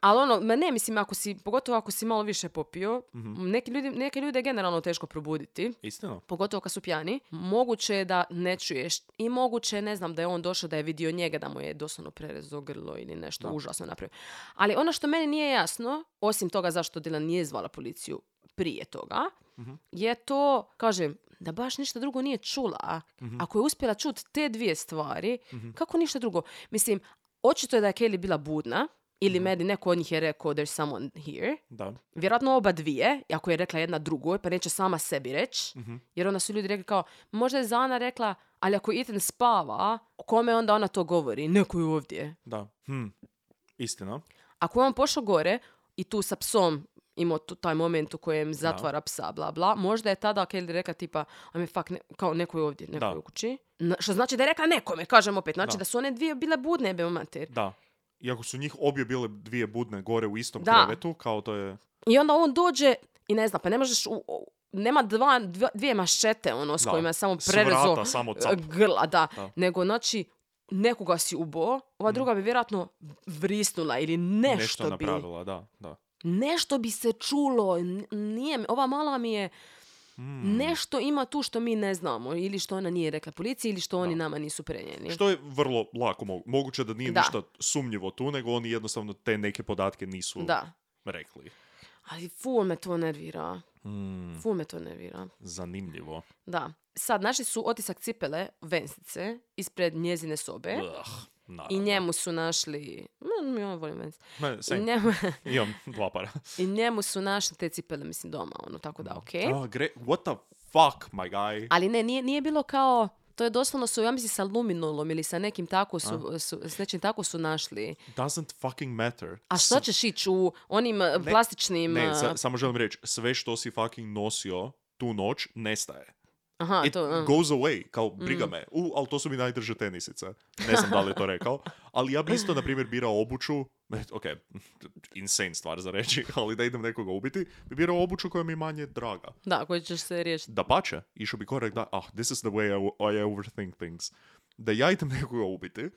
Speaker 5: Ali ono, ma ne, mislim, ako si, pogotovo ako si malo više popio, neki ljudi, neke ljude je generalno teško probuditi
Speaker 4: Mhm. Istina.
Speaker 5: pogotovo kad su pijani, moguće je da ne čuješ i moguće je, ne znam, da je on došao da je vidio njega, da mu je doslovno prerezao grlo ili nešto užasno napravio. Ali ono što meni nije jasno, osim toga zašto Dylan nije zvala policiju, prije toga, je to, kažem, da baš ništa drugo nije čula.
Speaker 4: Mhm.
Speaker 5: Ako je uspjela čut te dvije stvari, kako ništa drugo? Mislim, očito je da je Kelly bila budna, ili meni neko od njih je rekao there's someone here.
Speaker 4: Da.
Speaker 5: Vjerojatno oba dvije, ako je rekla jedna drugoj, pa neće sama sebi reći.
Speaker 4: Mhm.
Speaker 5: Jer onda su ljudi rekli kao, možda je Zana rekla, ali ako Ethan spava, kome onda ona to govori? Neko je ovdje.
Speaker 4: Da. Hm. Istina.
Speaker 5: Ako je on pošao gore i tu sa psom imao tu, taj moment u kojem zatvara psa, bla, bla, možda je tada Kelly rekla tipa, a me fuck, ne- kao neko je ovdje, neko
Speaker 4: Da.
Speaker 5: je u kući. Na- što znači da je rekla nekome, kažem opet. Znači da,
Speaker 4: Da.
Speaker 5: su one dvije bile budne, jebe mu mater.
Speaker 4: Da. Iako su njih obje bile dvije budne gore u istom
Speaker 5: Da.
Speaker 4: krevetu, kao to je...
Speaker 5: I onda on dođe i ne znam, pa ne možeš, u- u- nema dva, dva- dvije mašete ono s
Speaker 4: Da.
Speaker 5: kojima je samo
Speaker 4: S
Speaker 5: prerezo
Speaker 4: vrata samo
Speaker 5: e,
Speaker 4: cap.
Speaker 5: grla, da.
Speaker 4: Da. Mm.
Speaker 5: Nego znači, nekoga si ubo, ova druga bi vjerojatno vrisnula ili nešto,
Speaker 4: Nešto,
Speaker 5: bi.
Speaker 4: napravila, da, da.
Speaker 5: Nešto bi se čulo, n- nije, mi- ova mala mi je,
Speaker 4: Mm.
Speaker 5: nešto ima tu što mi ne znamo, ili što ona nije rekla policiji, ili što oni nama nisu prenijeli.
Speaker 4: Što je vrlo lako mogu- moguće da nije
Speaker 5: Da.
Speaker 4: ništa sumnjivo tu, nego oni jednostavno te neke podatke nisu
Speaker 5: Da.
Speaker 4: rekli.
Speaker 5: Ali ful me to nervira.
Speaker 4: Mm,
Speaker 5: Ful me to nervira.
Speaker 4: zanimljivo.
Speaker 5: Da. Sad, našli su otisak cipele, vensice, ispred njezine sobe.
Speaker 4: Ugh,
Speaker 5: E? I
Speaker 4: naravno.
Speaker 5: njemu su našli... No, ja volim vensice.
Speaker 4: Ne,
Speaker 5: I
Speaker 4: same.
Speaker 5: njemu,
Speaker 4: Imam dva para.
Speaker 5: I njemu su našli te cipele, mislim, doma, ono, tako da, okej.
Speaker 4: Oh, gre- what the fuck, my guy?
Speaker 5: Ali ne, nije, nije bilo kao... To je doslovno su, ja mislim, sa luminolom ili sa nekim tako su, su, s nečim tako su našli.
Speaker 4: Doesn't fucking matter.
Speaker 5: A što ćeš ići u onim eh, plastičnim...
Speaker 4: Ne,
Speaker 5: eh,
Speaker 4: sa- samo želim reći, sve što si fucking nosio tu noć nestaje.
Speaker 5: aha,
Speaker 4: It
Speaker 5: to, eh.
Speaker 4: goes away, kao briga me. U, ali to su mi najdrže tenisice. Ne znam da li je to rekao. Ali ja bi isto, na primjer, birao obuću, ok, insane stvar za reći, ali da idem nekoga ubiti, bi birao obuću koja mi je manje draga.
Speaker 5: Da, koji ćeš se riješiti.
Speaker 4: Da pače, išao bi korak da, ah, this is the way I, I overthink things. Da ja idem nekoga ubiti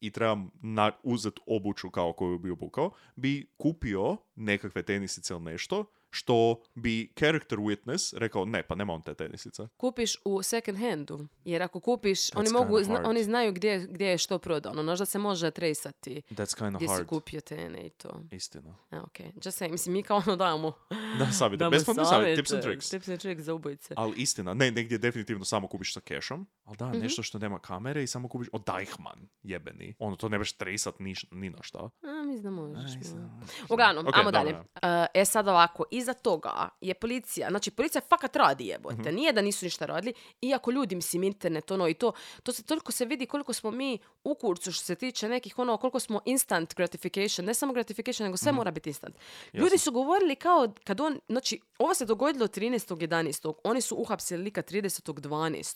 Speaker 4: i trebam na, uzet obuću kao koju bi obukao, bi kupio nekakve tenisice ili nešto, što bi character witness rekao, ne, pa nema on te tenisice.
Speaker 5: Kupiš u second handu. Jer ako kupiš, oni,
Speaker 4: That's
Speaker 5: mogu,
Speaker 4: kinda
Speaker 5: zna-
Speaker 4: hard.
Speaker 5: oni znaju gdje, gdje je što prodano. Možda se može tresati
Speaker 4: That's kind
Speaker 5: gdje si kupio te ne i to.
Speaker 4: Istina.
Speaker 5: E, okej. Just saying, mislim, mi kao ono dajemo
Speaker 4: Da, savjeti.
Speaker 5: Damo
Speaker 4: Besplatno savjet, tips and
Speaker 5: savjete,
Speaker 4: tricks.
Speaker 5: e, Tips and tricks za ubojice.
Speaker 4: Ali istina, ne, negdje definitivno samo kupiš sa cashom, ali
Speaker 5: Mhm.
Speaker 4: da, nešto što nema kamere i samo kupiš, od Deichmann, jebeni. Ono, to ne baš tresat ni, ni na šta.
Speaker 5: A, mislim ono. da možeš.
Speaker 4: Aj,
Speaker 5: no.
Speaker 4: znam.
Speaker 5: Uglavnom,
Speaker 4: Ok,
Speaker 5: ajmo
Speaker 4: dobro,
Speaker 5: dalje. E, E sad ovako, iza toga je policija, znači policija fakat radi jebote,
Speaker 4: Mhm.
Speaker 5: nije da nisu ništa radili, iako ljudi, mislim, internet, ono i to, to se toliko se vidi koliko smo mi u kurcu što se tiče nekih, ono, koliko smo instant gratification, ne samo gratification, nego
Speaker 4: Mhm.
Speaker 5: sve mora biti instant. Ljudi su govorili kao, kad on, znači, ovo se dogodilo 13.11., oni su uhapsili lika 30.12.,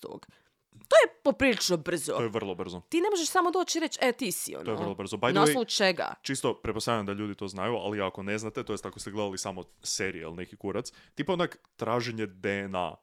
Speaker 5: to je poprilično brzo.
Speaker 4: To je vrlo brzo.
Speaker 5: Ti ne možeš samo doći i reći, e, ti si ono.
Speaker 4: To je vrlo brzo. By the
Speaker 5: Na
Speaker 4: way-
Speaker 5: osnovu čega?
Speaker 4: čisto prepostavljam da ljudi to znaju, ali ako ne znate, to jest ako ste gledali samo serijal neki kurac, tipa onak traženje DNA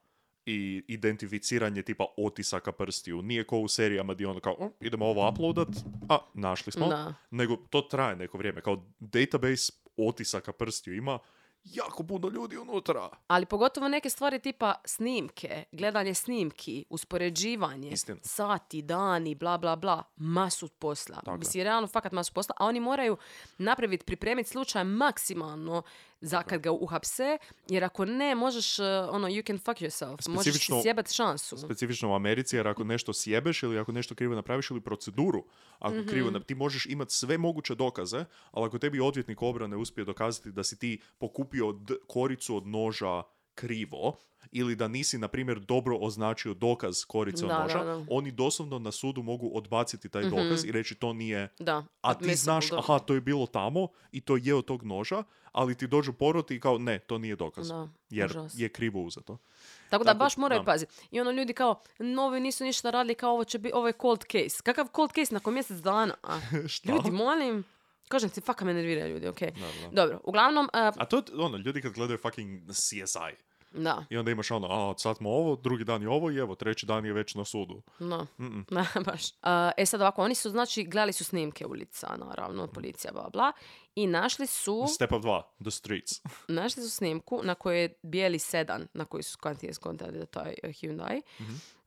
Speaker 4: i identificiranje tipa otisaka prstiju. Nije ko u serijama gdje ono kao, "O, idemo ovo uploadat, a našli smo.
Speaker 5: Da.
Speaker 4: Nego to traje neko vrijeme. Kao database otisaka prstiju ima jako puno ljudi unutra.
Speaker 5: Ali pogotovo neke stvari tipa snimke, gledanje snimki, uspoređivanje,
Speaker 4: Istina.
Speaker 5: sati, dani, bla, bla, bla, masu posla.
Speaker 4: je.
Speaker 5: Mislim, realno fakat masu posla, a oni moraju napraviti, pripremiti slučaj maksimalno za kad ga uhapse, jer ako ne, možeš, eh, ono, you can fuck yourself, možeš si
Speaker 4: Specifično-
Speaker 5: sjebat šansu.
Speaker 4: Specifično u Americi, jer ako nešto sjebeš ili ako nešto krivo napraviš ili proceduru, ako
Speaker 5: Mhm.
Speaker 4: krivo nap- ti možeš imati sve moguće dokaze, ali ako tebi odvjetnik obrane uspije dokazati da si ti pokupio d- koricu od noža krivo ili da nisi, na primjer, dobro označio dokaz korice od
Speaker 5: Da,
Speaker 4: noža,
Speaker 5: da, da. Mhm.
Speaker 4: oni doslovno na sudu mogu odbaciti taj dokaz i reći to nije
Speaker 5: Da.
Speaker 4: a ti znaš,
Speaker 5: admissible,
Speaker 4: aha, to je bilo tamo i to je od tog noža, ali ti dođu porot i kao, ne, to nije dokaz.
Speaker 5: Da,
Speaker 4: jer
Speaker 5: užasno.
Speaker 4: je krivo uzeto.
Speaker 5: Tako da
Speaker 4: Tako,
Speaker 5: baš moraju
Speaker 4: da.
Speaker 5: paziti. I ono ljudi kao, novi nisu ništa radili, kao ovo će biti, ovo je cold case. Kakav cold case nakon mjesec dana? a?
Speaker 4: Šta?
Speaker 5: ljudi, molim, kažem ti, faka me nerviraju ljudi, okej.
Speaker 4: Da, da.
Speaker 5: Dobro, uglavnom, e, a,
Speaker 4: A to je, ono, ljudi kad gledaju fucking CSI
Speaker 5: da,
Speaker 4: i onda imaš ono, a sad smo ovo, drugi dan je ovo i evo, treći dan je već na sudu.
Speaker 5: no, da, baš. A, e sad ovako, oni su, znači, gledali su snimke ulica, naravno, policija, bla, bla, i našli su,
Speaker 4: Step up 2, The Streets.
Speaker 5: našli su snimku na kojoj je bijeli sedan, na koji su kasnije skontali da taj e, Hyundai,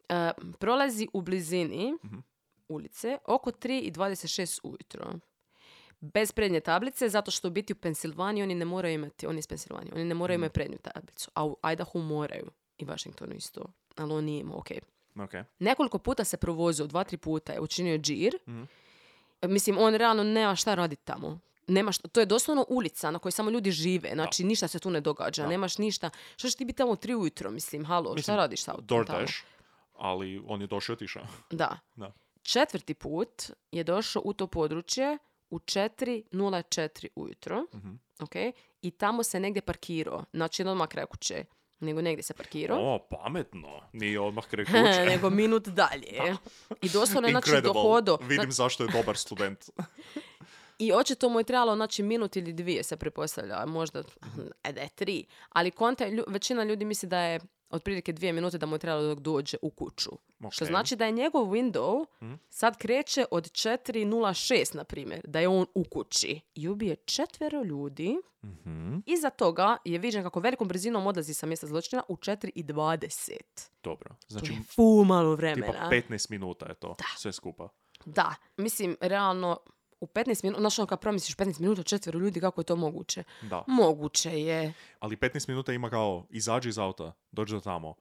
Speaker 5: e, prolazi u blizini ulice oko 3 i 26 ujutro. bez prednje tablice, zato što u biti u Pensilvaniji oni ne moraju imati, oni iz Pensilvanije, oni ne moraju imati prednju tablicu, a u Idaho moraju i Washingtonu isto, ali on nije imao, ok.
Speaker 4: Ok.
Speaker 5: Nekoliko puta se provozio, dva, tri puta je učinio džir,
Speaker 4: Mhm.
Speaker 5: mislim, on realno nema šta raditi tamo. Nema šta, to je doslovno ulica na kojoj samo ljudi žive, znači ništa se tu ne događa,
Speaker 4: Da.
Speaker 5: nemaš ništa. Što ćeš ti biti tamo u tri ujutro, mislim, halo, šta radiš sa autom tamo?
Speaker 4: DoorDash, ali on je došao i otišao.
Speaker 5: Da.
Speaker 4: Da.
Speaker 5: Četvrti put je došao u to područje u 4.04 ujutro,
Speaker 4: Mhm.
Speaker 5: ok? I tamo se negdje parkirao, znači ne odmah kraj kuće, nego negdje se parkirao.
Speaker 4: O, pametno. Nije odmah kraj kuće.
Speaker 5: nego minut dalje. I doslovno, znači,
Speaker 4: Incredible.
Speaker 5: dohodo.
Speaker 4: Vidim zašto je dobar student.
Speaker 5: I očito mu je trebalo znači minut ili dvije se prepostavlja, možda
Speaker 4: Mhm.
Speaker 5: e, da je tri. Ali konta, je lju- većina ljudi misli da je otprilike dvije minute da mu je trebalo dok dođe u kuću. Što
Speaker 4: Ok.
Speaker 5: znači da je njegov window
Speaker 4: Mhm.
Speaker 5: sad kreće od 4.06 na primjer, da je on u kući. I ubije četvero ljudi.
Speaker 4: Mhm,
Speaker 5: Iza toga je viđen kako velikom brzinom odlazi sa mjesta zločina u 4.20.
Speaker 4: Dobro.
Speaker 5: To
Speaker 4: Znači,
Speaker 5: je fu malo vremena.
Speaker 4: tipa 15 minuta je to. Sve skupa.
Speaker 5: Da, mislim, realno, u 15 minuta, znaš ono kad promisliš 15 minuta četvero ljudi, kako je to moguće?
Speaker 4: Da.
Speaker 5: Moguće je.
Speaker 4: Ali 15 minuta ima kao, izađi iz auta, dođi do tamo,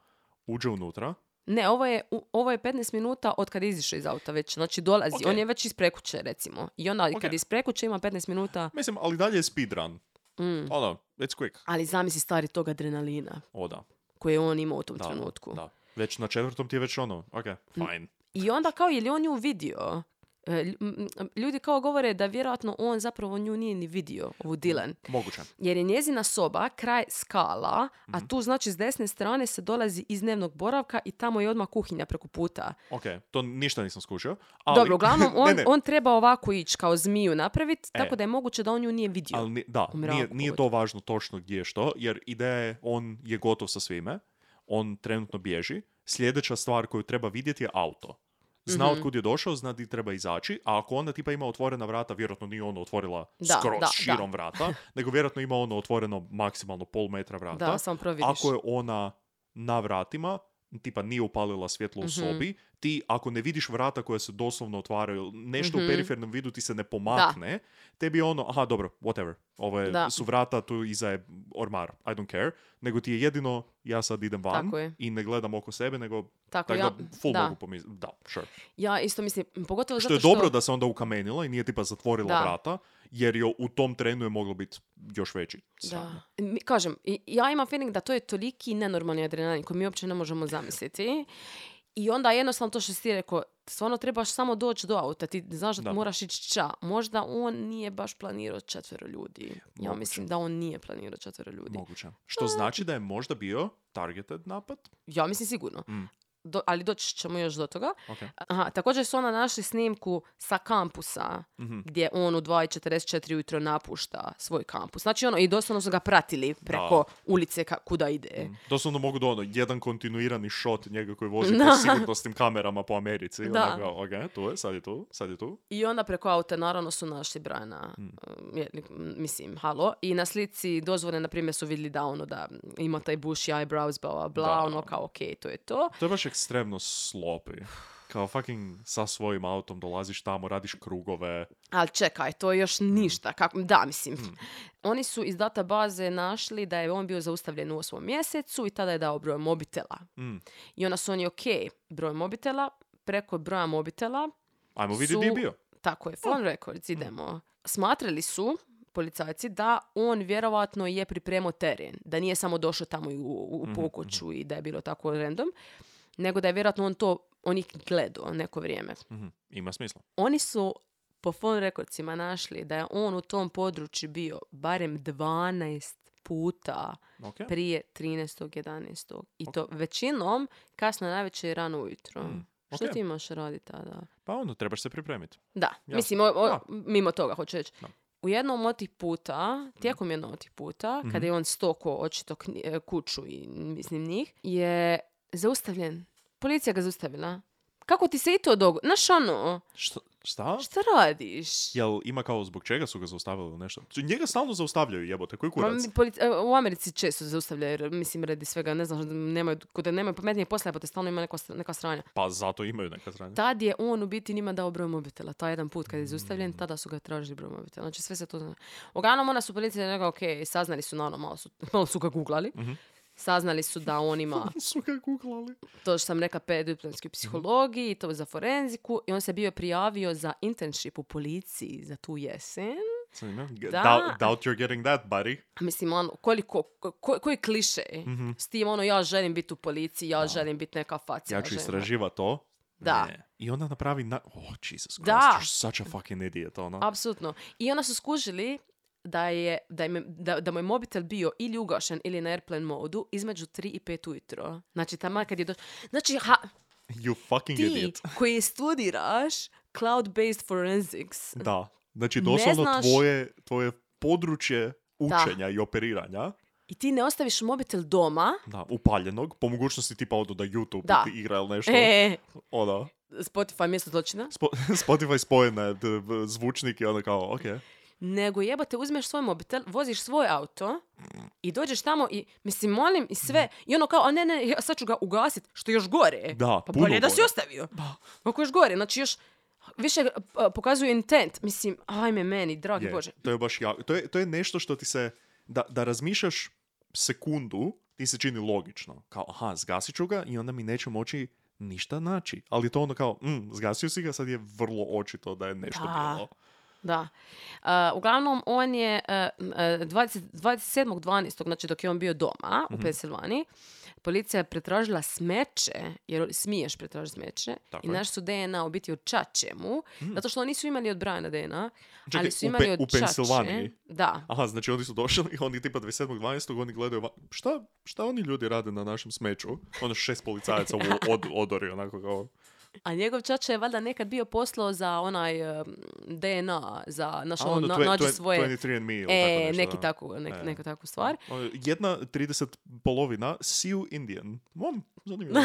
Speaker 4: uđe unutra.
Speaker 5: Ne, ovo je, u- ovo je 15 minuta od kad je izišao iz auta već. Znači, dolazi.
Speaker 4: Ok.
Speaker 5: On je već iz prekuće, recimo. I onda
Speaker 4: Ok.
Speaker 5: kad je iz prekuće ima 15 minuta.
Speaker 4: Mislim, ali dalje je speedrun.
Speaker 5: Mm.
Speaker 4: Ono, it's quick.
Speaker 5: Ali zamisli stari tog adrenalina
Speaker 4: O, da.
Speaker 5: koje je on imao u tom
Speaker 4: Da,
Speaker 5: trenutku. Mm.
Speaker 4: Da. Već na četvrtom ti je već ono, ok, fine.
Speaker 5: I onda kao, je li on nju vidio? E, lj- m- m- Ljudi kao govore da vjerojatno on zapravo nju nije ni vidio,
Speaker 4: Mhm.
Speaker 5: ovu Dylan.
Speaker 4: Moguće.
Speaker 5: jer je njezina soba kraj skala,
Speaker 4: Mhm.
Speaker 5: a tu znači s desne strane se dolazi iz dnevnog boravka i tamo je odmah kuhinja preko puta.
Speaker 4: Ok, to ništa nisam skušio. Ali,
Speaker 5: Dobro, uglavnom on,
Speaker 4: ne, ne,
Speaker 5: on treba ovako ići kao zmiju napraviti,
Speaker 4: E.
Speaker 5: tako da je moguće da on nju nije vidio.
Speaker 4: ali ni- da,
Speaker 5: u mraku
Speaker 4: nije, nije to važno točno gdje je što, jer ideja je, on je gotov sa svime, on trenutno bježi, sljedeća stvar koju treba vidjeti je auto. Zna
Speaker 5: Mhm.
Speaker 4: od kud je došao, zna di treba izaći, a ako onda tipa ima otvorena vrata, vjerojatno nije ono otvorila
Speaker 5: Da,
Speaker 4: skroz
Speaker 5: da, da.
Speaker 4: širom vrata, nego vjerojatno ima ono otvoreno maksimalno pol metra vrata.
Speaker 5: da, samo prvo vidiš.
Speaker 4: Ako je ona na vratima, tipa nije upalila svjetlo
Speaker 5: Mhm.
Speaker 4: u sobi, ti ako ne vidiš vrata koja se doslovno otvaraju, nešto
Speaker 5: Mhm.
Speaker 4: u perifernom vidu ti se ne pomakne, tebi je ono, aha, dobro, whatever, ovo je,
Speaker 5: Da.
Speaker 4: su vrata, tu iza je ormar, I don't care, nego ti je jedino, ja sad idem van
Speaker 5: Tako je.
Speaker 4: i ne gledam oko sebe, nego
Speaker 5: Tako
Speaker 4: tako
Speaker 5: ja-
Speaker 4: da full
Speaker 5: da.
Speaker 4: mogu pomisliti, da, sure.
Speaker 5: Ja isto mislim, pogotovo
Speaker 4: Što
Speaker 5: zato
Speaker 4: je
Speaker 5: što...
Speaker 4: dobro da se onda ukamenila i nije tipa zatvorila
Speaker 5: Da.
Speaker 4: vrata, jer je u tom trenu je moglo biti još veći. sram.
Speaker 5: Da. Mi- Kažem, i- ja imam feeling da to je toliki nenormalni adrenalin koji mi uopće ne možemo zamisliti. I onda jednostavno to što si ti rekao, stvarno trebaš samo doći do auta, ti znaš da,
Speaker 4: Da.
Speaker 5: moraš ići ča. Možda on nije baš planirao četvero ljudi. Ja
Speaker 4: Moguće.
Speaker 5: mislim da on nije planirao četvero ljudi.
Speaker 4: Moguće. Što znači da je možda bio targeted napad,
Speaker 5: Ja mislim sigurno.
Speaker 4: Mm.
Speaker 5: Do- ali doći ćemo još do toga.
Speaker 4: Ok.
Speaker 5: Aha, također su ona našli snimku sa kampusa
Speaker 4: Mhm.
Speaker 5: gdje on u 2.44 ujutro napušta svoj kampus. Znači ono, i doslovno su ga pratili preko ulice ka- kuda ide.
Speaker 4: Doslovno mogu do ono, jedan kontinuirani shot njega koji vozi
Speaker 5: Da.
Speaker 4: po sigurnosnim kamerama po Americi. I
Speaker 5: Da.
Speaker 4: onda kao, ok, tu je, sad je tu, sad je tu.
Speaker 5: I onda preko auta naravno su našli Brana, mislim, halo. I na slici dozvore, na primjer, su vidjeli da ono da ima taj buši eyebrows, bla, bla, bla,
Speaker 4: Da.
Speaker 5: ono kao okej, to je to.
Speaker 4: To je baš ekstremno slopi. Kao fucking sa svojim autom dolaziš tamo, radiš krugove.
Speaker 5: Ali čekaj, to je još ništa. Kako, da, mislim. Oni su iz databaze našli da je on bio zaustavljen u osmom mjesecu i tada je dao broj mobitela.
Speaker 4: Mm.
Speaker 5: I onda su oni ok, broj mobitela, preko broja mobitela
Speaker 4: Ajmo vidjeti gdje je
Speaker 5: Su-
Speaker 4: bio.
Speaker 5: Tako je, phone records, idemo. Smatrali su policajci da on vjerovatno je pripremao teren, da nije samo došao tamo i u, u, u pokuću i da je bilo tako random, nego da je vjerojatno on to, on ih gledao neko vrijeme.
Speaker 4: Mhm, Ima smisla.
Speaker 5: Oni su po phone recordsima našli da je on u tom području bio barem 12 puta
Speaker 4: Ok.
Speaker 5: prije 13.11. I to većinom kasno najveće i rano ujutro.
Speaker 4: Mm.
Speaker 5: Što
Speaker 4: Mhm. ok.
Speaker 5: mm, ti imaš raditi tada?
Speaker 4: Pa ono, trebaš se pripremiti.
Speaker 5: Da,
Speaker 4: Jasno.
Speaker 5: mislim, o- o-
Speaker 4: Da.
Speaker 5: mimo toga hoću reći.
Speaker 4: Da.
Speaker 5: U jednom od tih puta, tijekom jednog od tih puta,
Speaker 4: Mhm.
Speaker 5: kada je on stoko očito kni- e, kuću i mislim njih, je zaustavljen. Policija ga zaustavila. Kako ti se i to dogodi? Znaš ono,
Speaker 4: Šta? šta?
Speaker 5: šta radiš?
Speaker 4: Jel ima kao zbog čega su ga zaustavili ili nešto? Njega stalno zaustavljaju jebote, koji kurac?
Speaker 5: Ma, polic- e, u Americi često zaustavljaju, jer, mislim, radi svega, ne znam, nemaju, kod nemaju pametnije posla, pa te stalno ima neko, neka sranja.
Speaker 4: Pa zato imaju neka strana.
Speaker 5: Tad je on u biti njima dao broj mobitela. Taj jedan put kad je zaustavljen, tada su ga tražili broj mobitela. Znači sve se to zna. Uglavnom ona su policija rekla, ok, saznali su na ono, malo su, malo su ga googlali. Saznali su da on ima
Speaker 4: su ga kuklali.
Speaker 5: to što sam rekla pedoplanskoj psihologiji i to za forenziku i on se bio prijavio za internship u policiji za tu jesen. Da.
Speaker 4: Doubt, doubt you're getting that, buddy.
Speaker 5: Mislim, ono, koliko, ko, ko- koji kliše
Speaker 4: Mhm.
Speaker 5: s tim, ono, ja želim biti u policiji, ja želim biti neka faca.
Speaker 4: Ja ću
Speaker 5: želim-
Speaker 4: istraživati to.
Speaker 5: Da.
Speaker 4: Ne. I onda napravi na... Oh, Jesus Christ,
Speaker 5: Da.
Speaker 4: you're such a fucking idiot, ono.
Speaker 5: Apsolutno. I onda su skužili da, je, da, im je- da, da mu je mobitel bio ili ugašen ili na airplane modu između 3 i 5 ujutro. Znači, tamo kad je došao... Znači, ha,
Speaker 4: You fucking
Speaker 5: ti
Speaker 4: idiot.
Speaker 5: koji studiraš cloud-based forensics,
Speaker 4: Da. Znači,
Speaker 5: Ne
Speaker 4: doslovno
Speaker 5: znaš-
Speaker 4: tvoje, tvoje područje učenja i operiranja,
Speaker 5: i ti ne ostaviš mobitel doma,
Speaker 4: da, upaljenog, po mogućnosti tipa odu da YouTube
Speaker 5: Da.
Speaker 4: ti igra ili nešto,
Speaker 5: e,
Speaker 4: ono,
Speaker 5: Spotify mjesto zločina,
Speaker 4: Spo- Spotify spojen na d- b- zvučnik i onda kao, ok,
Speaker 5: nego jebote, uzmeš svoj mobitel, voziš svoj auto i dođeš tamo i, mislim, molim i sve, i ono kao, a ne, ne, ja sad ću ga ugasit, što je još gore.
Speaker 4: Da,
Speaker 5: pa
Speaker 4: puno
Speaker 5: bolje no, da si
Speaker 4: gore.
Speaker 5: ostavio. Ako još gore, znači još više a, pokazuje intent, mislim, ajme meni, dragi
Speaker 4: je,
Speaker 5: Bože.
Speaker 4: to je baš jako, to je, to je nešto što ti se, da, da razmišljaš sekundu, ti se čini logično, kao, aha, zgasit ću ga i onda mi neće moći ništa naći, ali to ono kao, mm, zgasio si ga, sad je vrlo očito da je nešto
Speaker 5: Da.
Speaker 4: bilo.
Speaker 5: Da. A, uglavnom, on je e, m, e, 20 27.12., znači dok je on bio doma
Speaker 4: Mhm.
Speaker 5: u Pensilvaniji, policija je pretražila smeće, jer smiješ pretražiti smeće,
Speaker 4: Tako
Speaker 5: i
Speaker 4: je. Mm.
Speaker 5: naš su DNA u biti od čače mu, zato što oni nisu imali od Briana DNA,
Speaker 4: Čekaj,
Speaker 5: ali su
Speaker 4: u
Speaker 5: imali
Speaker 4: Pe-
Speaker 5: od
Speaker 4: u Pensilvaniji?
Speaker 5: čače. Da.
Speaker 4: Aha, znači oni su došli i oni tipa 27.12. oni gledaju, va- šta, šta oni ljudi rade na našem smeću? Ono šest policajaca u od, odori, onako kao,
Speaker 5: A njegov čača je valjda nekad bio poslao za onaj e, DNA, za naš
Speaker 4: a
Speaker 5: ono,
Speaker 4: ono,
Speaker 5: na-
Speaker 4: twe-
Speaker 5: nađi
Speaker 4: twe-
Speaker 5: svoje...
Speaker 4: 23andMe ili
Speaker 5: E,
Speaker 4: tako nešto,
Speaker 5: neki
Speaker 4: da.
Speaker 5: tako, nek,
Speaker 4: E.
Speaker 5: neka takvu stvar.
Speaker 4: Ono, Jedna 30 polovina, Sioux Indian. Mom, zanimljivo.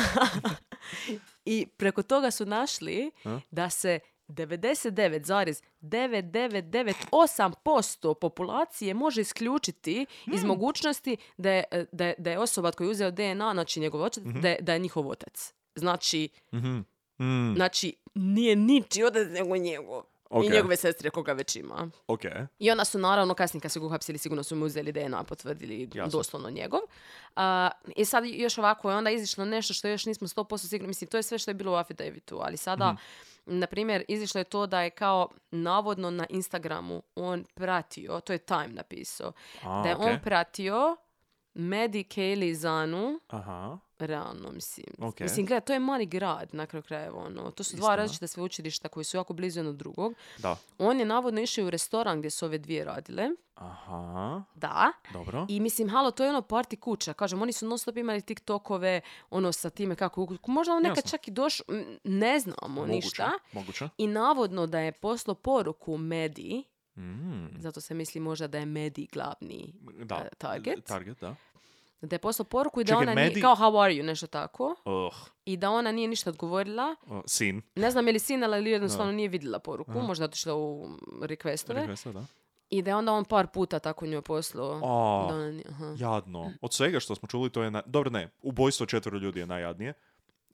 Speaker 5: I preko toga su našli
Speaker 4: A?
Speaker 5: da se 99,9998% populacije može isključiti iz
Speaker 4: Hmm.
Speaker 5: mogućnosti da je, e, da, je, da je osoba od koje je uzeo DNA, znači njegov otac, da, je, da je njihov otac. Znači,
Speaker 4: Mhm. Mm,
Speaker 5: znači nije niči otac nego njegov. I
Speaker 4: Ok.
Speaker 5: njegove sestre koga već ima.
Speaker 4: ok.
Speaker 5: I onda su naravno kasnije kad su ga uhapsili sigurno su mu uzeli DNA, potvrdili
Speaker 4: Jasno.
Speaker 5: doslovno njegov. A, I sad još ovako je onda izišlo nešto što još nismo 100% sigurni. Mislim, to je sve što je bilo u Affidavitu, ali sada,
Speaker 4: Mhm.
Speaker 5: na primjer, izišlo je to da je kao navodno na Instagramu on pratio, to je Time napisao,
Speaker 4: A,
Speaker 5: da je on
Speaker 4: ok.
Speaker 5: pratio Medi Kaylee Zanu,
Speaker 4: Aha.
Speaker 5: realno mislim.
Speaker 4: Ok.
Speaker 5: Mislim, gledaj, to je mali grad na kraju krajeva, ono. To su dva
Speaker 4: Istina.
Speaker 5: različita sveučilišta koji su jako blizu jedno drugog.
Speaker 4: Da.
Speaker 5: On je navodno išao u restoran gdje su ove dvije radile.
Speaker 4: Aha.
Speaker 5: Da.
Speaker 4: Dobro.
Speaker 5: I mislim, halo, to je ono party kuća. Kažem, oni su non stop imali TikTokove, ono sa time kako... Možda on nekad
Speaker 4: Jasno.
Speaker 5: čak i doš... m, Ne znamo ništa.
Speaker 4: Moguće.
Speaker 5: I navodno da je poslo poruku Medi,
Speaker 4: Mm,
Speaker 5: zato se misli možda da je Medi glavni,
Speaker 4: Da.
Speaker 5: E, target?
Speaker 4: Target, da.
Speaker 5: da je poslao poruku i da
Speaker 4: Čekaj,
Speaker 5: ona
Speaker 4: Medi-
Speaker 5: nije, kao how are you, nešto tako,
Speaker 4: Uh,
Speaker 5: i da ona nije ništa odgovorila.
Speaker 4: sin.
Speaker 5: Ne znam je li sinala ili jednostavno nije vidjela poruku, možda je otišla u requestove.
Speaker 4: Regresa, da.
Speaker 5: I da je onda on par puta tako njoj poslao.
Speaker 4: A,
Speaker 5: da ona nije- aha.
Speaker 4: jadno. Od svega što smo čuli, to je... Na... Dobro, ne. Ubojstvo četvero ljudi je najjadnije.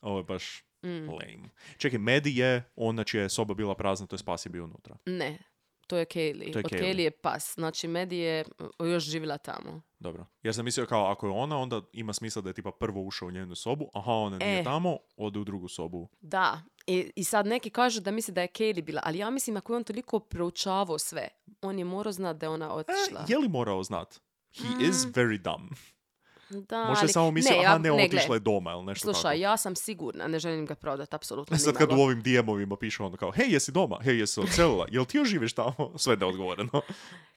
Speaker 4: Ovo je baš
Speaker 5: Mm.
Speaker 4: lame. Čekaj, Medi je ona čija je soba bila prazna, to je spas je bio unutra.
Speaker 5: Ne, to je Kaylee.
Speaker 4: To je
Speaker 5: Od
Speaker 4: Kaylee.
Speaker 5: Kaylee je pas. Znači, Medi je o, još živjela tamo.
Speaker 4: Dobro. Jer sam mislio kao ako je ona, onda ima smisla da je tipa prvo ušao u njenu sobu, aha, ona nije
Speaker 5: E.
Speaker 4: tamo, ode u drugu sobu.
Speaker 5: Da. I, I sad neki kažu da misle da je Kaylee bila, ali ja mislim ako je on toliko proučavao sve, on je morao znat da je ona
Speaker 4: E,
Speaker 5: otišla.
Speaker 4: je li morao znat? He is very dumb.
Speaker 5: Da,
Speaker 4: Možda je
Speaker 5: ali-
Speaker 4: samo mislio,
Speaker 5: ja-
Speaker 4: aha, ne,
Speaker 5: gle,
Speaker 4: otišla je doma ili nešto
Speaker 5: Slušaj,
Speaker 4: tako. E,
Speaker 5: ja sam sigurna, ne želim ga prodati, apsolutno.
Speaker 4: Sad
Speaker 5: ni
Speaker 4: kad u
Speaker 5: malo.
Speaker 4: ovim DM-ovima piše ono kao, hej, jesi doma? Hej, jesi odselila? Jel ti još živiš tamo? Sve neodgovoreno.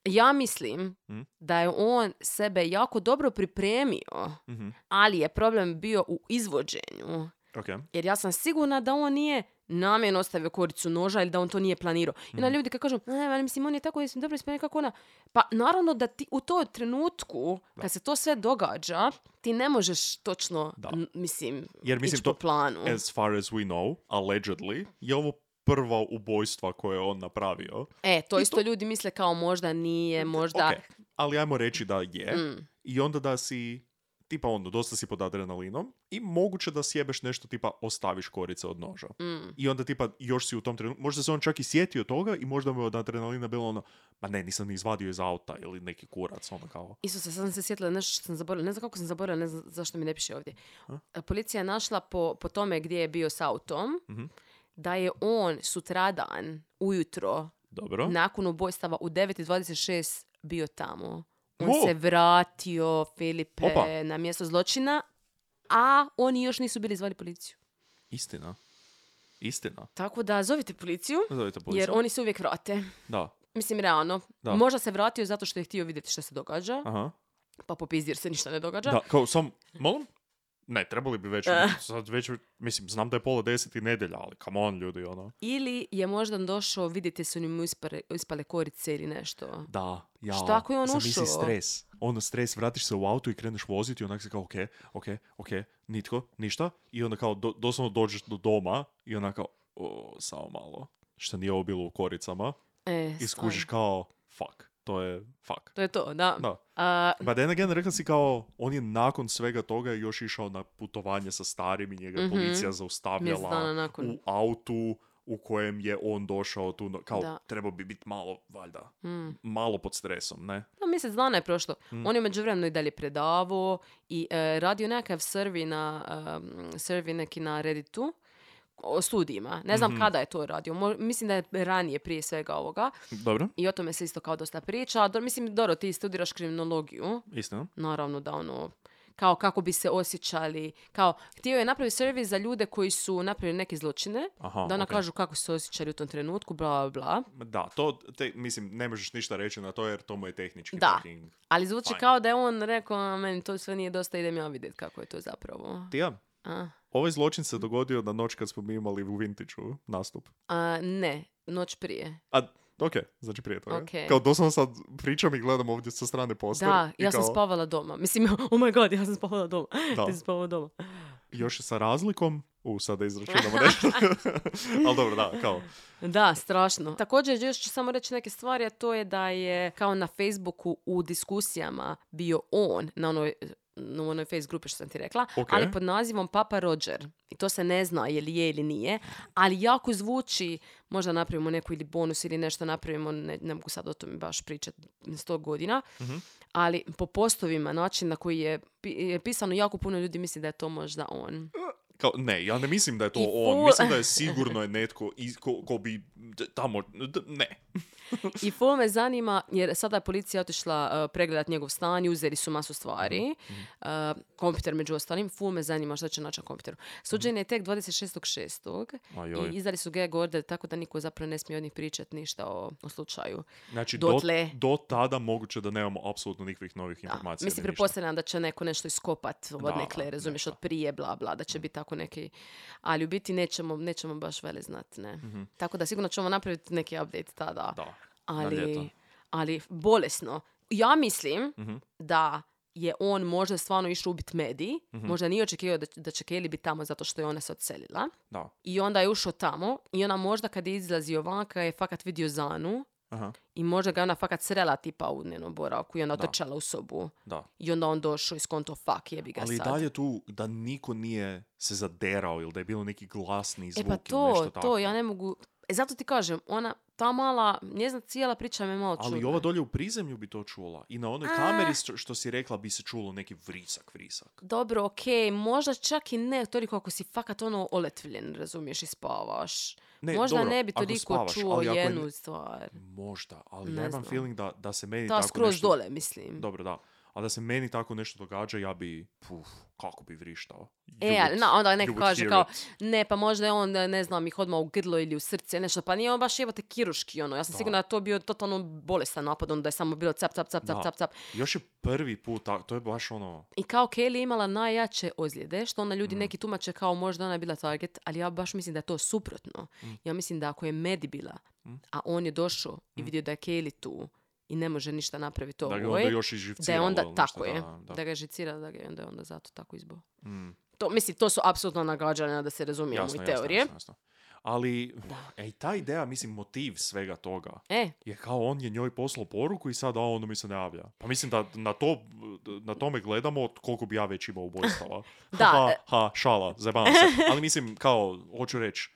Speaker 5: Ja mislim
Speaker 4: Mm.
Speaker 5: da je on sebe jako dobro pripremio,
Speaker 4: Mhm.
Speaker 5: ali je problem bio u izvođenju.
Speaker 4: Ok. Mm.
Speaker 5: Jer ja sam sigurna da on nije namjerno ostavio koricu noža ili da on to nije planirao. I
Speaker 4: Mhm.
Speaker 5: onda ljudi kad kažu, ne, ali mislim, on je tako, mislim, dobro isplanirao kako ona. Pa naravno da ti u tom trenutku, kad se to sve događa, ti ne možeš točno,
Speaker 4: Da.
Speaker 5: m, mislim,
Speaker 4: Jer mislim
Speaker 5: ići
Speaker 4: to,
Speaker 5: po planu.
Speaker 4: as far as we know, allegedly, je ovo prva ubojstva koje je on napravio.
Speaker 5: E, to
Speaker 4: I
Speaker 5: isto ljudi misle kao možda nije, možda...
Speaker 4: Ok, ali ajmo reći da je.
Speaker 5: Mm.
Speaker 4: I onda da si, tipa onda, dosta si pod adrenalinom i moguće da sjebeš nešto tipa ostaviš korice od noža.
Speaker 5: Mm.
Speaker 4: I onda tipa još si u tom trenutku, možda se on čak i sjetio toga i možda mu je od adrenalina bilo ono, ma ne, nisam ni izvadio iz auta ili neki kurac, ono kao.
Speaker 5: Isuse, sad sam se sjetila nešto što sam zaboravila. Ne znam kako sam zaboravila, ne znam zašto mi ne piše ovdje.
Speaker 4: A?
Speaker 5: E, Policija je našla po, po tome gdje je bio s autom,
Speaker 4: Mhm.
Speaker 5: da je on sutradan ujutro
Speaker 4: Dobro.
Speaker 5: nakon ubojstava u 9.26 bio tamo. On
Speaker 4: O!
Speaker 5: se vratio, Filipe,
Speaker 4: Opa.
Speaker 5: na mjesto zločina, a oni još nisu bili zvali policiju.
Speaker 4: Istina. Istina.
Speaker 5: Tako da zovite policiju,
Speaker 4: Zovite policiju.
Speaker 5: jer oni se uvijek vrate.
Speaker 4: Da.
Speaker 5: Mislim, realno.
Speaker 4: Da.
Speaker 5: Možda se vratio zato što je htio vidjeti što se događa,
Speaker 4: Aha.
Speaker 5: pa popizdir se ništa ne događa.
Speaker 4: Da, kao sam, molim? Ne, trebali bi već,
Speaker 5: Eh.
Speaker 4: sad već, mislim, znam da je pola deset i nedjelja, ali come on ljudi, ono.
Speaker 5: Ili je možda došao vidjeti su njemu ispare, ispale korice ili nešto.
Speaker 4: Da, ja.
Speaker 5: Šta ako je on
Speaker 4: zamisli
Speaker 5: ušao?
Speaker 4: stres. Ono, stres, vratiš se u auto i kreneš voziti i onak se kao, ok, ok, ok, nitko, ništa. I onda kao, do, doslovno dođeš do doma i onda kao, o, samo malo. Što nije ovo bilo u koricama.
Speaker 5: E,
Speaker 4: I
Speaker 5: stvarno.
Speaker 4: skužiš kao, fuck, to je fuck.
Speaker 5: To je to, da.
Speaker 4: Da.
Speaker 5: A,
Speaker 4: Ba then again, rekla si kao, on je nakon svega toga još išao na putovanje sa starim i njega je
Speaker 5: Mhm.
Speaker 4: policija
Speaker 5: mjesec dana
Speaker 4: zaustavljala
Speaker 5: nakon.
Speaker 4: u autu u kojem je on došao tu, no- kao
Speaker 5: Da.
Speaker 4: trebao bi biti malo, valjda,
Speaker 5: Mm.
Speaker 4: malo pod stresom, ne?
Speaker 5: No, Pa mjesec dana je prošlo.
Speaker 4: Mm.
Speaker 5: On je međuvremeno i dalje predavao i e, radio nekakav servi na, um, servi neki na Redditu o studijima. Ne znam
Speaker 4: Mhm.
Speaker 5: kada je to radio. Mo- mislim da je ranije prije svega ovoga.
Speaker 4: Dobro,
Speaker 5: I o tome se isto kao dosta priča. Do- mislim, dobro, ti studiraš kriminologiju.
Speaker 4: istina.
Speaker 5: naravno da ono kao kako bi se osjećali, kao htio je napraviti servis za ljude koji su napravili neke zločine,
Speaker 4: Aha,
Speaker 5: da ona
Speaker 4: ok.
Speaker 5: kažu kako su se osjećali u tom trenutku, bla, bla, bla.
Speaker 4: Da, to, te, mislim, ne možeš ništa reći na to jer to mu je tehnički
Speaker 5: Da.
Speaker 4: fucking...
Speaker 5: Ali zvuči
Speaker 4: Fajn.
Speaker 5: kao da je on rekao, "A, meni to sve nije dosta, idem ja vidjeti kako je to zapravo.
Speaker 4: Tija,
Speaker 5: A,
Speaker 4: ovaj zločin se dogodio na noć kad smo mi imali u Vintiću nastup.
Speaker 5: a, ne, noć prije.
Speaker 4: A, ok, znači prije toga.
Speaker 5: Ok.
Speaker 4: Kao doslovno sad pričam i gledam ovdje sa strane poster.
Speaker 5: Da,
Speaker 4: i
Speaker 5: ja sam
Speaker 4: kao-
Speaker 5: spavala doma. Mislim, oh my god, ja sam spavala doma.
Speaker 4: Da.
Speaker 5: Ti si spavala doma.
Speaker 4: još je sa razlikom, u sada izračunamo nešto, ali dobro, da, kao,
Speaker 5: Da, strašno. Također, još ću samo reći neke stvari, a to je da je kao na Facebooku u diskusijama bio on na onoj na onoj face grupi što sam ti rekla,
Speaker 4: Ok.
Speaker 5: ali pod nazivom Papa Roger. I to se ne zna je li je ili nije, ali jako zvuči, možda napravimo neku ili bonus ili nešto napravimo, ne, ne mogu sad o tome baš pričati sto godina,
Speaker 4: Mhm.
Speaker 5: ali po postovima, način na koji je, pi- je pisano, jako puno ljudi misli da je to možda on.
Speaker 4: kao, ne, ja ne mislim da je to
Speaker 5: I
Speaker 4: on,
Speaker 5: ful-
Speaker 4: mislim da je sigurno je netko iz, ko, ko bi d- tamo, d- ne.
Speaker 5: I ful me zanima, jer sada je policija otišla uh, pregledat njegov stan i uzeli su masu stvari.
Speaker 4: Mhm,
Speaker 5: Uh, kompjuter među ostalim. Ful me zanima šta će naći na kompjuteru. Suđen je tek 26.6.
Speaker 4: Mhm. Ajoj.
Speaker 5: I izdali su gag order, tako da niko zapravo ne smije od njih pričati ništa o, o slučaju.
Speaker 4: Znači,
Speaker 5: Dotle.
Speaker 4: Do, do tada moguće da nemamo apsolutno nikakvih novih
Speaker 5: Da.
Speaker 4: informacija.
Speaker 5: Mislim,
Speaker 4: ni ništa.
Speaker 5: pretpostavljam da će neko nešto iskopat
Speaker 4: Da, Mhm.
Speaker 5: od nekle, razumiješ,
Speaker 4: nešto.
Speaker 5: od prije, bla, bla, da će biti tako neki... Ali u biti nećemo, nećemo baš vele znati, ne.
Speaker 4: Mhm.
Speaker 5: Tako da sigurno ćemo napraviti neki update tada.
Speaker 4: Da, na ljeto.
Speaker 5: ali, ali bolesno. Ja mislim
Speaker 4: Mhm.
Speaker 5: da je on možda stvarno išao ubit Medi,
Speaker 4: Mhm.
Speaker 5: možda nije očekivao da, da će Kelly biti tamo zato što je ona se odselila.
Speaker 4: Da,
Speaker 5: I onda je ušao tamo i ona možda kad je izlazio vanka je fakat vidio Zanu
Speaker 4: aha,
Speaker 5: i možda ga je ona fakat srela tipa u njenom boravku i ona
Speaker 4: Da.
Speaker 5: trčala u sobu.
Speaker 4: da.
Speaker 5: I onda on došao i skonto fuck jebi ga
Speaker 4: Ali i
Speaker 5: sad.
Speaker 4: dalje tu da niko nije se zaderao ili da je bilo neki glasni zvuk
Speaker 5: e pa
Speaker 4: ili
Speaker 5: to,
Speaker 4: nešto
Speaker 5: to,
Speaker 4: tako.
Speaker 5: ja ne mogu... E, zato ti kažem, ona, ta mala, njezna cijela priča me malo čudna.
Speaker 4: Ali ova dolje u prizemlju bi to čula. I na onoj
Speaker 5: A.
Speaker 4: kameri što, što si rekla bi se čulo neki vrisak, vrisak.
Speaker 5: Dobro, okej, možda čak i ne toliko ako si fakat ono oletvljen, razumiješ, i spavaš.
Speaker 4: Ne,
Speaker 5: možda
Speaker 4: dobro,
Speaker 5: ne bi
Speaker 4: ako
Speaker 5: toliko
Speaker 4: spavaš,
Speaker 5: čuo
Speaker 4: ali ako je
Speaker 5: jednu
Speaker 4: ne-
Speaker 5: stvar.
Speaker 4: Možda, ali
Speaker 5: Ne
Speaker 4: ja imam
Speaker 5: znam.
Speaker 4: feeling da, da se meni
Speaker 5: Ta
Speaker 4: tako
Speaker 5: skroz
Speaker 4: nešto...
Speaker 5: dole, mislim.
Speaker 4: Dobro, da. A da se meni tako nešto događa, ja bi, puf, kako bi vrištao.
Speaker 5: E,
Speaker 4: You
Speaker 5: ali,
Speaker 4: would-
Speaker 5: na, onda neko
Speaker 4: you would
Speaker 5: kaže
Speaker 4: hear
Speaker 5: kao,
Speaker 4: it.
Speaker 5: ne, pa možda je on, ne znam, ih odmah u grlo ili u srce, nešto, pa nije on baš jebate kiruški, ono, ja sam
Speaker 4: Da.
Speaker 5: sigurna da je to bio totalno bolestan napad, ono da je samo bilo cap, cap, cap,
Speaker 4: Da.
Speaker 5: cap, cap, cap.
Speaker 4: Još je prvi put, ta- to je baš ono,
Speaker 5: I kao Kelly je imala najjače ozljede, što onda
Speaker 4: Mhm.
Speaker 5: ljudi neki tumače kao možda ona je bila target, ali ja baš mislim da je to suprotno.
Speaker 4: Mhm.
Speaker 5: Ja mislim da ako je Medi bila, a on je došao i vidio da je Kelly tu i ne može ništa napraviti
Speaker 4: Mhm. da ga
Speaker 5: ovoj,
Speaker 4: onda još
Speaker 5: da je
Speaker 4: izživciralo.
Speaker 5: onda,
Speaker 4: ili nešto,
Speaker 5: tako je, da,
Speaker 4: da,
Speaker 5: ga je žicirala, da ga je onda, onda zato tako izbao.
Speaker 4: da. Mm.
Speaker 5: To, mislim, to su apsolutno nagađanja da se razumijemo
Speaker 4: Jasno,
Speaker 5: i
Speaker 4: jasno,
Speaker 5: teorije.
Speaker 4: jasno, jasno. Ali, ej, ta ideja, mislim, motiv svega toga
Speaker 5: E,
Speaker 4: je kao on je njoj poslao poruku i sad a ono mi se ne javlja. Pa mislim da na, to, na tome gledamo koliko bi ja već imao ubojstava.
Speaker 5: Da,
Speaker 4: ha,
Speaker 5: e.
Speaker 4: ha, šala, zajebavam se. Ali mislim, kao, hoću reći,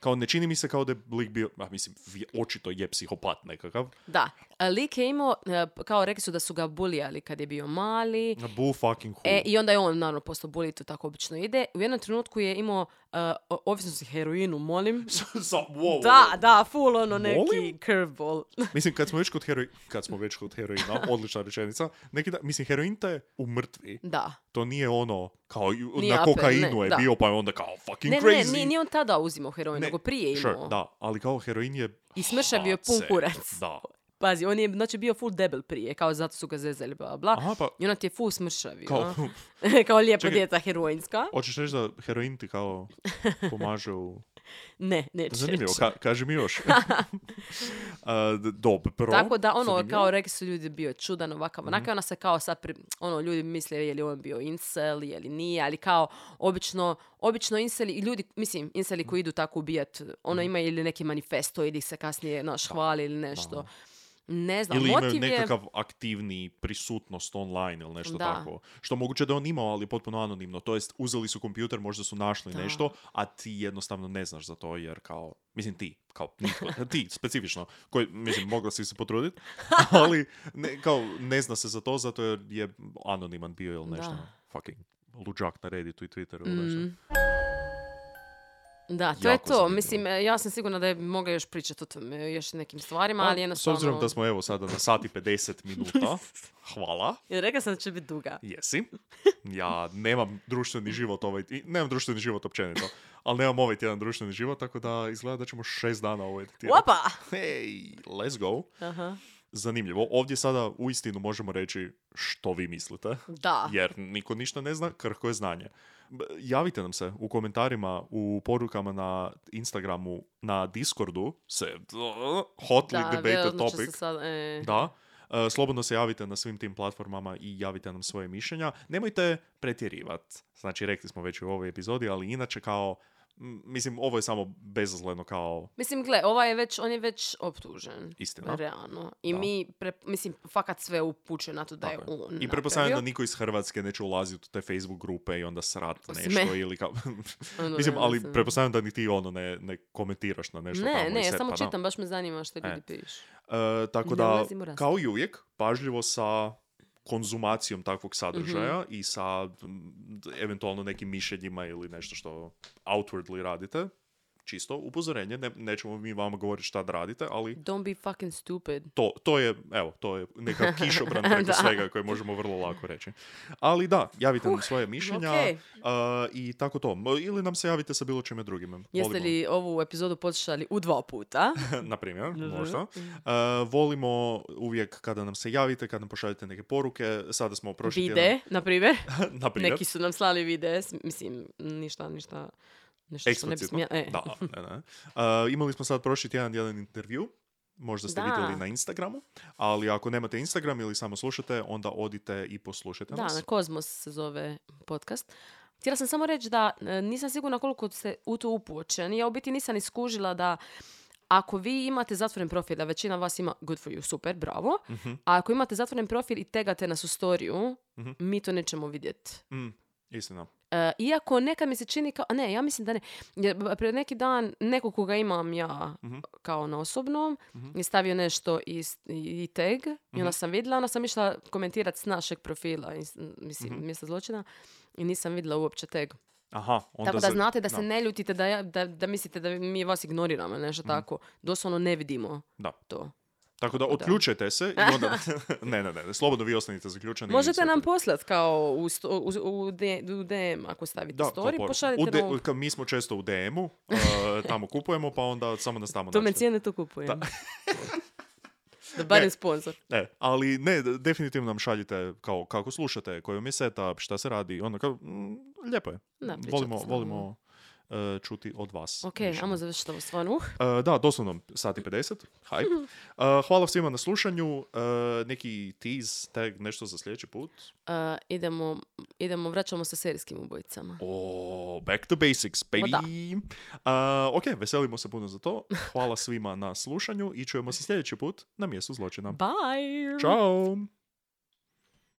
Speaker 4: kao ne čini mi se kao da je lik bio, a mislim, vi- očito je psihopat nekakav.
Speaker 5: da. A Lik je imao, e, kao rekli su da su ga bulijali kad je bio mali.
Speaker 4: Na bull fucking who.
Speaker 5: E, I onda je on, naravno, postao bully, to tako obično ide. U jednom trenutku je imao uh, ovisnost o heroinu, molim.
Speaker 4: Sa- wow,
Speaker 5: Da,
Speaker 4: wow.
Speaker 5: da, full ono neki
Speaker 4: Molim?
Speaker 5: curveball.
Speaker 4: Mislim, kad smo već kod heroina, kad smo već kod heroina, odlična rečenica, neki da, mislim, heroin te je u mrtvi.
Speaker 5: da.
Speaker 4: To nije ono, kao i-
Speaker 5: Nije
Speaker 4: na
Speaker 5: apel,
Speaker 4: kokainu
Speaker 5: ne,
Speaker 4: je
Speaker 5: da.
Speaker 4: bio, pa je onda kao fucking
Speaker 5: Ne, ne, ne,
Speaker 4: crazy.
Speaker 5: nije, nije on tada uzimao heroin,
Speaker 4: Ne,
Speaker 5: nego prije imao.
Speaker 4: Sure, da, ali kao heroin je...
Speaker 5: I smršavio je pun
Speaker 4: HC,
Speaker 5: kurac.
Speaker 4: Da.
Speaker 5: Pazi, on je znači bio full debel prije, kao zato su ga zezali, bla, bla.
Speaker 4: Aha, pa
Speaker 5: I ona ti je full smršavio.
Speaker 4: kao,
Speaker 5: kao lijepo
Speaker 4: Čekaj.
Speaker 5: djeca heroinska.
Speaker 4: hoćeš reći da heroin ti kao pomaže u...
Speaker 5: Ne, neću
Speaker 4: Zanimljivo,
Speaker 5: reći.
Speaker 4: ka, kaži mi još. A, d- Dobro.
Speaker 5: Tako da, ono,
Speaker 4: zanimljivo.
Speaker 5: kao rekli su ljudi, bio je čudan, ovakav, onakav,
Speaker 4: Mhm.
Speaker 5: ona se kao sad, pri- ono, ljudi misle je li on bio incel, je li nije, ali kao, obično, obično inceli, i ljudi, mislim, inceli koji idu tako ubijat,
Speaker 4: Mhm.
Speaker 5: ono, ima ili neki manifesto, ili se kasnije, naš, hvali ili nešto. Ne znam,
Speaker 4: Ili imaju
Speaker 5: motiv je...
Speaker 4: nekakav aktivni prisutnost online ili nešto
Speaker 5: Da.
Speaker 4: tako. Što moguće da je on imao, ali potpuno anonimno. To jest, uzeli su kompjuter, možda su našli
Speaker 5: Da.
Speaker 4: nešto, a ti jednostavno ne znaš za to, jer kao, mislim ti, kao nitko, ti specifično, koji, mislim, mogla si se potruditi, ali ne, kao, ne zna se za to, zato jer je anoniman bio ili nešto.
Speaker 5: Da.
Speaker 4: Fucking luđak na Redditu i Twitteru ili nešto.
Speaker 5: Mm, Da, to je
Speaker 4: Jako
Speaker 5: to.
Speaker 4: zanimljivo.
Speaker 5: Mislim, e, ja sam sigurna da je mogla još pričati o tome, još nekim stvarima,
Speaker 4: Pa, S
Speaker 5: ali jednostavno...
Speaker 4: obzirom da smo evo sada na sati 50 minuta, hvala.
Speaker 5: Jer Rekla sam da će biti duga.
Speaker 4: Jesi. Ja nemam društveni život ovaj, i nemam društveni život općenito, ali nemam ovaj tjedan društveni život, tako da izgleda da ćemo šest dana ovo editirati.
Speaker 5: Opa!
Speaker 4: Hej, let's go.
Speaker 5: Aha.
Speaker 4: Zanimljivo, ovdje sada u istinu možemo reći što vi mislite,
Speaker 5: Da.
Speaker 4: jer niko ništa ne zna, krhko je znanje. B- Javite nam se u komentarima, u porukama na Instagramu, na Discordu, se hotly
Speaker 5: da,
Speaker 4: debate
Speaker 5: vjerojatno će
Speaker 4: topic.
Speaker 5: se sad, e,
Speaker 4: Da. E, Slobodno se javite na svim tim platformama i javite nam svoje mišljenja. Nemojte pretjerivat. Znači, rekli smo već u ovoj epizodi, ali inače kao, m, mislim, ovo je samo bezazleno kao
Speaker 5: Mislim, gle, ovaj je već, on je već optužen.
Speaker 4: istina.
Speaker 5: Realno. I
Speaker 4: Da.
Speaker 5: mi, pre- mislim, fakat sve upućuje na to da je
Speaker 4: Tako je.
Speaker 5: on
Speaker 4: I pretpostavljam da
Speaker 5: napravio.
Speaker 4: niko iz Hrvatske neće ulaziti u te Facebook grupe i onda srat
Speaker 5: Osim
Speaker 4: nešto
Speaker 5: me.
Speaker 4: ili kao...
Speaker 5: Ono,
Speaker 4: mislim,
Speaker 5: ne,
Speaker 4: ali
Speaker 5: Pa mislim.
Speaker 4: pretpostavljam da ni ti ono ne, ne komentiraš na nešto tamo
Speaker 5: Ne,
Speaker 4: iz
Speaker 5: ne, ja
Speaker 4: seta,
Speaker 5: samo
Speaker 4: da.
Speaker 5: čitam, baš me zanima što ljudi
Speaker 4: E.
Speaker 5: pišu.
Speaker 4: E, tako
Speaker 5: Ne
Speaker 4: da,
Speaker 5: ulazim u raspravu.
Speaker 4: kao i uvijek, pažljivo sa konzumacijom takvog sadržaja
Speaker 5: Mhm.
Speaker 4: i sa m, d- eventualno nekim mišljenjima ili nešto što outwardly radite. Čisto upozorenje, ne, nećemo mi vama govoriti šta da radite, ali
Speaker 5: Don't be fucking stupid.
Speaker 4: to, to je, evo, to je neka kišobran preko
Speaker 5: Da.
Speaker 4: svega koje možemo vrlo lako reći. Ali da, javite nam svoje mišljenja
Speaker 5: okej.
Speaker 4: e, i tako to. M, Ili nam se javite sa bilo čime drugim.
Speaker 5: Jeste
Speaker 4: Volimo-
Speaker 5: li ovu epizodu poslušali u dva puta?
Speaker 4: na primjer,
Speaker 5: Mhm.
Speaker 4: možda. E, volimo uvijek kada nam se javite, kada nam pošaljete neke poruke. Sada smo prošli
Speaker 5: Vide, na primjer.
Speaker 4: tjedan- na primjer,
Speaker 5: Neki su nam slali vide, s- mislim, ništa, ništa, nešto što ne bi
Speaker 4: eksplicitno.
Speaker 5: smija... E.
Speaker 4: Da, ne, ne. E, imali smo sad prošli tjedan jedan intervju. Možda ste
Speaker 5: Da.
Speaker 4: vidjeli na Instagramu, ali ako nemate Instagram ili samo slušate, onda odite i poslušajte
Speaker 5: Da,
Speaker 4: nas.
Speaker 5: na Kozmos se zove podcast. Htjela sam samo reći da e, nisam sigurna koliko ste u to upućeni. Ja u biti nisam iskužila da ako vi imate zatvoren profil, a većina vas ima good for you, super, bravo. A ako imate zatvoren profil i tegate nas u storiju,
Speaker 4: Mhm.
Speaker 5: mi to nećemo vidjeti.
Speaker 4: Mm, istina.
Speaker 5: E, iako nekad mi se čini kao, a ne, ja mislim da ne. Jer b- Prije neki dan nekog koga imam ja
Speaker 4: Mhm.
Speaker 5: kao na osobnom
Speaker 4: Mhm.
Speaker 5: je stavio nešto i, s- i tag i
Speaker 4: Mhm.
Speaker 5: onda sam vidjela, onda sam išla komentirati s našeg profila, i s- mislim,
Speaker 4: Mhm.
Speaker 5: mjesta zločina i nisam vidjela uopće tag.
Speaker 4: Aha, onda
Speaker 5: tako da
Speaker 4: za-
Speaker 5: znate da
Speaker 4: da.
Speaker 5: se ne ljutite,
Speaker 4: Mhm.
Speaker 5: da, ja, da, da mislite da mi vas ignoriramo ili nešto tako. Doslovno ne vidimo
Speaker 4: Da.
Speaker 5: to.
Speaker 4: Tako da
Speaker 5: Tako da.
Speaker 4: otključajte se i onda... ne, ne, ne, slobodno vi ostanite zaključeni. i
Speaker 5: Možete nam
Speaker 4: shvatite.
Speaker 5: poslati kao u, sto- u, u, D- u DM ako stavite
Speaker 4: Da, kao
Speaker 5: story,
Speaker 4: poruku.
Speaker 5: pošaljite
Speaker 4: U de-
Speaker 5: nam...
Speaker 4: ka- Mi smo često u DM-u, e, tamo kupujemo, pa onda samo nas tamo
Speaker 5: To me
Speaker 4: nađete.
Speaker 5: cijene to kupujem. da barem sponsor.
Speaker 4: E, ali ne, d- definitivno nam šaljite kao kako slušate, koji vam je setup, šta se radi, ono kao, mm, lijepo je.
Speaker 5: Da, pričate
Speaker 4: volimo
Speaker 5: s nama.
Speaker 4: volimo e, čuti od vas.
Speaker 5: Ok,
Speaker 4: mišljenje.
Speaker 5: ajmo završiti ovo stvarno. Uh,
Speaker 4: E, da, doslovno sati 50, haj. E, hvala svima na slušanju, e, neki tease, tag, nešto za sljedeći put.
Speaker 5: Eh, idemo, idemo, vraćamo se serijskim ubojicama.
Speaker 4: O, back to basics, baby. E, ok, veselimo se puno za to. Hvala svima na slušanju i čujemo se sljedeći put na mjestu zločina.
Speaker 5: Bye!
Speaker 4: Ćao!